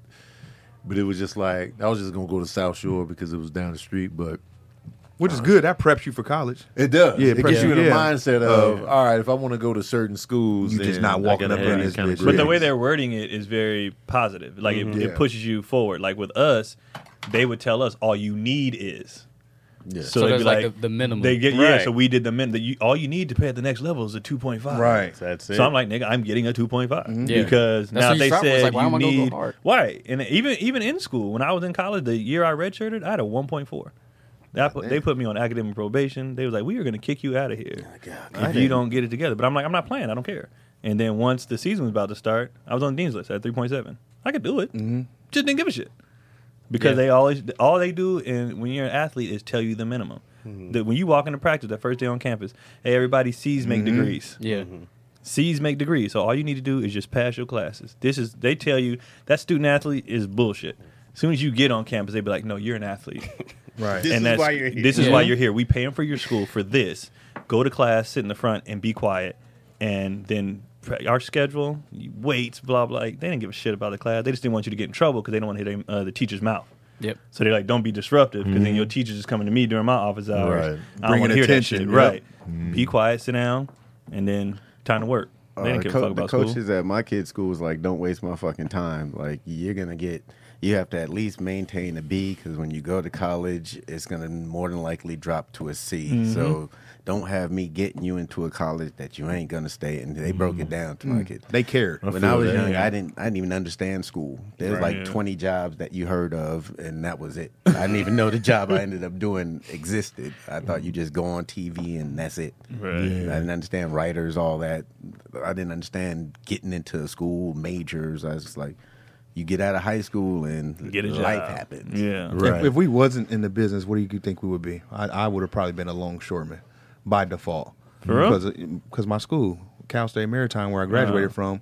B: But it was just like I was just gonna go to South Shore because it was down the street. But
F: Which is good. That preps you for college.
B: it does.
F: Yeah,
B: it gets you in
F: yeah.
B: a mindset of all right. If I want to go to certain schools,
F: You just
B: then
F: not
B: I
F: walking
B: gotta
F: up
B: have
F: in
B: these
F: this
B: kind of
F: bitch.
E: But the
B: grades.
E: way they're wording it is very positive. Like it, it
B: Yeah.
E: pushes you forward. Like with us, they would tell us all you need is.
B: Yeah.
E: So,
G: So
E: they'd
G: there's
E: be
G: like
E: like,
G: the- the minimum.
E: They get yeah.
D: Right.
E: So we did the minimum. You, all you need to pay at the next level is a two point five.
F: Right.
D: That's it.
E: So I'm like, nigga, I'm getting a 2.5
G: Yeah.
E: because
G: That's
E: now
G: what you
E: they
G: start with. It's
E: said
G: like, why am
E: you
G: I gonna go
E: need
G: hard?
E: right, and even even in school when I was in college, the year I redshirted, I had a 1.4. That put, they put me on academic probation. They was like, "We are going to kick you out of here if you don't get it together." But I'm like, "I'm not playing. I don't care." And then once the season was about to start, I was on the dean's list at 3.7. I could do it, just didn't give a shit because they always all they do and when you're an athlete is tell you the minimum. That when you walk into practice that first day on campus, hey, everybody sees make degrees.
G: Yeah.
E: C's make degrees. So all you need to do is just pass your classes. This is they tell you that student athlete is bullshit. As soon as you get on campus, they be like, "No, you're an athlete."
D: this is
E: that's-
D: why you're here.
E: This is
G: Yeah.
E: why you're here. We paying for your school for this. Go to class, sit in the front, and be quiet. And then pra- our schedule, you wait, blah blah. Like, they didn't give a shit about the class. They just didn't want you to get in trouble because they don't want to hit uh, the teacher's mouth.
G: Yep.
E: So they're like, "Don't be disruptive," because then your teacher's just coming to me during my office
B: Right.
E: hours. I don't
F: Bringing
E: want to hear that
F: attention,
E: shit.
F: yep.
E: Right. Be quiet, sit down, and then time to work. They
A: Uh,
E: didn't give
A: co-
E: a fuck about
A: the coaches
E: school.
A: at my kid's school was like, "Don't waste my fucking time. Like you're gonna get, you have to at least maintain a B because when you go to college, it's gonna more than likely drop to a C.
E: Mm-hmm.
A: So don't have me getting you into a college that you ain't gonna stay." in. they broke
E: Mm-hmm.
A: it down to
E: Mm.
A: my kid.
F: They cared.
A: when I was young, I didn't I didn't even understand school. There's like 20 jobs that you heard of, and that was it. I didn't even know the job I ended up doing existed. I thought you just go on TV and that's it.
E: Right.
A: I didn't understand writers, all that. I didn't understand getting into school majors. I was just like, you get out of high school and
E: Get a job.
A: life happens.
E: Yeah.
F: If- If, we wasn't in the business, what do you think we would be? I, I would have probably been a longshoreman by default.
E: For real?
F: Because because my school, Cal State Maritime, where I graduated from,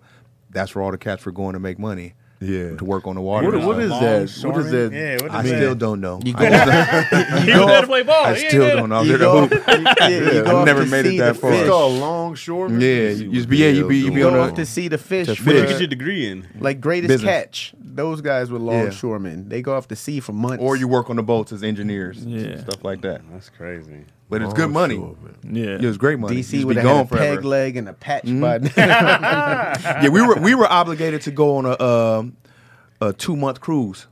F: that's where all the cats were going to make money.
B: Yeah.
F: To work on the water.
B: What,
F: and
B: what
F: stuff.
B: is that? What is that?
D: Yeah, what is
F: I
D: that?
F: still don't know.
A: You
F: I,
A: go-
E: He was there to play ball.
F: I
E: He ain't
F: still
E: there to-
F: don't know. I was
A: You
F: there to
A: go-
F: hoop.
A: yeah, you
F: Yeah.
A: go
F: I've
A: off
F: never
A: to
F: made it
A: see
F: that
A: the
F: far.
B: It's
A: fish.
B: called longshoreman.
F: Yeah, you just be- yeah, you be- you be
A: You
F: on
A: go
F: a-
A: off to see the fish.
F: fish.
A: for-
D: Where'd you get your degree in?
A: Like greatest
F: Business.
A: catch. Those guys were longshoremen. They go off to sea for months.
F: Or you work on the boats as engineers.
E: Yeah.
F: Stuff like that.
D: That's crazy.
F: But
B: Oh,
F: it's good money.
E: Yeah.
F: It was great money. You
A: DC
F: just
A: would
F: be
A: have had a
F: gone forever. Mm-hmm.
A: peg leg and a patch button.
F: yeah, we were we were obligated to go on a um, a two month cruise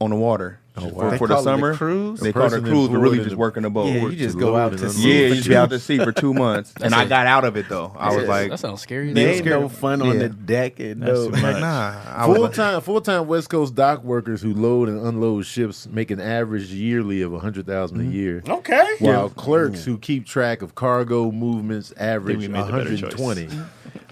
F: on the water
A: wow.
F: for,
A: They
F: for the
A: call it a
F: summer.
A: cruise?
F: They
A: A
F: called it a
B: person
F: cruise, but really
B: employed
F: just
B: in a-
F: working a boat.
A: yeah, you just go out to sea.
F: yeah,
A: for
F: you just be out to sea for two months, and I got out of it though. I was
G: That
F: like,
G: sounds scary. as
A: There
G: hell.
A: ain't no fun on
F: Yeah.
A: the deck. And
E: That's
A: no,
E: too much.
F: nah, I was
B: Full
F: like,
B: time, full time West Coast dock workers who load and unload ships make an average yearly of a hundred
E: Mm-hmm.
B: a year.
E: Oh,
D: Okay.
B: While clerks who keep track of cargo movements average
E: made the better choice.
B: 120.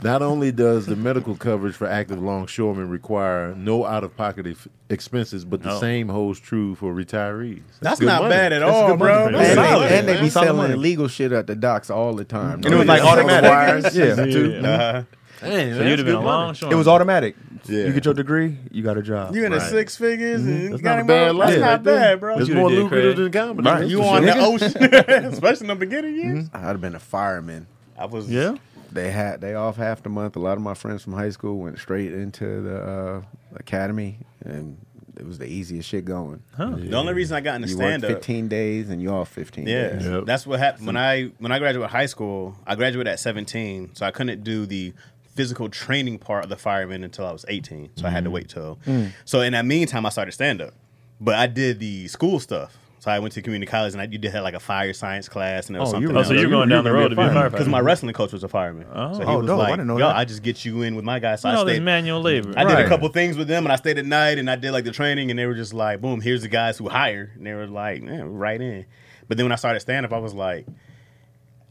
B: Not only does the medical coverage for active longshoremen require no out of pocket ex- expenses, but the
E: No.
B: same holds true for retirees.
D: That's
B: good
D: not
B: money.
D: bad at
B: That's
D: all,
B: good money
D: bro.
B: for you.
D: That's
A: And,
D: solid.
A: they, and they be
F: Solid
A: selling
F: money.
A: illegal shit at the docks all the time.
F: and it was
B: Yeah.
F: like automatic.
B: Wires.
F: yeah,
E: Yeah.
B: Dang,
E: So
B: that's
E: you'd have been
B: good
E: a
B: money.
E: long shot.
F: it was automatic.
B: Yeah.
F: You get your degree, you got a job.
D: You in the
B: Right. Mm-hmm.
D: six figures and
B: That's
D: got
B: not a
D: him
B: bad
D: out.
B: life.
D: That's
B: right
D: not
B: there.
D: bad, bro.
B: It's
E: You
B: more
E: did,
B: lucrative
E: Craig.
B: than comedy.
F: Right.
B: that's
D: You
B: for
D: on
B: sure.
D: the ocean, especially in the beginning years.
A: I'd have been a fireman.
B: Mm-hmm.
D: I was.
E: Yeah.
A: They had they off half the month. A lot of my friends from high school went straight into the uh, academy, and it was the easiest shit going.
D: The only reason I got into
A: You work
D: stand up,
A: 15 days and you all 15.
D: yeah,
A: days.
B: Yep.
D: that's what happened when I when I graduated high school. I graduated at seventeen, so I couldn't do the physical training part of the fireman until I was eighteen. So I
F: Mm.
D: had to wait till. So in that meantime, I started stand up, but I did the school stuff. So I went to community college, and I you did have like a fire science class, and there was something.
E: Oh, so
D: else.
E: you're going down the road to be a
D: Because
E: firefighter.
D: my wrestling coach was a fireman. So he
F: Oh,
D: was
F: dope. I
D: like,
F: didn't know
D: Yo,
F: that.
D: I just get you in with my guy. So I
E: all
D: stayed.
E: this manual labor.
D: I did
F: Right.
D: a couple things with them and I stayed at night and I did like the training and they were just like, boom, here's the guys who hire. And they were like, man, right in. But then when I started stand up, I was like,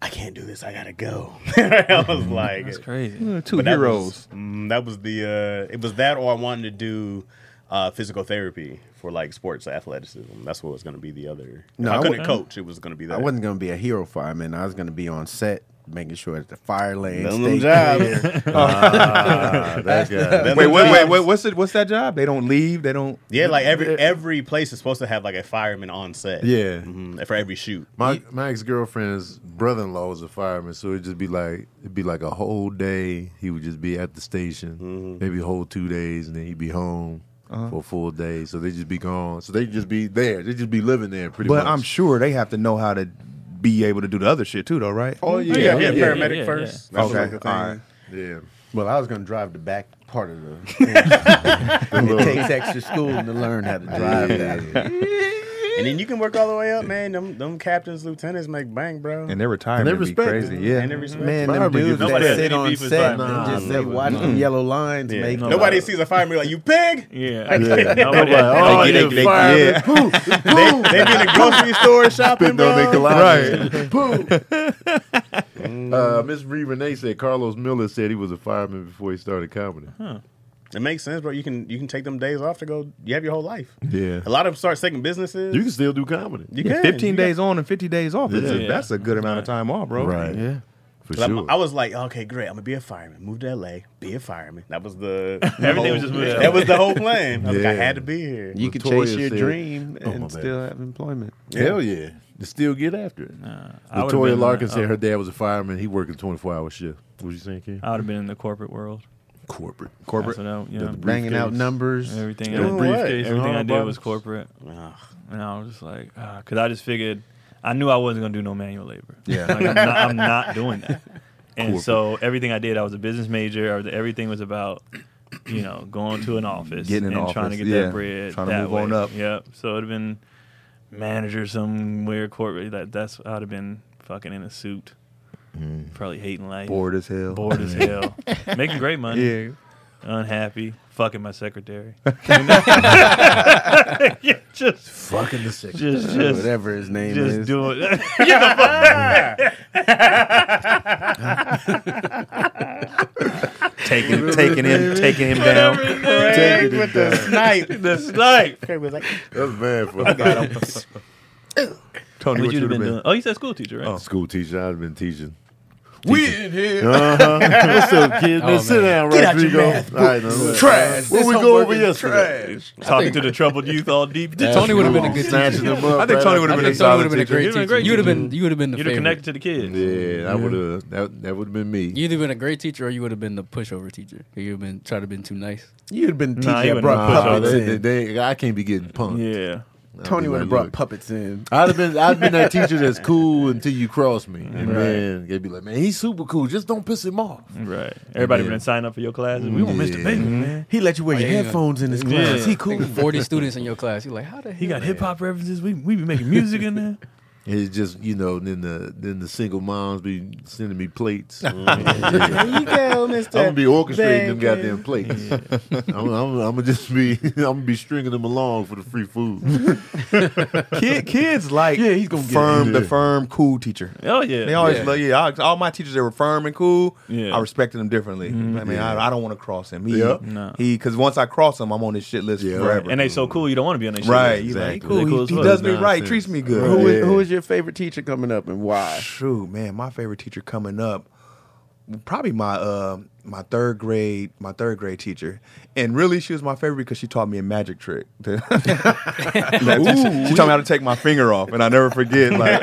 D: I can't do this. I gotta go. I was like,
E: Mm-hmm. That's crazy.
F: Two
D: but that
F: heroes.
D: was- mm, That was, the, uh, it was that or I wanted to do uh, physical therapy for like sports athleticism. That's what was gonna be the other.
A: No,
D: No, I
A: I
D: couldn't
A: wa-
D: coach. It was gonna be that.
A: I wasn't going to be a hero fireman. I was going to be on set making sure that the fire lane
D: Them
A: stayed
D: jobs.
A: clear.
B: that guy.
D: Them
F: Wait, wait, wait,
D: jobs.
F: wait. What's it? What's that job? They don't leave. They don't.
D: Yeah, like every every place is supposed to have like a fireman on set.
B: Yeah.
D: hmm for every shoot.
B: My my ex girlfriend's brother in law was a fireman, so it'd just be like it'd be like a whole day. He would just be at the station, maybe a whole two days, and then he'd be home for a full day. So they'd just be gone. So they'd just be there. They'd just be living there pretty much.
F: But I'm sure they have to know how to be able to do the other shit too, though, right?
B: Oh yeah,
D: Yeah,
B: yeah.
D: yeah,
E: yeah,
D: paramedic
E: yeah, yeah.
D: first. That's
F: okay.
D: like the thing.
F: all right.
A: Well, I was going to drive the back part of the. it takes extra schooling to learn how to drive that.
D: And then you can work all the way up, man. Them, them captains, lieutenants make bank, bro.
F: And their retirement
B: And they
F: would be
B: respect
F: crazy.
B: it.
F: Yeah.
D: And they respect-
A: Man, them
B: Fireman
A: dudes
B: gets
A: that
B: nobody
E: has
A: sit
E: any
A: on
E: beef with
A: set
E: firemen.
A: and
B: Nah,
A: just they
B: never.
A: watch them yellow lines
D: Yeah.
A: make
D: Nobody sees a fireman like you pig.
E: Yeah.
B: yeah.
E: Nobody-
B: oh,
E: They-
B: you
E: they- they-
B: fireman. Poo, poo.
D: They be in the grocery store shopping,
B: No, they
D: bro.
B: collide. Poo. uh, Miss Ree Renee said Carlos Miller said he was a fireman before he started comedy.
D: It makes sense, bro. You can you can take them days off to go. You have your whole life.
B: Yeah,
D: A lot of them start second businesses.
B: you can still do comedy.
D: You
F: Yeah,
D: can.
F: 15
D: You
F: days on and 50 days off. That's, a,
E: Yeah.
F: that's a good amount of time off, bro.
B: Right. Yeah. For
D: But I'm-
B: sure.
D: I was like, okay, great. I'm gonna be a fireman. Move to LA. Be a fireman. That was the the
E: Everything
D: whole-
E: was just moving to
D: That
E: LA.
D: was the whole plan. I was like,
B: Yeah.
D: I had to be here.
A: You can
B: Latoya
A: chase your
B: said-
A: dream
B: Oh,
A: and
B: my bad.
A: still have employment.
B: Hell yeah. To still get after it.
E: I would've
B: Latoya
E: been- uh,
B: Larkin said her dad was a fireman. He worked a 24 hour shift. What you saying, Ken?
E: I would have been in the corporate world.
B: Corporate.
E: Uh, Corporate. That's what I, you know,
A: Banging out numbers.
E: everything.
B: Doing
E: I,
B: what? And
E: briefcase, everything
B: all
E: I
B: the
E: did was
B: buttons.
E: corporate. And I was just like, because I just figured, I knew I wasn't going to do no manual labor.
F: Yeah.
E: Like, I'm, not, I'm not doing that. And so everything I did, I was a business major. I was- everything was about, you know, going to an office,
F: Getting an
E: and trying to
F: office,
E: get
F: yeah.
E: that bread,
F: Trying to
E: that
F: move
E: way.
F: on up.
E: Yep. So it'd have been manager somewhere corporate. That that's I'd have been fucking in a suit, probably hating life,
F: Mm-hmm. Bored as hell.
E: bored as hell, making great money
F: Yeah.
E: unhappy, fucking my secretary. just
B: Fucking the six.
E: just just
A: Whatever his name
E: just
A: is.
E: doing
H: Taking, taking him, taking him down.
D: Craig with the snipe.
E: the snipe.
D: Craig was like,
B: That's bad for a
F: Tony,
E: What
F: what
E: you
F: you'd
E: have
F: have
E: been
F: been
E: doing? Oh, you said school teacher, right?
B: school teacher. I've been teaching. Uh-huh.
A: We in here.
B: What's up, kid?
G: Oh,
B: man, sit down, Get Rodrigo. All right, now,
A: Trash.
B: Where
A: This
B: we go
A: homework
B: over
A: is
B: yesterday?
A: trash.
E: Talking to the troubled youth all deep.
G: Tony would have been a good
B: Snatching
G: teacher.
B: them up.
F: I think
B: right
F: Tony would
G: I
F: have been
G: think
F: a
G: Tony
F: solid
G: would have been a
F: teacher. Mm-hmm.
G: great
E: You'd have been a
G: teacher.
E: great teacher.
G: You would have been you would have been the
E: You'd have
G: favorite.
E: connected to the kids.
B: Yeah, that would have that, that would have been me.
G: You'd have been a great teacher, or you would have been the pushover teacher. You'd have been try to been too nice.
A: You'd have been teaching.
E: he
A: that
E: wouldn't
A: brought
E: have put
B: Nah,
A: puppets
B: Uh, they- they-
A: in.
B: they- I can't be getting punked.
E: Yeah.
B: I'd be
A: Tony would
B: like,
A: have brought
B: look,
A: puppets in.
B: I'd have been I'd been that teacher that's cool until you cross me, and then they'd be like, "Man, he's super cool. Just don't piss him off."
E: Right. Everybody
B: Yeah.
E: been signing up for your classes. We want Mr.
B: Yeah.
E: Baker, man.
A: He let you wear your
G: yeah.
A: headphones in his class.
E: Yeah.
A: He cool.
G: Forty students in your class. You're like, how the hell?
E: He got hip hop references. We we be making music in there.
B: And It's just you know, and then the then the single moms be sending me plates.
D: here you go, Mister.
B: I'm gonna be orchestrating them goddamn plates. I'm, I'm, I'm gonna just be I'm gonna be stringing them along for the free food.
F: Kid, kids like yeah, he's gonna
B: get
F: firm,
B: it.
F: the
B: Yeah.
F: firm, cool teacher.
E: Oh yeah.
F: They always
G: Yeah.
F: love yeah. I, all my teachers that were firm and cool.
E: Yeah.
F: I respected them differently. I mean, I, I don't want to cross him. He,
B: Yeah.
E: No.
F: he, because once I cross him, I'm on his shit list
B: Yeah.
F: forever.
E: and they so cool you don't want to be on their shit.
F: right, you
E: list.
F: like
E: They
F: cool. He-
E: as
F: he,
E: fuck.
F: does me right.
B: Nonsense.
F: Treats me good.
A: Who
B: Yeah.
A: is, who is your favorite teacher coming up and why?
F: True, man. My favorite teacher coming up probably my uh, my third grade my third grade teacher, and really she was my favorite because she taught me a magic trick. she, she taught me how to take my finger off, and I never forget. Like,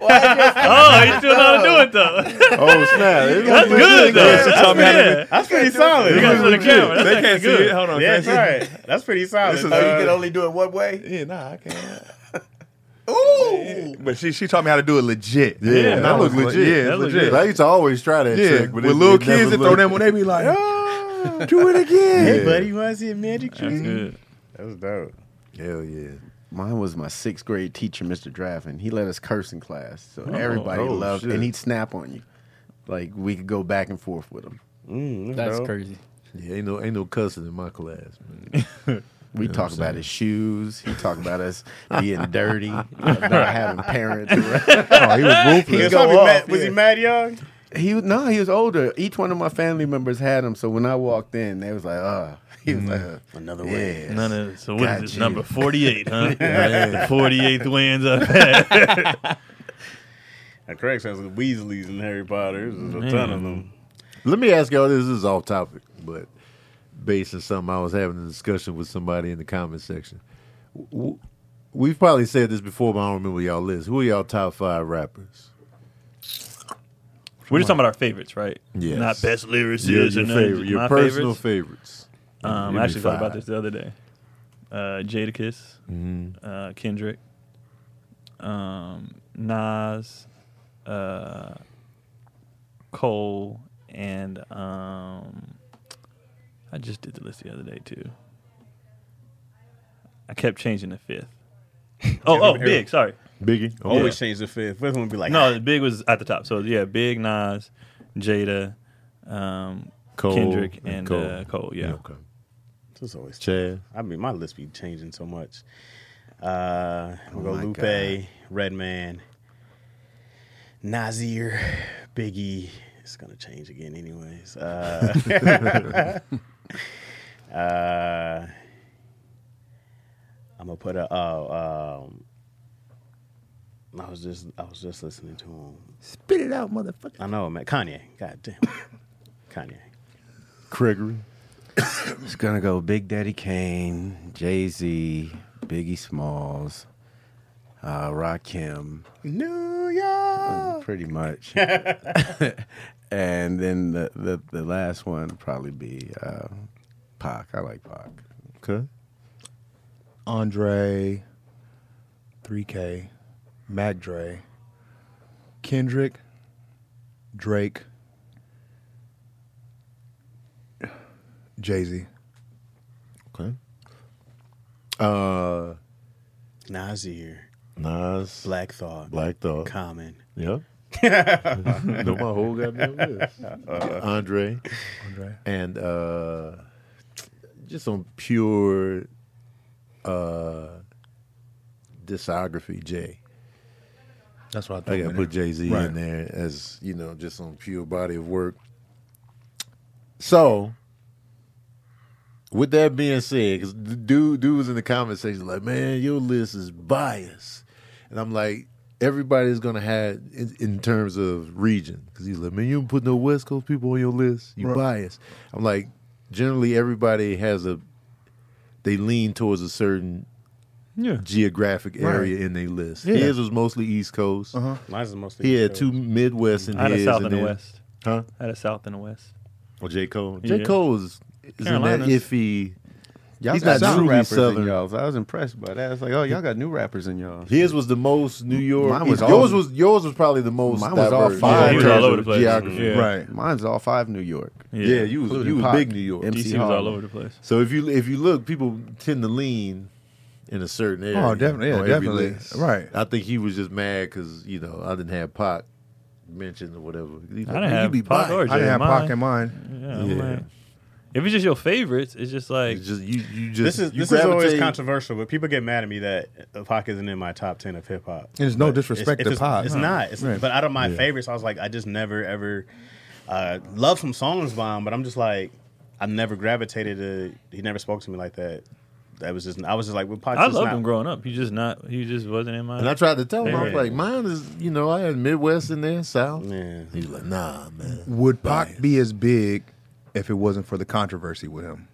E: Oh, you still know how to do it though.
B: Oh snap! It
E: That's
B: was
E: good though.
F: taught me how to-
E: Yeah.
D: That's pretty solid.
E: You got to the camera. That's
F: they can't see
E: actually good.
F: it. Hold on,
D: Yeah,
F: can't
D: that's
F: see it.
D: right. That's pretty solid.
F: This is-
D: Uh,
J: you can only do it one way.
B: Yeah, nah, I can't.
F: Ooh. But she she taught me how to do it legit.
B: Yeah,
E: Yeah,
B: that,
E: that
B: looks
F: was-
B: legit.
F: yeah, it's
E: That look
F: legit.
E: good.
B: I used to always try that
F: Yeah,
B: trick, but
F: with
B: it,
F: little
B: it never
F: kids that throw
B: looked-
F: them when they be like, oh, do it again.
D: Hey, buddy, you want to see a magic
E: That's
D: trick?
E: good.
D: That was dope.
B: Hell yeah!
A: Mine was my sixth grade teacher, Mr. Draft, and he let us curse in class. So everybody
B: oh,
A: loved
B: shit.
A: and he'd snap on you. Like we could go back and forth with him.
D: Hmm,
G: That's crazy.
B: Yeah, ain't no ain't no cussing in my class. Man.
A: We talk about his shoes. He talk about us being dirty, about not having parents. around.
B: oh, he was
D: He
B: ruthless.
D: was, probably mad, was he mad young?
A: He was- no, he was older. Each one of my family members had him. So when I walked in, they was like, "Uh." He was like, uh,
K: Another way.
A: "Yeah."
E: None of so what is
A: Got
E: this
A: you.
E: number forty eight, huh? the forty eighth wins I've had.
D: Now, Craig sounds like Weasleys and Harry Potter. There's a ton of them.
B: Let me ask y'all. This is off topic, but based on something I was having a discussion with somebody in the comment section. W- We've probably said this before, but I don't remember y'all list. Who are y'all top five rappers?
E: We're just talking about our favorites, right?
B: Yes.
E: Not best lyricists
B: Your,
E: or
B: your
E: nothing,
B: favorite,
E: just
B: your
E: my
B: personal
E: favorites.
B: favorites.
E: Um,
B: It'd
E: I
B: be
E: actually thought about
B: five.
E: this the other day. Uh, Jadakiss, uh, Kendrick, um, Nas, uh, Cole, and um, I just did the list the other day too. I kept changing the fifth. Oh, oh, big. Sorry,
B: Biggie.
E: Oh,
B: Okay.
D: Always change the fifth. Fifth one would be like,
E: no, big was at the top. So yeah, big Nas, Jada, um,
B: Cole
E: Kendrick,
B: and
E: and,
B: Cole.
E: Uh, Cole. Yeah,
B: Okay.
D: This is always
B: Chad.
D: I mean, my list be changing so much. Uh, we'll
B: Oh
D: go
A: my
D: Lupe,
A: God.
D: Redman, Nazir, Biggie. It's gonna change again, anyways. Uh, uh, I'm gonna put a. Oh, um, I was just I was just listening to him.
B: Spit it out, motherfucker.
D: I know, man. Kanye. God damn. Kanye.
B: Gregory.
A: It's gonna go Big Daddy Kane, Jay Z, Biggie Smalls, uh, Rakim, Mm,
D: New York.
A: pretty much. and then the, the the last one would probably be uh, Pac. I like Pac.
B: Okay.
F: Andre, 3K, Mac Dre, Kendrick, Drake, Jay Z.
B: Okay. Uh,
D: Nazir.
B: Nas.
D: Black Thought.
B: Black Thought.
D: Common.
B: Yep. know my whole goddamn list. Andre
F: Andre.
B: and uh, just on pure uh, discography, Jay.
F: That's what I
B: I
F: think.
B: gotta put Jay Z
F: Right.
B: in there as you know, just on pure body of work. So, with that being said, because dude, dude was in the comment section like, "Man, your list is biased," and I'm like, everybody's gonna have in, in terms of region because he's like, "Man, you don't put no West Coast people on your list. You biased." I'm like, generally everybody has a, they lean towards a certain.
E: Yeah.
B: Geographic area in their list. His was mostly East Coast.
D: Mine's the most.
B: He had two Midwest and
E: I had a
B: his,
E: South and a
B: then-
E: West.
B: huh?
E: I had a South and a West.
B: Or J Cole. J
E: Yeah.
B: Cole is, is in that
E: Carolinas.
B: iffy.
A: Y'all
B: He's
A: got
B: not
A: new
B: truly
A: rappers
B: Southern.
A: in y'all. I was impressed by that. It's like, oh, y'all got new rappers in y'all.
B: His was the most New York.
A: Mine was
B: yours
A: all-
B: was yours was probably the most.
A: Mine was all
B: diverse.
A: five.
B: in
A: He was
B: terms
E: all over
B: of
E: the place.
B: Geography.
E: Yeah.
F: Right.
A: Mine's all five New York.
B: Yeah, you was
A: Including
B: you was
A: Pac,
B: big New York.
A: MC
E: DC was
A: Harlem.
E: all over the place.
B: So if you if you look, people tend to lean in a certain area.
F: Oh, definitely, yeah,
B: on every
F: definitely.
B: list.
F: Right.
B: I think he was just mad because you know I didn't have Pac mentioned or whatever. He's
E: I
B: like, "Man,
E: didn't
B: you
E: have
B: be
E: Pac
B: biased."
E: or
F: I didn't have
E: mine.
F: Pac in mine.
E: Yeah, I'm
B: Yeah.
E: like- if it's just your favorites, it's just like
B: It's just you. You just
D: This is
B: you
D: this is always
B: gravitate-
D: controversial, but people get mad at me that uh, Pac isn't in my top ten of hip hop.
F: And it's no
D: But
F: disrespect
D: if
F: to Pac.
D: It's
F: Huh.
D: not. It's,
F: Right.
D: But out of my favorites, I was like, I just never ever uh, love some songs by him, but I'm just like, I never gravitated to. He never spoke to me like that. that was just I was just like, well, pot's
E: I
D: just
E: loved
D: not-
E: him growing up. He just not. He just wasn't in my.
B: And I tried to tell him, I was
E: Yeah.
B: like, mine is, you know, I had Midwest in there, South.
D: Yeah.
B: He was like, nah, man.
F: Would Pac be as big if it wasn't for the controversy with him?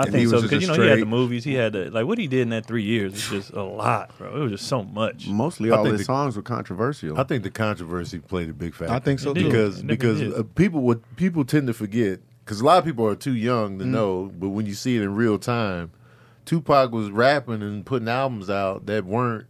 E: I
F: If he
E: think so
F: was just
E: because
F: a
E: you know he had the
F: straight-
E: movies. He had the, like what he did in that three years was just a lot, bro. It was just so much.
A: Mostly
B: I
A: all
B: think
A: his
B: the-
A: songs were controversial.
B: I think the controversy played a big factor.
F: I think so, It did.
B: because
E: It definitely
B: because
E: did.
B: uh, people would people tend to forget because a lot of people are too young to
F: Mm.
B: know, but when you see it in real time, Tupac was rapping and putting albums out that weren't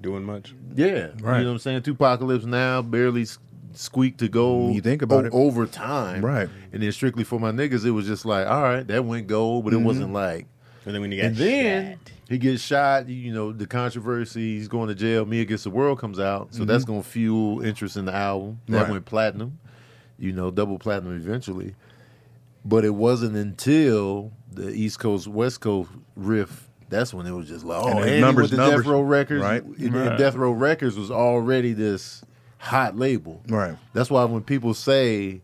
D: doing much.
B: Yeah,
F: Right.
B: You know what I'm saying? Tupacalypse now barely s- squeaked to gold.
F: You think about it.
B: over time,
F: Right.
B: And then strictly for my niggas, it was just like, all right, that went gold,
F: Mm-hmm.
B: but it wasn't like.
D: And then when you got
B: And then
D: shot.
B: he gets shot. You know the controversy. He's going to jail. Me Against the World comes out, so that's going to fuel interest in the album. That
F: Mm-hmm. Right.
B: went platinum. You know, double platinum eventually. But it wasn't until the East Coast West Coast riff that's when it was just like oh,
F: And
B: and,
F: the
B: numbers,
F: numbers,
B: with the
F: numbers.
B: Death Row Records,
F: Right.
B: And, and Death Row Records was already this hot label,
F: Right.
B: That's why when people say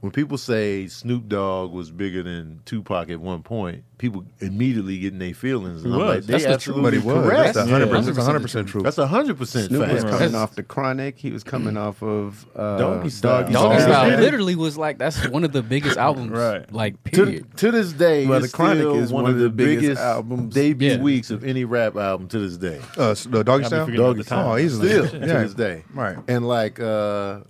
B: when people say Snoop Dogg was bigger than Tupac at one point, people immediately get in their feelings. And
E: He
B: I'm
E: was.
B: like, they
F: That's the truth. But
B: absolutely
F: he was.
B: correct.
F: That's a hundred percent. That's a
A: 100%
F: hundred percent true.
B: That's a hundred percent
A: Snoop was
B: fact.
A: coming off the Chronic. He was coming off of uh,
B: Doggy Style.
G: Doggy
B: Yeah.
G: Style
B: Yeah.
G: literally was like that's one of the biggest albums,
E: Right.
G: Like
B: To,
G: period.
B: to this day,
A: Well,
B: it's
A: The Chronic
B: still
A: is
B: one, of the biggest,
A: albums.
B: debut
G: Yeah.
B: weeks of any rap album to this day.
F: Uh, s- the doggy
E: I'll be
F: style.
E: forgetting about the time.
F: Oh, easily.
B: Still to
F: yeah.
B: this day,
F: Right.
B: And like, uh,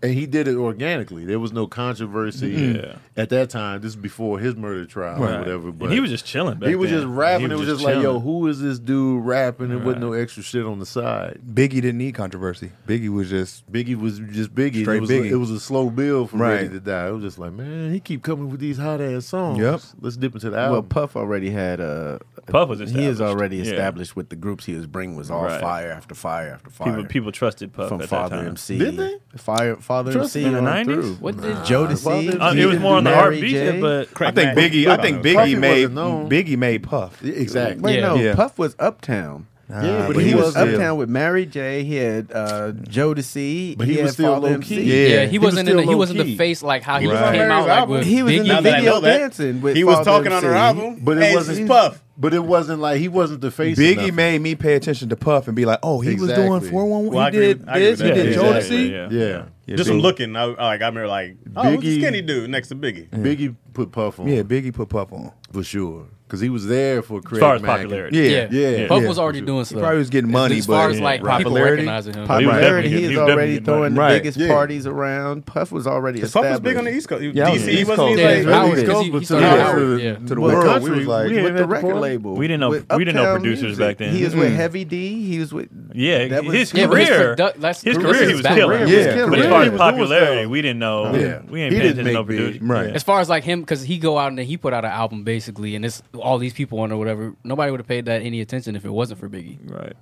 B: and he did it organically. There was no controversy
E: Yeah.
B: at that time. This is before his murder trial
E: Right.
B: or whatever.
E: And
B: But
E: he was just chilling. Back
B: he was
E: then.
B: just rapping.
E: He
B: it was just, like, yo,
E: chilling.
B: who is this dude rapping? There wasn't no extra shit on the side.
F: Biggie didn't need controversy. Biggie was just
B: Biggie was just Biggie.
F: Straight
B: it was
F: Biggie.
B: it was a slow build from
F: Right.
B: Ready to Die. It was just like, man, he keep coming with these hot ass songs.
F: Yep.
B: Let's dip into the
A: Well,
B: album.
A: Puff already had a.
E: Puff was
A: He is
E: Um, established.
A: already
E: Yeah.
A: established with the groups he was bringing was all
E: Right.
A: fire after fire after fire.
E: people people trusted Puff
A: from
E: at
A: Father
E: that time.
A: MC.
B: Did they?
A: Fire, Father
B: Trust
A: MC
E: in the
A: on
E: 90s?
A: through.
G: What did
A: Jodeci.
B: Father
E: Uh, it
B: Yeah.
E: was more on the
A: Mary
E: heart
A: J.
E: beat, but
D: Craig
C: I think
D: Mack-
C: Biggie. I think Biggie
B: Puffy
C: made
B: wasn't known.
F: Biggie made Puff.
B: exactly.
A: Wait,
G: Yeah.
A: no,
F: Yeah.
A: Puff was Uptown.
B: yeah,
A: But he, was, uptown with Mary J. He had uh, Jodeci.
B: But he was
A: had
B: still
A: Father
B: low
A: MC.
B: key.
G: yeah,
B: Yeah,
G: he,
B: he was
G: wasn't in
B: still
G: the, he
B: low
G: wasn't
B: key.
G: the face like how he
B: Right.
G: came
B: Right.
G: out like with
A: He was in
G: Biggie.
A: the
D: Now that I
A: video
D: know that,
A: dancing with
D: he was
A: Father
D: talking on her
A: MC.
D: album.
B: But it
D: Hey, this
B: wasn't
D: is Puff.
B: But it wasn't like he wasn't the face. of
F: Biggie
B: nothing.
F: made me pay attention to Puff and be like, oh, he was
B: Exactly.
F: doing 411.
D: Well, I
F: he
D: agree
F: did
D: with- I agree
F: this.
D: with
F: He
D: that.
F: did
E: Yeah,
F: Jodeci.
E: exactly, yeah.
B: Yeah.
D: just from looking, I, I- like I remember, like, oh, who's the
B: Biggie-
D: skinny dude next to Biggie?
B: Biggie put Puff on
F: Yeah, Biggie put Puff on.
B: for sure because he was there for Craig
E: as far as
B: Mack.
E: popularity.
F: Yeah.
G: Yeah,
B: Yeah.
G: Puff
F: Yeah.
G: was already doing
F: He
G: stuff.
F: probably was getting money,
G: as far
F: but
G: as like
F: Right.
G: people
F: Popularity?
G: recognizing him.
E: was definitely
A: Popularity.
E: getting-
A: He
E: he
A: is
E: was definitely
A: already
E: getting money.
A: throwing the
F: Right.
A: biggest
B: Yeah.
A: parties around. Puff was already
D: Puff was
A: established.
D: big on the East Coast. He-
A: Yeah,
D: DC, he
F: East
D: wasn't
F: Coast.
D: even
G: Yeah,
D: like.
G: Howard,
B: East
G: 'cause
B: Coast,
G: he,
B: but
G: he
B: to
G: started
B: the-
G: Howard, yeah.
F: to the
B: Well,
F: world.
B: country
F: we was
B: was
F: like,
B: like-
A: with
B: had
A: the
B: that
A: record
B: before?
A: label.
E: We didn't know-
A: With
E: we didn't know
A: Uptown
E: producers
A: Music.
E: back then.
A: He was
F: Hmm.
A: with Heavy D. He was with
E: Yeah,
A: That was
E: his
A: his
E: career,
G: career. That's-
E: his
G: that's
E: career,
G: his
E: he was
G: background.
E: killing.
A: Yeah.
E: But
A: Career, he
E: as far
B: was
E: as
B: doing
E: popularity,
B: stuff.
E: we didn't know.
B: Yeah.
E: We ain't
B: He
E: paying
B: didn't
E: attention to no
B: make big.
E: producer.
F: Right.
G: As far as like him, because he go out and then he put out an album basically, and it's all these people on or whatever. Nobody would have paid that any attention if it wasn't for Biggie.
E: Right.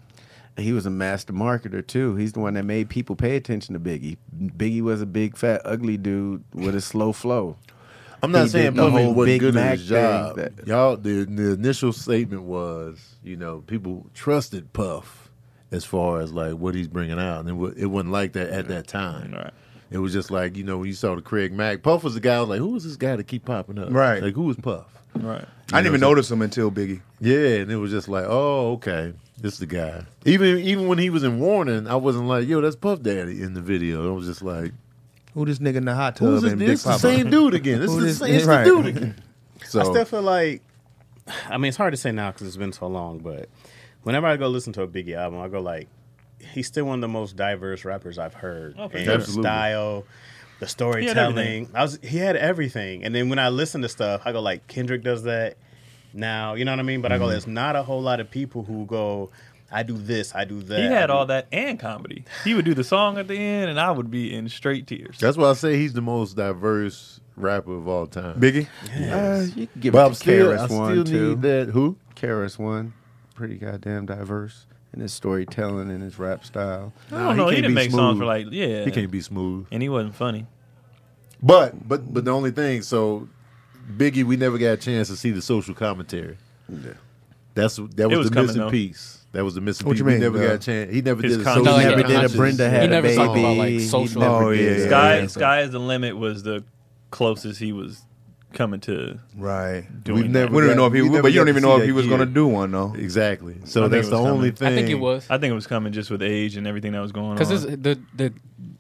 A: he was a master marketer too. He's the one that made people pay attention to Biggie. Biggie was a big fat ugly dude with a slow flow.
B: I'm not
A: He
B: saying
A: did the
B: Puff
A: whole
B: wasn't
A: Big
B: good
A: Mac
B: at his job.
A: thing that-
B: Y'all, the, the initial statement was, you know, people trusted Puff as far as like what he's bringing out, and it, wa- it wasn't like that at that time.
E: Right.
B: It was just like you know when you saw the Craig Mack, Puff was the guy. I was like, who was this guy to keep popping up?
F: Right.
B: Like who was Puff?
E: Right.
F: I didn't even notice him until Biggie.
B: Yeah, and it was just like, oh, okay, this the guy. Even even when he was in Warning, I wasn't like, yo, that's Puff Daddy in the video. I was just like,
F: Who this nigga in the hot tub
B: who's this?
F: and
B: This
F: Big
B: the
F: Papa?
B: same dude again. This
F: Who
B: the
F: this-
B: same it's the
F: right.
B: dude again. So
D: I still feel like, I mean, it's hard to say now because it's been so long, but whenever I go listen to a Biggie album, I go like, he's still one of the most diverse rappers I've heard.
E: Oh, for
D: in
E: sure.
B: Absolutely.
D: style, the storytelling. I was he had everything, and then when I listen to stuff, I go like Kendrick does that now. You know what I mean? But I go, there's not a whole lot of people who go, I do this, I do that.
E: He
D: I
E: had
D: do
E: all that and comedy. He would do the song at the end, and I would be in straight tears.
B: that's why I say he's the most diverse rapper of all time.
F: Biggie.
A: Uh, you can give
B: But I'm
A: it to
B: still, I
A: Karis
B: still
A: one
B: need
A: too.
B: that. Who?
A: Karis one, pretty goddamn diverse in his storytelling and his rap style.
E: I don't
B: he
E: know.
B: can't
E: He, didn't
B: be
E: make songs
B: smooth.
E: for like yeah.
B: He can't be smooth.
E: and he wasn't funny.
B: But but but the only thing, so Biggie, we never got a chance to see the social commentary. That's that was,
E: was
B: the
E: coming,
B: missing
E: though.
B: piece. That was the missing
F: What
B: piece.
F: you
B: we
F: mean,
B: never
F: though?
B: got a chance. He never
E: His
B: did a
E: content.
B: social
G: No, he
A: never did a
B: conscious-
A: Brenda had
G: He never
A: a
G: talked
A: baby.
G: about, like,
A: He
G: social-
A: never
F: Oh,
A: did
F: yeah,
A: that.
E: Sky
F: yeah.
E: Sky is the limit was the closest he was coming to
F: Right.
E: doing
B: We've
E: that.
B: never
F: We don't even know if
B: we
F: he, would,
B: never
F: but you
B: got
F: don't
B: to
F: even
B: see
F: know if
B: that
F: he was
B: kid.
F: going to do one though.
B: Exactly. So
E: think
B: that's
E: it
B: the
E: was
B: only thing.
G: I think it was
E: I think it was coming just with age and everything that was going on.
G: because the the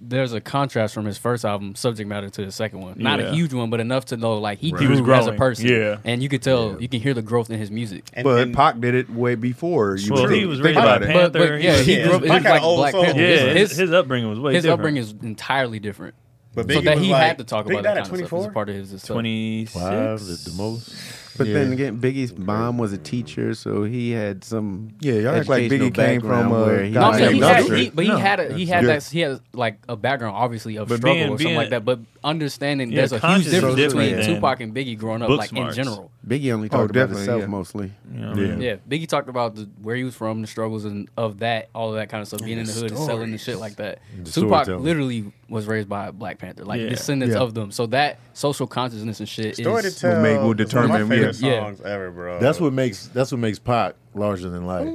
G: there's a contrast from his first album subject matter to the second one. Not
E: Yeah.
G: a huge one, but enough to know like he
E: Right.
G: grew
E: He was
G: as a
E: growing,
G: person.
E: yeah.
G: and you could tell you can hear the growth in his music.
D: And,
F: but
D: and-
F: Pac did it way before. You
E: well,
F: were-
E: he was
F: think
E: raised by
F: about
E: Panther.
F: it.
G: But- but yeah,
E: he was-
G: he
D: Yeah,
G: grew up it
D: Pac
G: was
D: got
G: like
D: old
G: Black
D: soul.
G: Panther.
E: yeah, his,
G: his-
E: his upbringing was way
G: His
E: different.
G: upbringing is entirely different.
D: but
G: so
D: Biggie
G: that
D: was
G: he
D: like-
G: had to talk
D: Biggie
G: about
D: died
G: that
D: at
G: kind of stuff. It's
D: 24?
G: part of his stuff.
E: Twenty
B: Five
E: six.
B: is the most.
A: But then again, Biggie's mom was a teacher, so he had some
F: Yeah, y'all act like
A: educational
F: Biggie came
A: background
F: from, uh,
A: where he
G: No, I
F: Yeah,
G: mean, he
A: was-
G: had,
F: doctorate.
G: he, but he
E: No,
G: had a he had
F: good.
G: that he had like a background obviously of
E: But
G: struggle
E: being-
G: or something
E: being-
G: like that. But understanding
E: Yeah,
G: there's a huge
E: conscious
G: difference
A: is different
G: between
E: than
G: Tupac and Biggie growing up,
E: book
G: like
E: smarts.
G: in general.
A: Biggie only talked about
F: Oh, definitely,
A: himself
F: yeah.
A: mostly.
E: You know what I
B: Yeah.
E: mean?
G: Yeah, Biggie talked about the, where he was from, the struggles and of that, all of that kind of stuff, being in the hood and selling the shit like that. Tupac
B: storytelling.
G: literally was raised by a Black Panther, like
E: Yeah.
G: descendants
F: Yeah.
G: of them. So that social consciousness and shit
D: Story to
G: is
D: tell.
F: Will make- will
D: is one of my
F: determine,
D: favorite
G: yeah. Yeah.
D: songs ever, bro.
B: That's what makes that's what makes Pac larger than life.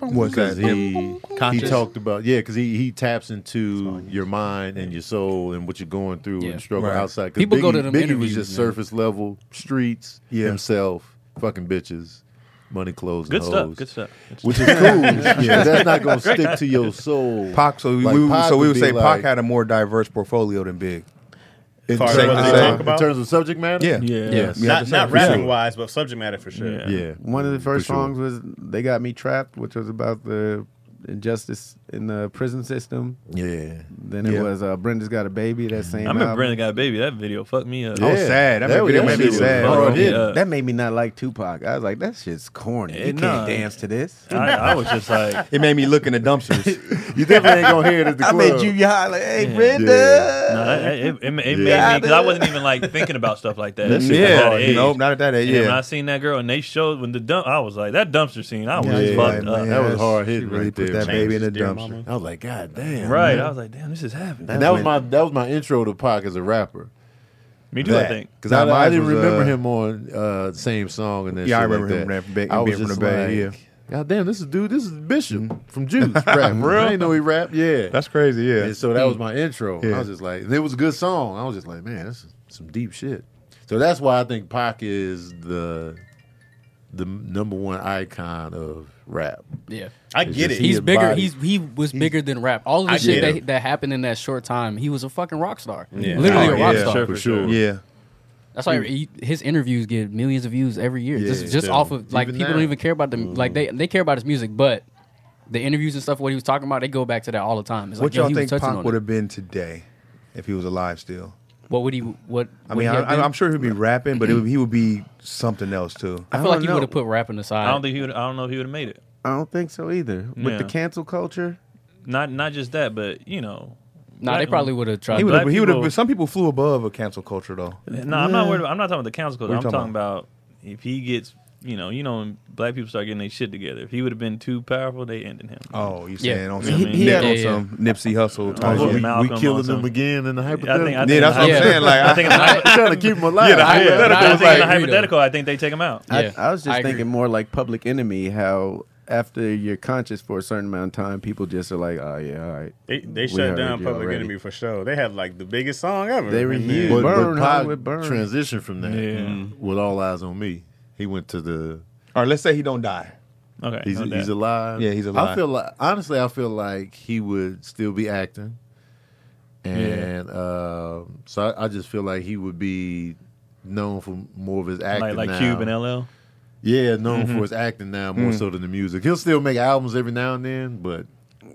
F: What's
B: Because
F: that?
B: he he talked about yeah, because he he taps into your mind and your soul and what you're going through
G: Yeah.
B: and struggle
F: Right.
B: outside. 'Cause
G: People go
B: Biggie-
G: to them
B: Biggie was
G: interviews,
B: just
G: man.
B: surface level streets,
F: Yeah.
B: himself, fucking bitches, money, clothes,
E: Good
B: and
E: stuff.
B: hoes.
E: Good stuff. Good stuff.
B: Which is cool, yeah, that's not gonna stick to your soul.
F: Pac, so
B: Like,
F: we
B: Pac
F: so we would
B: be
F: say
B: like-
F: Pac had a more diverse portfolio than Big.
B: in
D: Far as
B: terms-
D: what
B: in
D: they
B: terms-
D: talk about?
B: in terms of subject matter.
F: Yeah.
E: Yeah.
B: Yes.
F: Yeah.
D: not
F: that's
D: not
F: right.
D: rapping
F: Yeah.
D: wise, but subject matter for sure.
E: Yeah.
B: yeah.
A: One
D: Mm,
A: of the first
B: sure.
A: songs was "They Got Me Trapped," which was about the injustice in the prison system.
B: Yeah.
A: Then it
F: Yeah.
A: was uh, "Brenda's Got a Baby." That
D: Mm.
A: same.
E: I remember
A: album.
E: Brandon got a baby. That video fucked me up.
F: I was sad. That made- that made me
B: shit was
F: sad.
B: fucked
E: Oh,
B: up.
E: yeah. Uh,
A: that made me not like Tupac. I was like, "That shit's corny.
E: Eh,
A: You can't
E: nah.
A: dance to this."
E: I, I was just like,
F: It made me look in the dumpsters.
B: You definitely ain't gonna hear it at the
A: I
B: club.
A: made you holler, "Hey,
E: Yeah.
A: Brenda."
E: no, that- it, it, it made
A: Yeah.
E: me because I wasn't even like thinking about stuff like that.
B: That shit was
F: yeah,
E: At that age.
F: nope, not at that age.
E: And when I
F: Yeah,
E: seen that girl and they showed when the dump, I was like, that dumpster scene, I uh, was
B: Yeah,
E: fucked
B: man.
E: up.
B: That was
F: that's-
B: hard
F: she
B: hitting
F: Really
B: right
F: put
B: there.
F: that baby in the
D: Dear
F: dumpster.
D: mama.
B: I was like, God damn.
E: Right.
B: man.
E: I was like, damn, this is happening.
B: And that was my that was my intro to Pac as a rapper.
E: me too, I think.
B: Because I,
F: Nah,
B: I
F: mine
B: didn't
F: was,
B: remember
F: uh,
B: him on uh, same song and that.
F: Yeah, I
B: shit
F: remember
B: like
F: him
B: that.
F: rap- being-
B: I was
F: being from
B: just
F: the Bay,
B: like, God damn, this is dude. This is Bishop from Juice. Rap.
F: real?
B: I didn't know he rap. Yeah.
F: That's crazy. Yeah, Mm.
B: and so that was my intro. I
F: Yeah.
B: was just like, and it was a good song. I was just like, man, this is some deep shit. So that's why I think Pac is the the number one icon of rap.
G: yeah.
D: I get
B: just-
D: it.
B: He
G: He's bigger.
B: embodied-
G: He's he was bigger than rap. All of the
D: I
G: shit
D: get
G: that, that happened in that short time, he was a fucking rock star.
D: Yeah.
G: Literally
F: Oh,
G: a rock
F: yeah.
G: star.
E: Sure,
B: for
E: for
B: sure.
E: sure.
F: yeah.
G: That's why he, his interviews get millions of views every year. just
B: Yeah,
G: just
B: still.
G: off of like
B: Even
G: people
B: now.
G: don't even care about them. Like
F: Mm-hmm.
G: they they care about his music, but the interviews and stuff what he was talking about, they go back to that all the time. It's
F: What
G: like, yo,
F: y'all
G: he was
F: think
G: touching
F: Pac
G: on
F: would
G: it.
F: have been today if he was alive still?
G: What would he? What?
F: I
G: would
F: mean,
G: he have
F: I,
G: been?
F: I'm sure he'd be rapping, but it would, he would be something else too.
G: I
A: I
G: feel like
A: don't
G: he
A: know.
G: would have put rapping aside.
E: I don't think he would. I don't know if he would have made it.
A: I don't think so either. With the
E: Yeah.
A: cancel culture,
E: Not not just that, but you know,
G: Nah, they
E: Black-
G: probably would have tried.
F: He would
E: Black
F: have. He would
E: people-
F: have. Some people flew above a cancel culture though.
E: No, I'm not worried. About, I'm not talking about the council code.
F: What
E: I'm
F: you
E: talking,
F: talking
E: about? if he gets, you know, you know, when black people start getting their shit together. If he would have been too powerful, they ended him.
F: Oh, you
G: Yeah.
F: saying on
E: Yeah,
F: some,
E: I mean,
F: Nip-
A: yeah,
F: on
G: yeah.
F: some Nipsey Hustle type
E: Oh,
B: we,
F: shit?
E: yeah. Malcolm
B: we
E: or
B: killing them
E: something.
B: again in the
E: I think. I
B: hypothetical.
E: think
F: Yeah, that's what I'm
E: yeah.
F: saying. Like,
E: I think. in the hy-
B: I'm trying to keep him alive.
F: Yeah, I-
G: Yeah,
E: I think in the
G: I agree, though.
E: hypothetical, I think they take him out.
A: I,
G: Yeah,
A: I was just
G: I agree.
A: thinking more like Public Enemy. How after you're conscious for a certain amount of time, people just are like, "Oh yeah, all right."
D: They, they
A: We
D: shut
A: heard
D: down
A: you
D: Public
A: already.
D: Enemy for sure. They had like the biggest song ever.
A: They were
D: And
A: huge.
D: then-
B: But,
A: Burn,
B: but Pac
A: Hollywood, burn.
B: transitioned from that
E: Yeah.
B: with all eyes on me. He went to the.
F: All right, let's say he don't die.
E: Okay,
B: He's,
E: no doubt.
B: he's alive.
F: Yeah, he's
B: I
F: alive.
B: feel like honestly, I feel like he would still be acting, and um, so I, I just feel like he would be known for more of his acting.
E: like like Mm-hmm.
B: now.
E: Cube and LL.
B: Yeah, known for his acting now more
G: Mm.
B: so than the music. He'll still make albums every now and then, but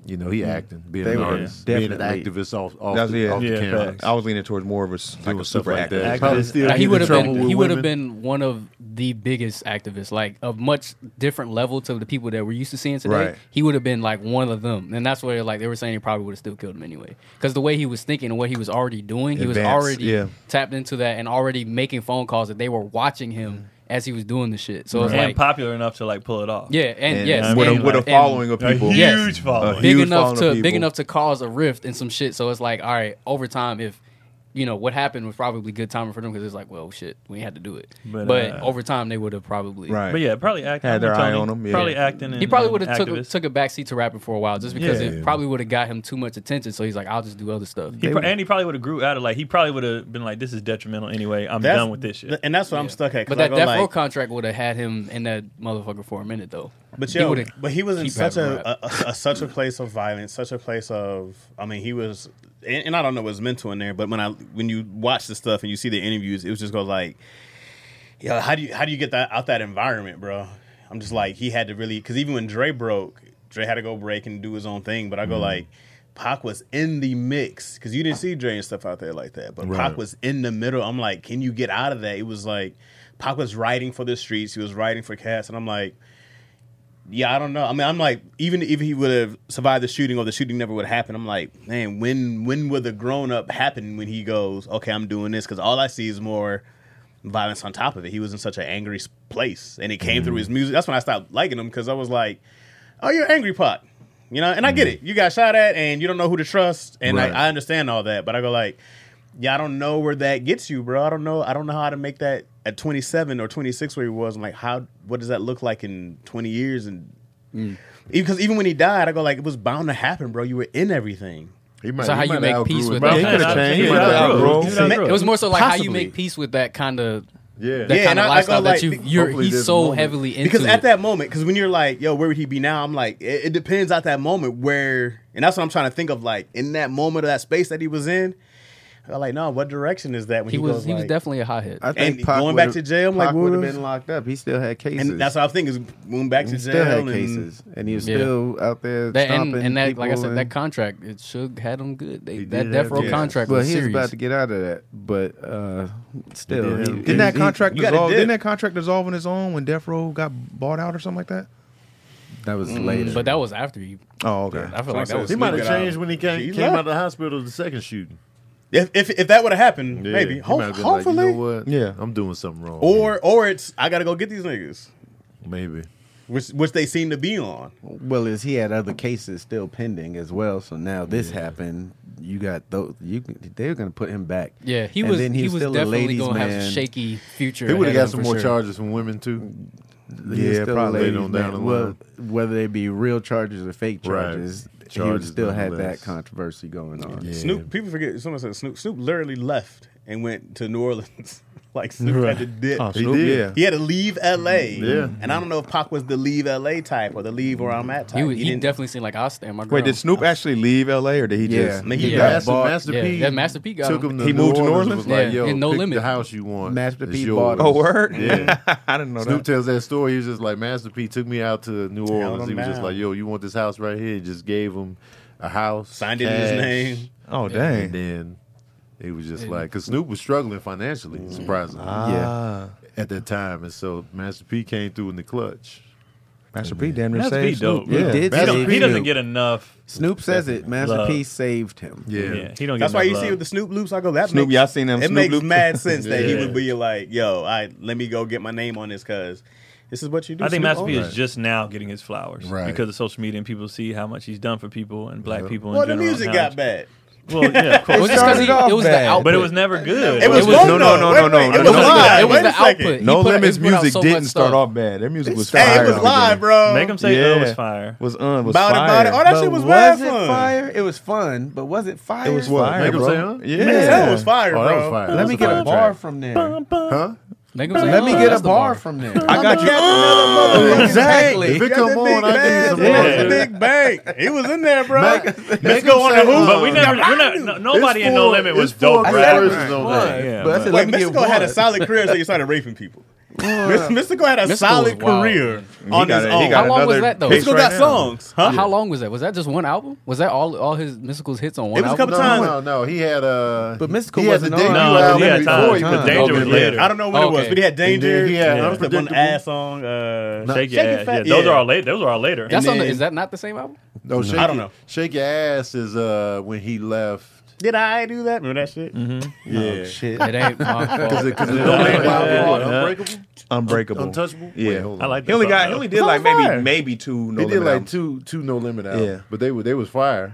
B: you know, he
G: Mm.
B: acting, being
A: They
B: an
A: were
B: artist, being an
A: definitely-
B: activist off off,
F: That's-
B: the,
F: yeah.
B: off the
E: Yeah,
B: camera,
E: facts.
F: I was leaning towards more of a s- like
B: doing
F: a
B: stuff
F: super
B: like
F: actor.
B: that.
E: actor.
B: Probably still
G: Like,
B: getting
G: he
B: in
G: would have
B: trouble
G: been.
B: with
G: He would have
B: women.
G: been one of the biggest activists, like of much different level to the people that we're used to seeing today.
F: Right.
G: He would have been like one of them, and that's where like they were saying he probably would have still killed him anyway, because the way he was thinking and what he was already doing, he was
F: Advanced,
G: already
F: yeah.
G: tapped into that and already making phone calls that they were watching him
F: Mm.
G: as he was doing the shit. So it's
E: and
G: like,
E: popular enough to like pull it off.
G: yeah, and,
F: And
G: yes,
F: with,
G: and-
F: a, with a
G: and-
F: following of
E: a
F: people.
E: huge
G: Yes.
F: A huge
E: following.
G: big enough
F: following
G: to
F: of
G: big
F: people.
G: enough to cause a rift and some shit. So it's like, all right, over time, if you know what happened was probably good timing for them because it's like, well, shit, we had to do it.
E: But,
G: But,
E: uh,
G: over time, they would have probably
F: Right.
E: But yeah, probably acting.
F: Had their eye on him, yeah.
E: Probably acting. And,
G: He probably would
E: and
G: have took a,
E: activist.
G: took a backseat to rapping for a while just because
E: Yeah.
G: it probably would have got him too much attention. So he's like, I'll just do other stuff.
E: He pro- and he probably would have grew out of like he probably would have been like this is detrimental anyway I'm
D: That's-
E: done with this shit
D: th- and that's what I'm stuck at. 'cause
G: But that
D: I go
G: Death Row
D: like,
G: contract would have had him in that motherfucker for a minute though.
D: But
G: He
D: yo,
G: would've
D: but he was in
G: keep
D: such
G: having
D: a, a, a- such a place of violence, such a place of. I mean, he was, and, and I don't know what's mental in there, but when I when you watch the stuff and you see the interviews, it was just go like, yeah, how do you how do you get that out that environment, bro? I'm just like he had to really because even when Dre broke, Dre had to go break and do his own thing. But I
G: Mm-hmm.
D: go like. Pac was in the mix because you didn't see Dre and stuff out there like that, but Pac was in the middle. I'm like, can you get out of that? It was like Pac was writing for the streets, he was writing for cats, and I'm like, yeah, I don't know. I mean, I'm like, even if he would have survived the shooting or the shooting never would have happened, I'm like, man, when when would the grown up happen when he goes, okay, I'm doing this? Because all I see is more violence on top of it. He was in such an angry s- place, and it came through his music. That's when I stopped liking him because I was like, oh, you're angry pot, you know. And I get it.
G: Mm-hmm.
D: You got shot at, and you don't know who to trust, and
B: Right.
D: I, I understand all that. But I go like, yeah, I don't know where that gets you, bro. I don't know. I don't know how to make that at 27 or 26 where he was. I'm like, how? What does that look like in 20 years? And
G: Mm.
D: because even when he died, I go like, it was bound to happen, bro. You were in everything.
B: He might,
G: So
B: he
G: how you
B: might
G: make
B: have
G: peace
B: outgrew
G: with
B: it.
G: that?
B: He
G: Yeah,
B: could have
E: yeah,
B: changed.
E: yeah,
B: He might
E: yeah,
B: have outgrown.
E: yeah, yeah, yeah.
G: It was more so like how you
B: Possibly.
G: make peace with that kind of
B: Yeah.
G: that
D: Yeah, and
G: kind
D: I- I
G: of
D: go
G: lifestyle
D: like-
G: that you you're
B: Hopefully
G: he's
B: this
G: so
B: moment-
G: heavily into.
D: because
G: it.
D: at that moment, because when you're like, yo, where would he be now? I'm like, it, it depends at that moment where, and that's what I'm trying to think of. Like in that moment of that space that he was in, I'm like, no, what direction is that? When
G: he was
D: goes,
G: he was
D: like-
G: definitely a hothead.
A: I think
D: And
A: Pac
D: going back
A: would've-
D: to jail, I'm like,
A: Pac would have
D: what if-
A: been locked up. He still had cases.
D: and that's what I think is going back to
A: he
D: jail.
A: still had
D: and-
A: cases, and he was
G: Yeah.
A: still out there
G: That, and,
A: stomping
G: and that, like I
A: people
G: said,
A: and-
G: that contract it should had him good. They,
B: He
G: that
B: did
G: death
B: have-
G: row
B: yeah.
G: contract
A: Well,
G: was
A: he was
G: serious.
A: about to get out of that, but uh, still,
B: He did.
A: he-
B: Didn't
A: he-
F: Didn't that
A: he-
F: contract
D: you got a
F: dissolve?
D: dip.
F: Didn't that contract dissolve on its own when Death Row got bought out or something like that?
A: That was later.
G: but that was after he.
F: Oh, okay.
G: I feel like that was.
B: He might
D: Snoop
B: have
D: got
B: changed
D: out.
B: when he came,
D: He
B: came
D: left.
B: out of the hospital the second shooting.
D: If if, if that would have happened,
B: Yeah,
D: maybe
B: he
D: Ho-
B: might have been
D: hopefully,
B: Like, you know what?
F: Yeah.
B: I'm doing something wrong.
D: or or it's I gotta go get these niggas,
B: maybe.
D: which which they seem to be on.
A: well, is he had other cases still pending as well? So now this happened. You got those. You can- they're going to put him back.
G: Yeah, he
A: And
G: was.
A: then
G: He, was
A: still a
G: definitely
A: ladies'
G: gonna have
A: man.
G: some shaky future.
B: He would have
G: ahead
B: got
G: of him
B: some
G: for
B: more
G: sure.
B: charges from women too.
A: He was
F: Yeah,
A: still a
F: probably
A: ladies'
B: later on
A: man.
B: down the
A: Well,
B: line.
A: whether they be real charges or fake
B: Right.
A: charges, he would
B: Charges
A: still had that
B: nonetheless.
A: controversy going on.
D: Snoop, people forget. Someone said Snoop. Snoop literally left and went to New Orleans. like Snoop had to dip.
F: Oh,
B: He
F: Snoop,
B: did.
F: yeah.
D: He had to leave L.A.
B: Yeah.
D: and I don't know if Pac was the leave L.A. type or the leave where I'm at type.
G: He, would, he,
D: didn't-
G: definitely seemed like I'll stand my ground.
F: Wait, did Snoop actually leave L.A. or did he
A: Yeah.
F: just?
A: Man,
B: He
G: Yeah.
B: got
G: Master-
B: bought-
G: Master P Yeah, Master P got
B: took
G: him.
B: him. To
F: He
B: New
F: moved to New
B: Orleans. Was
F: Orleans?
B: like,
G: Yeah,
B: yo,
G: in No
B: pick
G: Limit.
B: the house you want.
A: Master
B: It's
A: P
B: yours.
A: bought him.
F: Oh, word.
B: Yeah.
F: I didn't
G: Oh,
F: know
B: Snoop
F: that.
B: tells that story. He was just like, Master P took me out to New Orleans.
D: him
B: He was just
D: down.
B: like, yo, you want this house right here? He Just gave him a house.
D: Signed it in his
B: cash,
D: name.
F: Oh,
B: And
F: dang.
B: then it was just like, because Snoop was struggling financially, surprisingly,
F: Ah,
B: at that time. And so Master P came through in the clutch.
F: Master P damn near
E: Master P
F: saved
E: dope,
F: Snoop.
E: bro.
A: He
F: Yeah.
A: did
E: He,
A: save
E: don't, he doesn't
A: Snoop.
E: get enough.
A: Snoop says it. Master
E: Love.
A: P saved him.
E: Yeah,
B: Yeah.
E: he don't. Get
D: That's why
E: enough
D: you see
E: love.
D: with the Snoop loops. I go that
F: Snoop,
D: makes,
F: y'all seen them
D: It
F: Snoop
D: makes
F: loops?
D: mad sense that he
E: Yeah.
D: would be like, "Yo, I let me go get my name on this because this is what you do."
E: I think
D: Snoop
E: Master P
D: owned
E: is just now getting his flowers
B: Right.
E: because of social media and people see how much he's done for people and black people.
D: it. Well,
E: in
D: the
E: general
D: music
E: now.
D: got bad.
E: Well, yeah, of
G: It
E: course.
G: was just 'cause he-
F: started
G: it was
F: off
G: the
F: bad.
G: output.
E: but it was never good.
D: It was,
G: was-
D: both,
F: no, no,
D: though.
F: no,
D: Wait,
F: no,
D: wait,
F: no,
D: It
F: no.
D: was live.
G: It was
D: Wait
G: the
D: a second.
G: output. He
F: No
G: put- he
F: Limits
G: put out
F: music
G: so much
F: didn't start
G: stuff.
F: off bad. Their music was
D: Hey,
F: fire.
D: it was live, bro.
E: Make him say uh, it was fire.
F: Was un was
D: About it,
F: fire.
D: about it. All that shit was mad
A: was it
D: fun.
A: fire? It was fun, but was it fire?
F: It was fire,
B: Make 'em
F: bro.
B: say, huh?
F: Yeah,
D: Man, that was fire,
B: Oh, that
D: bro.
B: was fire.
A: Let me get a bar from there.
B: Huh?
G: Make him say,
A: Let me
G: "Oh,
A: get a
G: that's the
A: bar from there.
F: I got you.
A: Exactly.
B: If it come on, I need some
E: Yeah.
B: more.
D: That's a big bang. He was in there, bro.
B: Let's go on the hoop.
E: But we never, we're not, no, nobody in No Limit was dope
B: dope.
E: rappers.
A: But I said,
D: Wait,
A: let me get
D: Mystico
A: one.
D: had a solid career until you started raping people. Mys- Mystico had a
G: Mystico
D: solid
G: was wild.
D: career
F: He
D: on
F: got
D: his
F: it. He
D: own.
F: got
G: How long was
F: another
G: that, though?
F: piece
D: Mystico
F: right
D: got
F: now.
D: songs, huh?
G: How long was that? Was that just one album? Was that all all his musicals hits on one?
D: It was a
G: album?
D: couple
B: No,
D: times.
B: no, no. He had a.
A: But Mystical
B: he had
A: wasn't
B: the debut
A: on.
E: No,
B: album
E: he had
B: before
E: time.
B: he put
E: But
B: the
E: Danger
B: dope
E: was
B: in
E: later.
D: I don't know when it was,
G: Okay.
D: but he had Danger.
B: And then he had
D: What's that one
B: Unpredictable.
D: ass song? Uh,
E: Shake your
D: Shake Your
E: ass.
D: Fat-
E: yeah, those
D: yeah.
E: are all later. Those are all later.
G: That's on the,
D: then-
G: is that not the same album?
B: No, shake
D: I don't
B: Your-
D: know.
B: Shake your ass is uh when he left.
D: Did I do that? Remember that shit?
B: Yeah,
G: It ain't my fault.
B: because it don't make
E: Yeah.
B: unbreakable,
F: Unbreakable.
B: untouchable.
F: Yeah.
B: Wait, hold
E: I
B: on.
E: like.
F: He only
E: that
F: got.
E: song,
F: He only
E: though.
F: did like maybe
D: fire.
F: maybe two. No
B: He did
F: Limit
B: like
F: albums.
B: two two no limit albums,
F: Yeah.
B: but they were they was fire.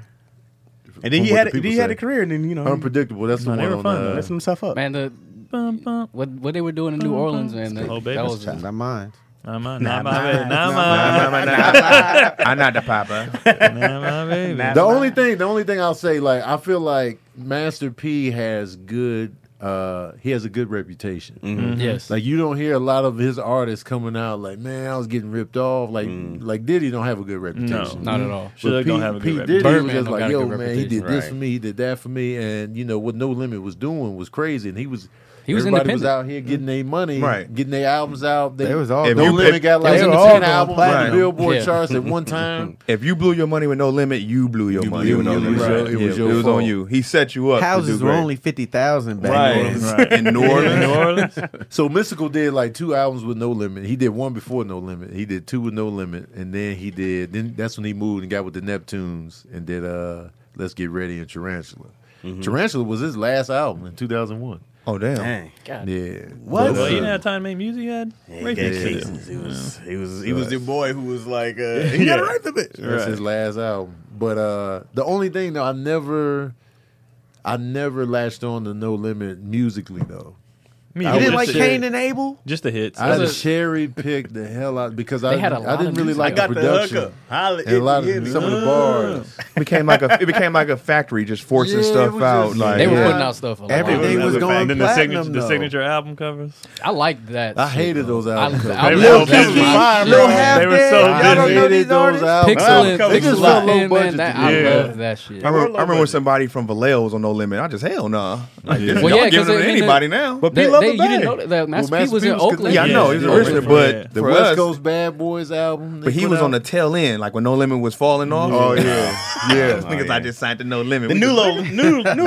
D: And then
B: from
D: he
B: what
D: had
B: the
D: then he
B: people
D: had
B: say.
D: a career, and then you know
B: Unpredictable. That's the
D: He,
B: one
D: Hmm. they were
B: on,
D: fun.
B: uh,
D: though. Messing himself up.
G: Man, the
E: Bum, bum.
G: what what they were doing in New Orleans, man. That,
E: Oh, baby,
G: that
E: it's
G: was
A: Not mine.
E: Not my, not my, baby. Not my,
F: I'm not the papa.
E: not my baby.
B: The only thing, the only thing I'll say, like I feel like Master P has good, uh, he has a good reputation.
E: Mm-hmm.
G: yes.
B: Like you don't hear a lot of his artists coming out like, man, I was getting ripped off. Like, like Diddy don't have a good reputation.
G: not at all.
E: Mm. Suge
B: But
E: don't
B: P-
E: have a good
B: P.
E: reputation.
B: Diddy was
G: Birdman
B: just
G: don't
B: like,
G: got a
B: yo,
G: good
B: man, he did
G: reputation."
B: this
D: Right.
B: for me, he did that for me, and you know what No Limit was doing was crazy, and he was.
G: He was
B: everybody was
G: independent.
B: out here getting their money,
C: Right.
B: getting their albums out. They,
A: They was all
B: No
A: going-
B: Limit got like
G: They
B: 10
G: was all going
B: albums on the
C: platinum.
B: Billboard
G: Yeah.
B: charts at one time.
F: If you blew your money with no limit, you blew your
B: You
F: money
B: blew
F: with no
B: your
F: limit.
B: money. Right. It was your
F: it was
B: fault.
F: on you. He set you up. to
A: Houses
F: do
A: were
F: great.
A: only fifty thousand back then.
E: Right.
F: in New
E: In New
F: Orleans.
E: Orleans.
B: So Mystical did like two albums with No Limit. He did one before No Limit. He did two with No Limit, and then he did. Then that's when he moved and got with the Neptunes and did uh Let's Get Ready and Tarantula. Tarantula was his last album in 2001.
F: oh damn.
D: Dang.
B: Yeah, uh,
D: What?
E: Well, you didn't have time to make music. You had
D: He,
E: rape
D: got
E: issues.
D: cases. he was he was he was the boy who was like uh, he got right the bitch.
B: That's his last album. But uh the only thing though, I never, I never latched on to No Limit musically though.
E: Me,
B: You
E: I
B: didn't
E: was
B: like
E: just-
B: Cain
A: and Abel.
E: Just the hits.
B: I
G: Those are-
B: cherry picked the hell out because I
G: They had a
B: didn't- I
G: lot of
B: didn't really
G: music.
B: like
D: I got
B: the
D: the
B: production
D: hookup. Holla,
B: and a lot
D: hit
B: of
D: me,
B: some of
D: hit
B: the
D: me.
B: bars.
F: became like a it became like a factory just forcing
B: Yeah, it
F: stuff
B: was
F: out.
B: just-
F: like
G: They were
A: Yeah.
G: putting out stuff. A lot.
A: Everything
D: That
A: was
D: a
A: going
D: fact.
E: And then the
A: platinum,
E: signature, the
A: though.
E: signature album covers.
G: I liked that.
B: I
G: shit,
B: hated
G: though.
B: those albums.
G: I, I
E: They were
G: loved
E: so busy.
G: that.
E: They
A: Have
E: were
A: them.
E: so
A: Y'all don't
E: busy.
A: know these artists?
G: Pixel,
D: Album
G: Pixel
D: covers
B: was low
G: and
B: budget
G: man, that,
B: to
G: I
E: do.
G: love that shit.
F: I remember, I remember
D: budget.
F: somebody from Vallejo was on No Limit. I just hell nah. Like, this, y'all
G: Well, yeah, 'cause
F: giving them
G: they-
F: to
G: they-
F: anybody now.
D: But
G: They-
D: P love
G: they-
D: the
G: you didn't know
D: bag.
G: that- that Master
B: Well,
G: P was in
B: Master P was
G: Oakland.
F: yeah, I know he's
E: Yeah,
F: an
E: yeah.
F: original, but
E: Yeah.
B: The
F: for
B: West
F: us,
B: Coast Bad Boys album. they
F: but he
B: put
F: was
B: out.
F: on the tail end, like when No Limit was falling off.
B: Oh yeah,
F: yeah,
B: yeah.
F: niggas, I just signed to No Limit.
D: The
F: We
D: new
F: just-
D: low, new new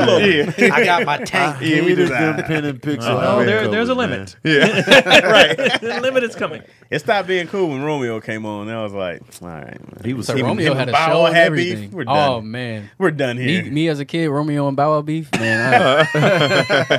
D: low. I got my tank.
B: Yeah, we just them pen and pixel.
E: Oh,
B: album
E: there, there's a
B: covers, man.
E: limit.
D: right.
E: The limit is coming.
D: It stopped being cool when Romeo came on. I was like, all right, man.
B: He was
G: So
B: he-
G: Romeo
D: him
G: had a
D: and Bow
G: show
D: Wow
G: and
D: had beef.
G: everything.
D: We're done.
G: Oh man,
D: we're done
G: me,
D: here.
G: me as a kid, Romeo and Bow Wow beef, man. I,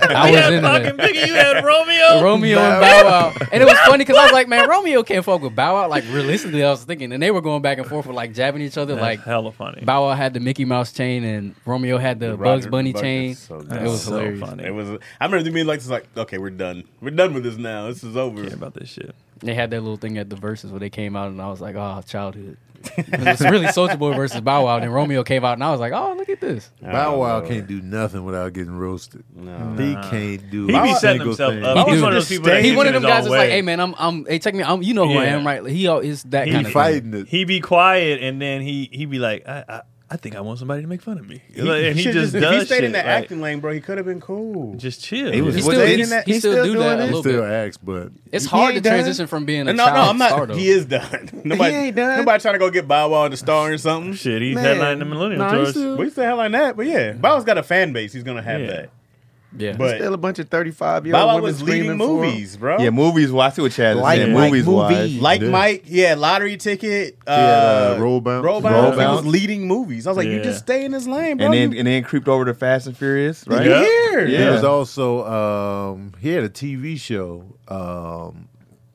G: I
E: You
G: was
E: had
G: into
E: fucking
G: that.
E: Biggie. You had Romeo.
G: Romeo and Bow Wow, and it was funny because I was like, man, Romeo can't fuck with Bow Wow. Like realistically, I was thinking, and they were going back and forth with like jabbing each other,
E: Like
G: like.
E: hella funny.
G: Bow Wow had the Mickey Mouse chain and Romeo had the Bugs
D: Roger
G: Bunny
D: Bugs
G: chain.
D: is so
G: it
D: dumb.
G: was
E: so
G: hilarious.
E: funny.
D: It was. I remember them being like, this, like, okay, we're done. We're done with this now. This is over.
E: Care about this shit.
G: They had that little thing at the verses where they came out and I was like, oh, childhood. it was really Soulja Boy versus Bow Wow. And then Romeo came out and I was like, oh, look at this.
B: Bow Wow can't do nothing without getting roasted.
D: No.
B: He can't do.
E: He
B: a
E: be setting
B: single
E: himself
B: thing.
E: up. He's
G: He
E: one of
G: do.
E: those people that
G: He
E: gets
G: one
E: in
G: of them
E: his
G: guys
E: own
G: that's like,
E: way.
G: hey man, I'm, I'm, hey, take me, I'm, you know who I
E: Yeah.
G: am, right? He al- is that
E: He
G: kind of
B: fighting it.
E: He be quiet and then he he be like, I I, I think I want somebody to make fun of me. Like, and he
D: should've
E: just
D: if
E: does
D: he stayed
E: shit.
D: in that
E: like,
D: acting lane, bro, he could have been cool.
E: Just chill.
F: He was-
G: He
E: Just-
G: still,
F: Well,
G: he,
F: they-
G: he
F: he's
G: still,
F: still
G: do
F: doing
G: that a
F: it?
G: little
B: Still
G: bit.
B: acts, but
G: It's hard to
D: ain't done.
G: transition from being
D: no,
G: a
D: no,
G: child
D: I'm
G: to star,
D: not.
G: though.
D: He is done. Nobody,
A: ain't done.
D: nobody trying to go get Bow Wow in the star or something.
E: Shit, he's
A: Man.
E: headlining the Millennium
A: Nah, he
E: Tours.
A: still-
D: We used to hell like that, but yeah, Bow Wow's got a fan base. He's gonna have
E: Yeah.
D: that.
G: Yeah,
D: But
A: Still a bunch of thirty-five year
D: Bow
A: old
D: Wow
A: women
D: was leading
A: screaming for him.
D: movies, bro.
F: yeah, movies. Well, I see what Chad is
A: Like-
F: saying.
A: like
F: movies
A: movies.
F: wise,
D: Like
B: Yeah.
D: Mike, he had lottery ticket. Uh,
B: uh, Roll Bounce. Roll
D: Roll bounce. He was
B: Bounce.
D: leading movies. I was like, you
E: Yeah.
D: just stay in this lane, bro.
F: and then
D: you,
F: and then creeped over to Fast and Furious, right?
D: you here.
B: There
F: Yeah.
B: was also um, he had a TV show. Um,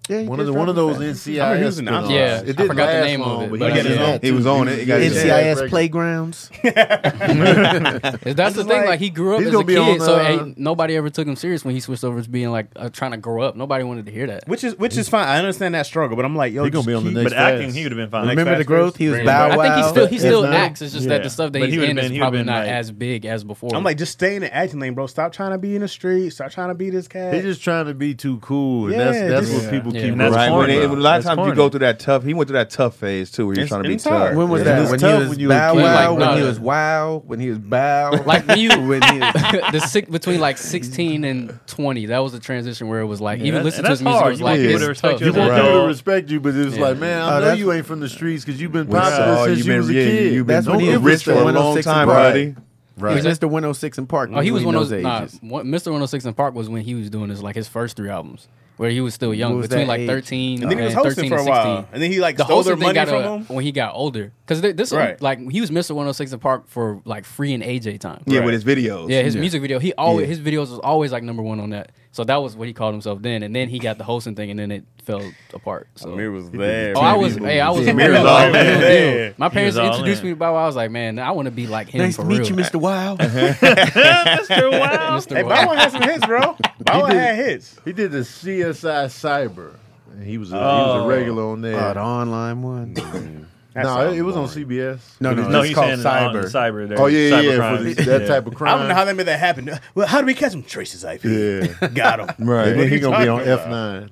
A: Yeah, he
B: one
A: did
B: of the one
A: something
B: of those
A: like that.
D: I
B: NCIS.
D: remember he was an
B: spin-offs.
D: outlaw.
G: Yeah,
B: it
G: I
B: didn't
G: forgot the
B: last
G: name of
B: long,
G: it,
B: but
G: but
B: he got his
D: yeah.
B: own.
F: He was on it. He got his
B: Yeah.
F: ass
A: NCIS
B: Yeah.
A: playgrounds.
G: that's the thing. Like, he grew up
B: he's
G: as a
B: gonna be on,
G: kid, so
B: uh,
G: ain't nobody ever took him serious when he switched over to being like uh, trying to grow up. Nobody wanted to hear that.
D: Which is which is fine. I understand that struggle, but I'm like, yo,
B: He gonna
D: just
B: be on the
D: keep-
B: next
E: But acting,
B: Fast.
E: he would have been fine.
D: Like,
A: Remember the
D: Fast
A: growth? He was
D: Furious.
A: Bow
G: I
A: Wow.
G: think he still he
B: It's
G: still
B: not-
G: acts. It's just
E: yeah.
G: that the stuff that
E: But he
G: he's
E: would've
G: in
E: been- he
G: is
E: would've
G: probably
E: been,
G: not
E: like-
G: as big as before.
D: I'm like, just stay in the acting lane, bro. Stop trying to be in the street. Stop trying to be this cat.
B: They just trying to be too cool, and
D: Yeah,
B: that's that's
D: just-
B: what people
G: Yeah.
B: keep.
E: And that's
B: right.
F: right?
E: corny,
F: When it- a
E: bro.
F: lot
E: That's
F: of times you
E: corny.
F: go through that tough. He went through that tough phase too, where you're
D: It's-
F: trying to be
D: it's hard.
F: tough.
A: When was
B: Yeah.
A: that?
B: It's
A: When
B: tough
A: he was
B: when you was
A: Bow
B: a kid.
A: Wow. when
G: Like, nah.
A: he was Wow. When he was Bow.
G: Like, when you-
A: when he was
G: the six between like 16 and 20 that was a transition where it was like
E: Yeah,
G: even
E: that's-
G: listen
E: and
G: to his
E: that's
G: music
E: hard.
G: was
E: You
G: like
E: want people
G: it's
E: to respect
G: tough.
E: you as an
B: want
E: Right.
B: people to respect you, but it's
G: Yeah.
B: like, man,
A: Oh,
B: I know
A: that's-
B: you ain't from the streets because you've been
F: That's all.
B: popular since
F: You've
B: you was a
F: been- yeah,
B: kid.
F: You've been
A: That's when
B: Don't
A: he
B: give a
A: was
F: rich for
A: Mr.
F: a
A: 106
F: long
A: and
F: time,
A: Park.
F: buddy.
A: He was Mr. 106 in Park.
G: Oh, he was one oh of
A: those
G: those. Nah,
A: ages.
G: one- Mr. 106 and Park was when he was doing his like his first three albums. where he was still young,
A: was
G: between
A: that
G: like
A: age?
G: 13
D: And then he was hosting
G: 13
D: for a
G: and 16.
D: while, and then he like
G: The
D: stole their
G: hosting
D: money
G: thing got
D: from
G: a,
D: him.
G: when he got older, because this one,
D: Right.
G: like he was Mr. 106 in Park for like free and AJ time.
F: Yeah,
D: Right.
F: with his videos.
G: Yeah, his music video. He always his videos was always like number one on that. So that was what he called himself then. And then he got the hosting thing, and then it fell apart. So
D: Amir was there.
G: oh, I was hey, I was a
F: Amir's all in.
G: real deal. My
E: He
G: parents
E: was all
G: introduced
E: in.
G: me to Bow Wow. I was like, man, I want to be like him.
A: Nice
G: for
A: to meet
G: real.
A: you, Mr. Wild.
E: Mr. Wow.
G: Mr.
D: Hey,
G: Wow.
D: Bow Wow had some hits, bro. Bow Wow had hits.
B: He did the CSI Cyber. And he was a, he was
E: Oh.
B: a regular on there.
A: Oh, the online one.
B: no, it, it was on CBS.
A: No, no,
E: No,
A: it's
E: he's
A: called
E: saying on
A: cyber.
E: cyber. there.
B: Oh yeah, yeah,
E: Cyber
B: yeah. For
E: crimes.
B: the- that
E: Yeah.
B: type of crime.
D: I don't know how they made that happen. Well, how do we catch him? Traces IP.
B: Yeah.
D: Got him.
B: Right.
D: What are
B: And he
D: you
B: gonna be on
D: talking about?
B: F nine.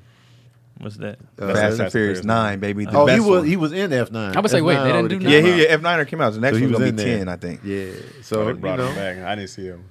E: What's that?
F: Uh, Fast and
D: Fast
F: Furious
D: and Furious.
F: Nine, baby. The
B: Oh, he
F: best
B: was
F: one.
B: he was in F nine.
G: I was like, wait, they didn't do
F: yeah,
G: nothing?
F: he, F nine came out. The next
B: So he
F: one's
B: was
F: gonna
B: in
F: be
B: there.
F: ten, I think.
B: Yeah. So
D: They
B: you
D: brought him
B: know,
D: back. I didn't see him.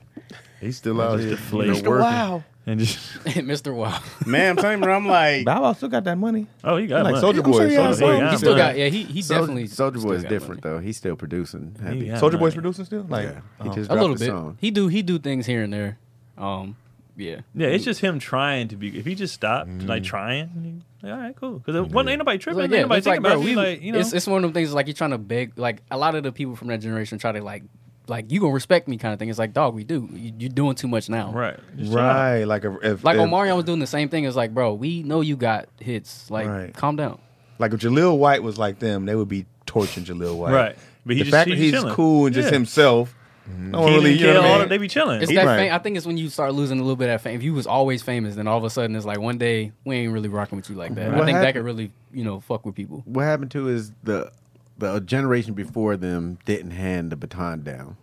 B: he's still out here.
E: Just deflate.
A: Wow.
E: And just
G: Mr. Wow.
D: Man, I'm telling you, bro, I'm like,
H: Bow Wow still got that money.
E: oh, he got
H: Like
E: money.
H: Soldier
F: I'm sure
H: Boy.
F: he
E: Oh,
F: has
E: he
F: some.
E: got
G: He still
E: money.
G: got yeah. He he definitely
A: Soldier Boy
G: still
A: is
G: got
A: different though. He's still producing.
E: He
A: Happy.
E: got
F: Soldier Boy's
E: money.
F: producing still. Like,
A: Yeah.
F: oh.
A: He just
G: a
A: dropped
G: little
A: a
G: bit.
A: song.
G: He do he do things here and there. Um, yeah.
E: Yeah, it's just him trying to be. If he just stopped, like
F: Mm-hmm.
E: trying, like, all right, cool. Because one ain't nobody tripping,
G: Like,
E: ain't
G: yeah,
E: nobody
G: it's like,
E: thinking
G: bro,
E: about it.
G: we,
E: like, you know,
G: it's, it's one of them things like you're trying to beg, like a lot of the people from that generation try to like, like you gonna respect me kind of thing. It's like, dog, we do. You, you're doing too much now.
E: right, Just chill out.
F: Right, like a, if,
G: Like
F: if,
G: Omarion was doing the same thing. It's like, bro, we know you got hits. Like,
F: Right.
G: calm down.
F: Like if Jaleel White was like them, they would be torching Jaleel White.
E: Right. But he
F: the
E: just-
F: fact
E: he
F: that
E: just
F: he's
E: chilling.
F: cool and just
E: Yeah.
F: himself, no one
E: Keenan
F: really.
E: and
F: You know
E: Kel,
F: what I
E: all
F: mean?
E: that- they be chilling.
G: It's
F: He
G: that.
F: right.
G: Fame, I think it's when you start losing a little bit of that fame. If you was always famous, then all of a sudden it's like one day we ain't really rocking with you like that. I
A: What
G: think that
A: happened-
G: could really, you know, fuck with people.
A: What happened to is the the generation before them didn't hand the baton down.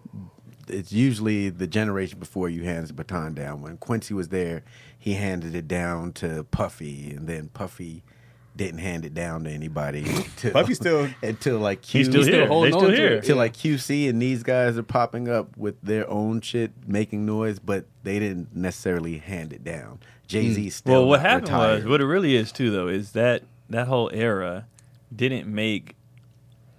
A: It's usually the generation before you hands the baton down. When Quincy was there, he handed it down to Puffy, and then Puffy didn't hand it down to anybody. Until,
D: Puffy still-
A: until like Q,
E: He's still here. They
G: holding
E: still
G: on to
E: here.
G: it.
A: Till like QC and these guys are popping up with their own shit, making noise, but they didn't necessarily hand it down. Jay Z still.
E: Hmm. Well, what
A: not
E: happened
A: retired.
E: was, what it really is too, though, is that that whole era didn't make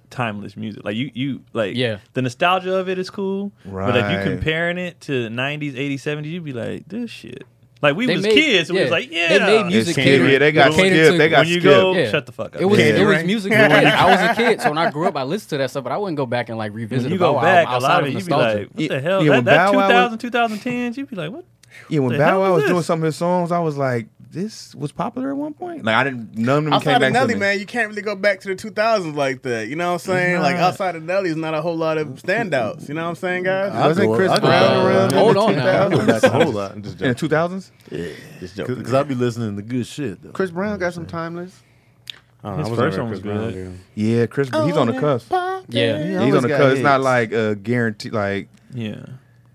E: timeless music. Like you, you like
G: Yeah.
E: the nostalgia of it is cool, but if
F: Right.
E: you comparing it to '90s, '80s, '70s, you'd be like, this shit. Like we
G: They
E: was
G: made-
E: kids, and we
G: yeah.
E: was like,
G: They
E: yeah,
G: made music
F: It's catered- yeah, they got
E: When you-
F: skipped. They got
E: when you go,
F: skipped.
G: Yeah.
E: shut the fuck up.
G: It was
D: Yeah.
G: it was
D: Right.
G: music. related. I was a kid, so when I grew up, I listened to that stuff, but I wouldn't go back and like revisit.
E: when you
G: the Bow
E: go
G: Wow
E: back, a
G: outside
E: lot
G: of
E: of it, you'd be
G: nostalgia.
E: like, what
F: Yeah,
E: the hell?
F: yeah, when
E: that that
F: Bow Wow was-
E: 2000, 2010s, you'd be like, what?
F: yeah, when
E: The
F: Bow
E: hell
F: Wow
E: was
F: was doing
E: this?
F: some of his songs, I was like, this was popular at one point. Like I didn't none of them came
D: outside
F: back
D: of
F: to
D: Nelly,
F: me.
D: man, you can't really go back to the 2000s like that. You know what I'm saying? Like outside of Nelly, is not a whole lot of standouts. You know what I'm saying, guys?
B: I
F: Wasn't
B: go-
F: Chris
B: I go
F: Brown
B: back-
F: around?
G: Hold
F: in
G: on now.
B: I go back a whole lot.
D: I'm just
F: In the
D: joking.
F: two thousands,
D: Just joking.
B: Because I be listening to good shit though.
A: Chris Brown got some timeless.
D: I don't know,
E: His
D: I wasn't
E: first
D: a
E: one was
D: Chris Brown
E: good.
D: dude.
F: yeah, Chris, he's on the cusp.
G: yeah.
A: He
F: He's
A: always
F: on the
A: got
F: cusp. It's not
A: hits.
F: like a Uh, guarantee. Like
E: Yeah,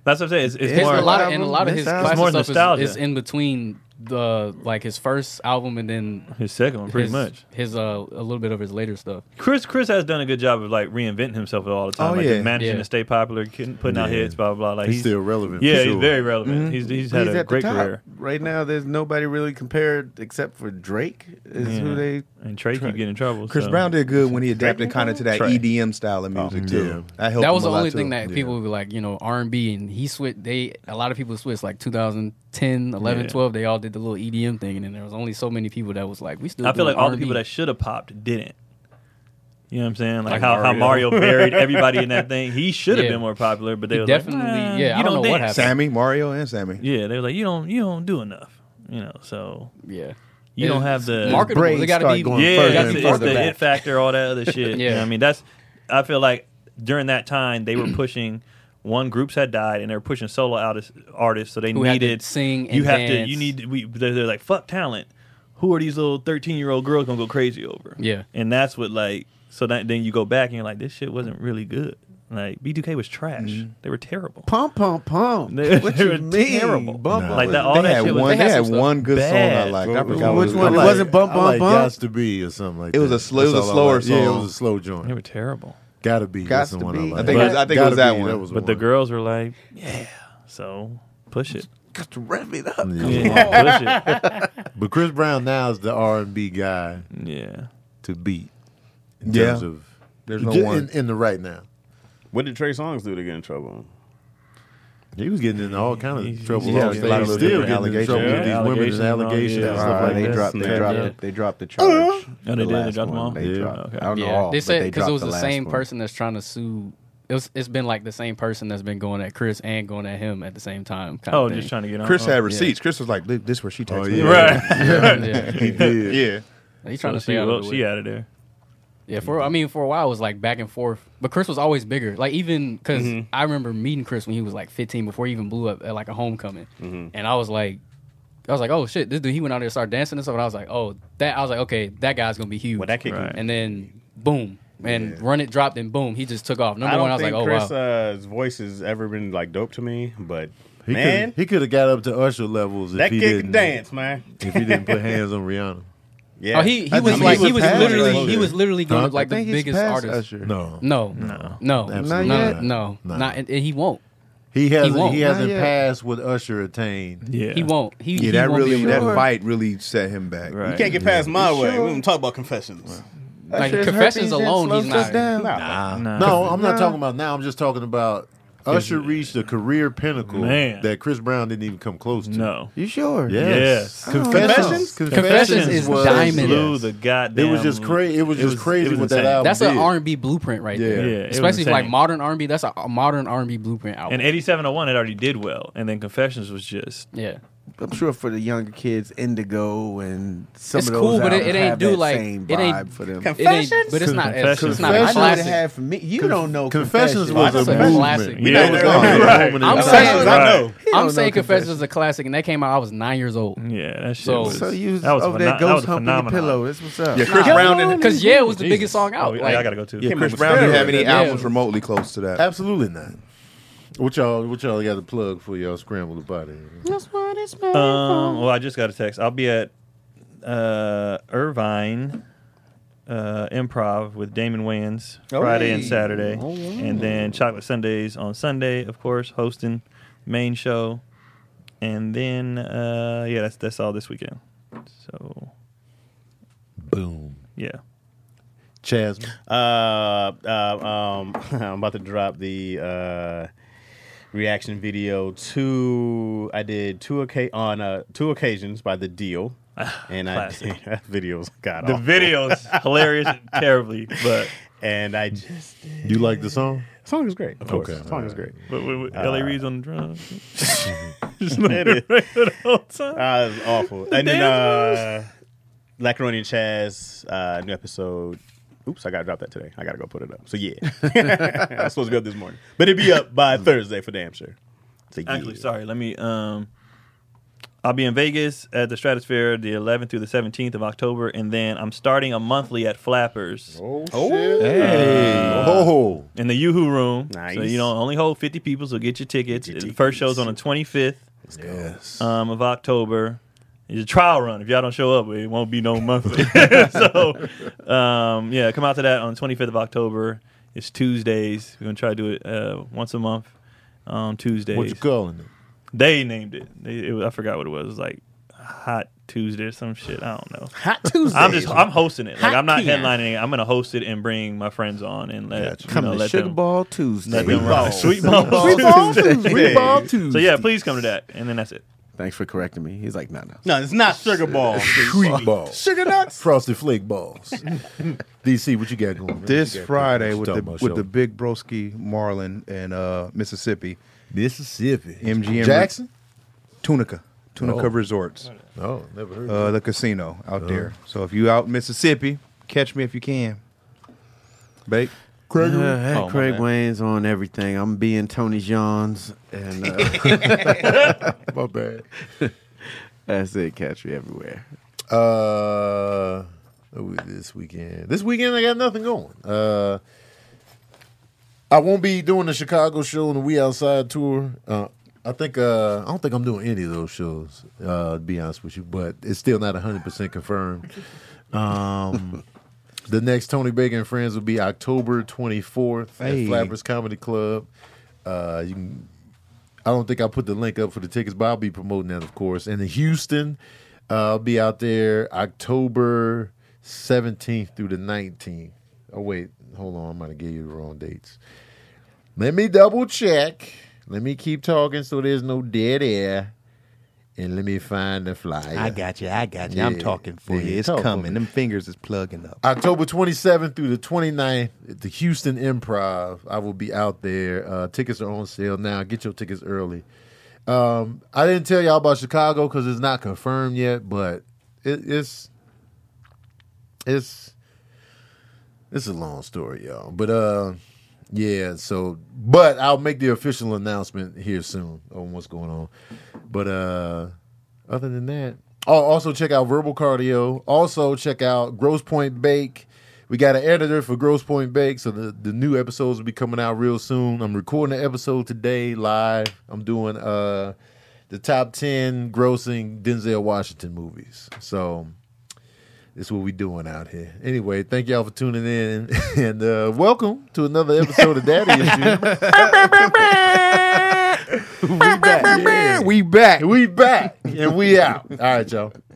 E: that's what I'm saying. It's, it's
G: His,
E: more
G: a lot of, and a
A: album,
G: lot of
A: this
G: his
A: album.
G: classic
E: It's more
G: stuff
E: nostalgia.
G: is, is in between the like his first album and then
E: his second one, pretty
G: his,
E: much.
G: his uh a little bit of his later stuff.
E: Chris Chris has done a good job of like reinventing himself all the time,
F: Oh,
E: like
F: yeah.
E: just managing
G: Yeah.
E: to stay popular, getting- putting out hits, blah blah. blah. Like
B: He's still relevant, for
E: Yeah, he's
B: sure.
E: very relevant. He's he's had
A: He's
E: a
A: at the
E: great
A: top.
E: career.
A: Right now, there's nobody really compared except for Drake. Is who
E: Yeah.
A: they
E: And Trey keep getting in trouble.
F: Chris
E: so.
F: Brown did good when he adapted kind of to that
E: Trey.
F: EDM style of music too. That helped.
G: That
F: him
G: was the
F: a lot,
G: only
F: too.
G: thing that
F: Yeah.
G: people would be like, you know, R and B, and he switched. They a lot of people switched like 2010, 11,
E: Yeah.
G: 12. They all did the little EDM thing, and then there was only so many people that was like, we still.
E: I feel like
G: doing
E: all the
G: R&B.
E: people that should have popped didn't. You know what I'm saying? Like,
G: Like
E: how, how Mario buried everybody in that thing. He should have
G: Yeah.
E: been more popular, but they
G: He
E: were
G: definitely-
E: like, "Nah,
G: yeah, I
E: you
G: don't know what
E: dance."
F: Sammy, Mario, and Sammy.
E: Yeah, they were like, you don't you don't do enough. You know, so
G: yeah,
E: you don't have the
G: marketable.
A: Brain
G: They got to
A: start
G: be
A: going
E: yeah,
A: further
G: they gotta
A: and
E: it's,
G: be
E: it's
A: further
E: the
G: marketable.
E: hit factor, all that other shit.
G: Yeah.
E: You know what I mean, that's I feel like during that time they were pushing one groups had died and they were pushing solo artists, artists so they
G: Who had to
E: needed
G: sing
E: you
G: and
E: have to
G: dance.
E: you need we they're, they're like fuck talent. Who are these little thirteen year old girls gonna go crazy over?
G: Yeah.
E: and that's what like so that then you go back and you're like this shit wasn't really good. Like B2K was trash.
G: Mm-hmm.
E: They were terrible.
A: Pump, pump, pump.
E: They-
A: what
E: they
A: you
E: were
A: mean?
E: terrible.
A: Bump,
E: No.
A: bump.
E: Like that, all
F: they
E: that
F: had
E: shit was
F: one.
G: they
F: they
G: had
F: had
G: some stuff.
F: one good
E: Bad.
F: song I liked. I
B: Well,
F: forgot
A: which
F: what
A: one?
B: I
A: It
F: was.
B: like-
A: wasn't bump,
B: I
A: bump,
B: like
A: bump.
B: Gots to be or something like
F: It
B: that.
F: was a slow- it was
B: That's
F: a
B: all I like.
F: slower
B: Yeah, it
F: song.
B: was a slow joint.
E: They were terrible.
B: Gotta be.
A: Gots
B: That's
A: to
B: the one I
A: be.
B: like.
A: I think it
F: was- I think it was
B: Gotta
F: that
B: be,
F: one.
B: was
E: But the girls were like, yeah. So push it.
A: Got to rev it up.
B: Yeah.
E: Yeah, push it.
B: But Chris Brown now is the R and B guy
E: Yeah.
B: to beat in
F: Yeah.
B: terms of
F: There's no
B: Ju-
F: one.
B: in, in the right now.
D: What did Trey Songs do to get in trouble?
B: He was getting into all kinds of
E: He's-
B: trouble.
E: he's
B: Yeah,
E: got
B: he's
E: a lot
B: still
E: of
B: getting
E: little
B: into trouble
F: allegations.
B: with
E: Yeah,
B: these women
E: allegations
B: and
E: and all,
B: allegations
E: yeah.
B: and
A: Uh,
B: stuff like
A: they
B: that.
A: dropped. They
B: Yeah.
A: dropped.
B: Yeah.
A: They dropped the charge.
E: Oh, they
A: The
E: did? They
A: last
E: dropped them
A: one,
E: all?
A: They
B: Yeah.
A: dropped.
E: Okay.
A: I don't know
G: Yeah,
A: all.
G: they
A: but
G: said
A: they
G: because it
A: dropped
G: was the,
A: last
G: same
A: one.
G: person that's trying to sue. It was, it's been like the same person that's been going at Chris and going at him at the same time. Kind
E: Oh,
G: of
E: just
G: thing.
E: trying to get on.
F: Chris
E: oh,
F: had receipts. Chris was like, "This this where she texted me."
E: Right.
F: Yeah.
G: Yeah,
F: yeah.
G: he's
E: So
G: trying to
E: she,
G: stay out
E: well,
G: of the way.
E: she out of there.
G: Yeah, for I mean, for a while it was like back and forth, but Chris was always bigger. Like even because
E: Mm-hmm.
G: I remember meeting Chris when he was like 15 before he even blew up at like a homecoming,
E: Mm-hmm.
G: and I was like, I was like, oh shit, this dude he went out there and started dancing and stuff, and I was like, oh that I was like, okay, that guy's gonna be huge.
D: Well, that kid can-
E: Right.
G: and then boom, and run it dropped, and boom, he just took off. Number
D: I don't
G: one, I was
D: think
G: like, oh
D: Chris'
G: wow,
D: uh, voice has ever been like dope to me, but
B: He
D: man,
B: could he could have got up to Usher levels if
D: that
B: he
D: kid
B: didn't
D: can dance, man.
B: if he didn't put hands on Rihanna.
D: Yeah,
G: oh, he he
F: I
G: was
F: think
G: like
F: he
G: he was
F: was past
G: literally
F: Usher.
G: he was literally going
B: Huh?
G: to like
A: I
G: the
A: think he's
G: biggest
A: past
G: artist.
A: Usher.
B: No,
G: No, no, no, no,
B: Absolutely
G: no,
B: not.
G: no,
B: No.
G: not and, and he won't.
B: he
G: He
B: hasn't.
G: won't.
B: He, hasn't
A: Not yet.
B: passed what Usher attained.
E: Yeah.
G: He won't. He
F: Yeah,
G: he
F: that
G: won't be
F: really
G: able to
F: that
G: do it.
F: fight really set him back.
E: Right.
D: you can't get past my way. We don't talk about confessions.
G: Like confessions alone, he's not.
D: Nah,
B: No, I'm not talking about now. I'm just talking about Usher reached a career pinnacle
E: Man.
B: that Chris Brown didn't even come close to.
E: No.
A: You sure?
B: Yes.
E: Yes.
B: Confessions.
G: Confessions is
B: was-
G: diamond.
E: Blew the
B: It
E: goddamn.
B: was just crazy. It was
E: It
B: just
E: was-
B: crazy
E: it was
B: what that
E: insane.
B: album
G: That's
B: did.
G: an R and B blueprint right
B: Yeah.
G: there.
E: Yeah, it was
G: Especially for like
E: insane.
G: modern R and B. That's a a modern R and B blueprint album.
E: And 8701, it already did well. And then Confessions was just.
G: yeah,
A: I'm sure for the younger kids, Indigo and some
G: It's
A: of those
G: cool, but it-
A: albums
G: it ain't
A: have
G: do
A: that
G: like-
A: same
G: it ain't-
A: vibe for them.
G: it ain't, but it's not. It's, it's
B: Confessions.
G: not a
A: I know it
G: classic.
A: had for me. You don't know
B: Confessions was a
G: That's a
B: movement.
G: classic.
B: We
E: Yeah.
B: know it's not
D: Right.
B: a
D: Right.
B: movement.
G: I'm
B: It's
G: saying-
B: not.
D: I know.
G: I'm
A: don't
G: saying
A: know
G: Confessions is a classic, and that came out. I was nine years old.
E: Yeah, that shit
G: So-
E: was.
A: So you was
E: that was
A: over
E: pheno-
A: there
E: that was
A: ghost humping your
E: phenomenon.
A: pillow. That's what's up.
F: Yeah, Chris Brown didn't
G: Because yeah, it was the
E: Jesus.
G: biggest song out.
E: Oh, yeah,
G: like,
E: I gotta go too.
F: yeah, Chris
D: Remember
F: Brown didn't
D: steroids.
F: have any
G: Yeah.
F: albums remotely close to that.
B: Absolutely not. What y'all? What y'all got to plug for y'all scramble about it?
E: Um, well, I just got a text. I'll be at uh, Irvine uh, Improv with Damon Wayans Friday and Saturday, and then Chocolate Sundays on Sunday, of course, hosting main show, and then uh, yeah, that's that's all this weekend. So
B: Boom.
E: yeah,
B: Chasm.
D: Uh, uh, um, I'm about to drop the uh, reaction video to I did two oca- on uh, two occasions by the deal, and I did,
E: Ah, Classic.
D: videos got
E: the
D: off.
E: video's hilarious terribly, but
D: and I just did.
B: You like the song?
D: the song is great. Of course,
B: Okay.
D: the song is great.
E: but with, with La Reed's on the drums, just
D: is.
E: it the whole time.
D: Ah, it was awful. and then uh, Lacaroni and Chaz uh, new episode. Oops, I gotta drop that today. I gotta go put it up. So yeah, I was supposed to be up this morning, but it'd be up by Thursday for damn sure. So, yeah.
E: Actually, sorry. Let me. Um, I'll be in Vegas at the Stratosphere the 11th through the 17th of October, and then I'm starting a monthly at Flappers
D: Oh.
F: Oh,
B: Hey. Oh.
E: in the YooHoo room. So
D: Nice.
E: you know, only hold 50 people, so get your tickets.
D: Get your
E: The first show's on
D: tickets.
E: the 25th
B: Yes.
E: um, of October. It's a trial run. If y'all don't show up, it won't be no monthly. so, um, yeah, come out to that on the 25th of October. It's Tuesdays. We're gonna try to do it uh, once a month on Tuesdays.
B: What you calling it?
E: They named it. They, it was, I forgot what it was. It was like Hot Tuesday or some shit. I don't know.
D: Hot Tuesday.
E: I'm just I'm hosting it. Like
D: Hot
E: I'm not
D: PM.
E: headlining it. I'm gonna host it and bring my friends on and let you know,
A: Coming to
E: let
A: Sugar
E: them
A: Ball Tuesday.
E: let them rock. Sweet balls.
A: Sweet Ball Tuesday.
D: Sweet Ball
A: Tuesday.
E: So yeah, please come to that, and then that's it.
A: Thanks for correcting me. He's like, no, no.
D: No, it's not sugar ball.
B: Sweet balls.
D: sugar nuts.
B: Frosted flake balls. DC, what you got going? man?
F: This
B: What you got
F: Friday
B: going?
F: with
B: What you
F: the
B: talking
F: with the
B: about,
F: big broski Marlin and uh, Mississippi
B: Shelby? Mississippi
F: MGM
B: Jackson.
F: Tunica Tunica
B: Oh.
F: Resorts,
B: No, never heard.
F: uh,
B: of
F: the casino out there. So if you out in Mississippi, catch me if you can. Bake.
A: Gregory. Uh, Craig Wayne's on everything. I'm being Tony Johns, and uh,
B: that. My bad.
A: that's it. Catch me everywhere.
B: Uh, oh, this weekend. This weekend I got nothing going. Uh, I won't be doing the Chicago show and the We Outside tour. Uh, I think uh, I don't think I'm doing any of those shows. Uh, to be honest with you, but it's still not 100 percent confirmed. Um, the next Tony Baker and Friends will be October 24th
F: Hey.
B: at Flappers Comedy Club. Uh, you can I don't think I put the link up for the tickets, but I'll be promoting that, of course. And in Houston, uh, I'll be out there October 17th through the 19th. Oh, wait, hold on. I might have gave you the wrong dates. Let me double check. Let me keep talking so there's no dead air. And let me find the flyer.
C: I got you. I got you. I'm
B: Yeah.
C: talking for
B: Yeah,
C: you. It's
B: talk for
C: coming.
B: me.
C: Them fingers is plugging up.
B: October 27th through the 29th at the Houston Improv. I will be out there. Uh, tickets are on sale now. Get your tickets early. Um, I didn't tell y'all about Chicago because it's not confirmed yet, but it, it's it's it's a long story, y'all. But uh, yeah. So, but I'll make the official announcement here soon on what's going on. But uh, other than that, oh, also check out Verbal Cardio. Also check out Gross Point Bake. We got an editor for Gross Point Bake, so the, the new episodes will be coming out real soon. I'm recording the episode today live. I'm doing uh the top ten grossing Denzel Washington movies. So it's what we doing out here. Anyway, thank y'all for tuning in and uh, welcome to another episode of Daddy Issues. we back. We back. We back. And we out. All right, y'all.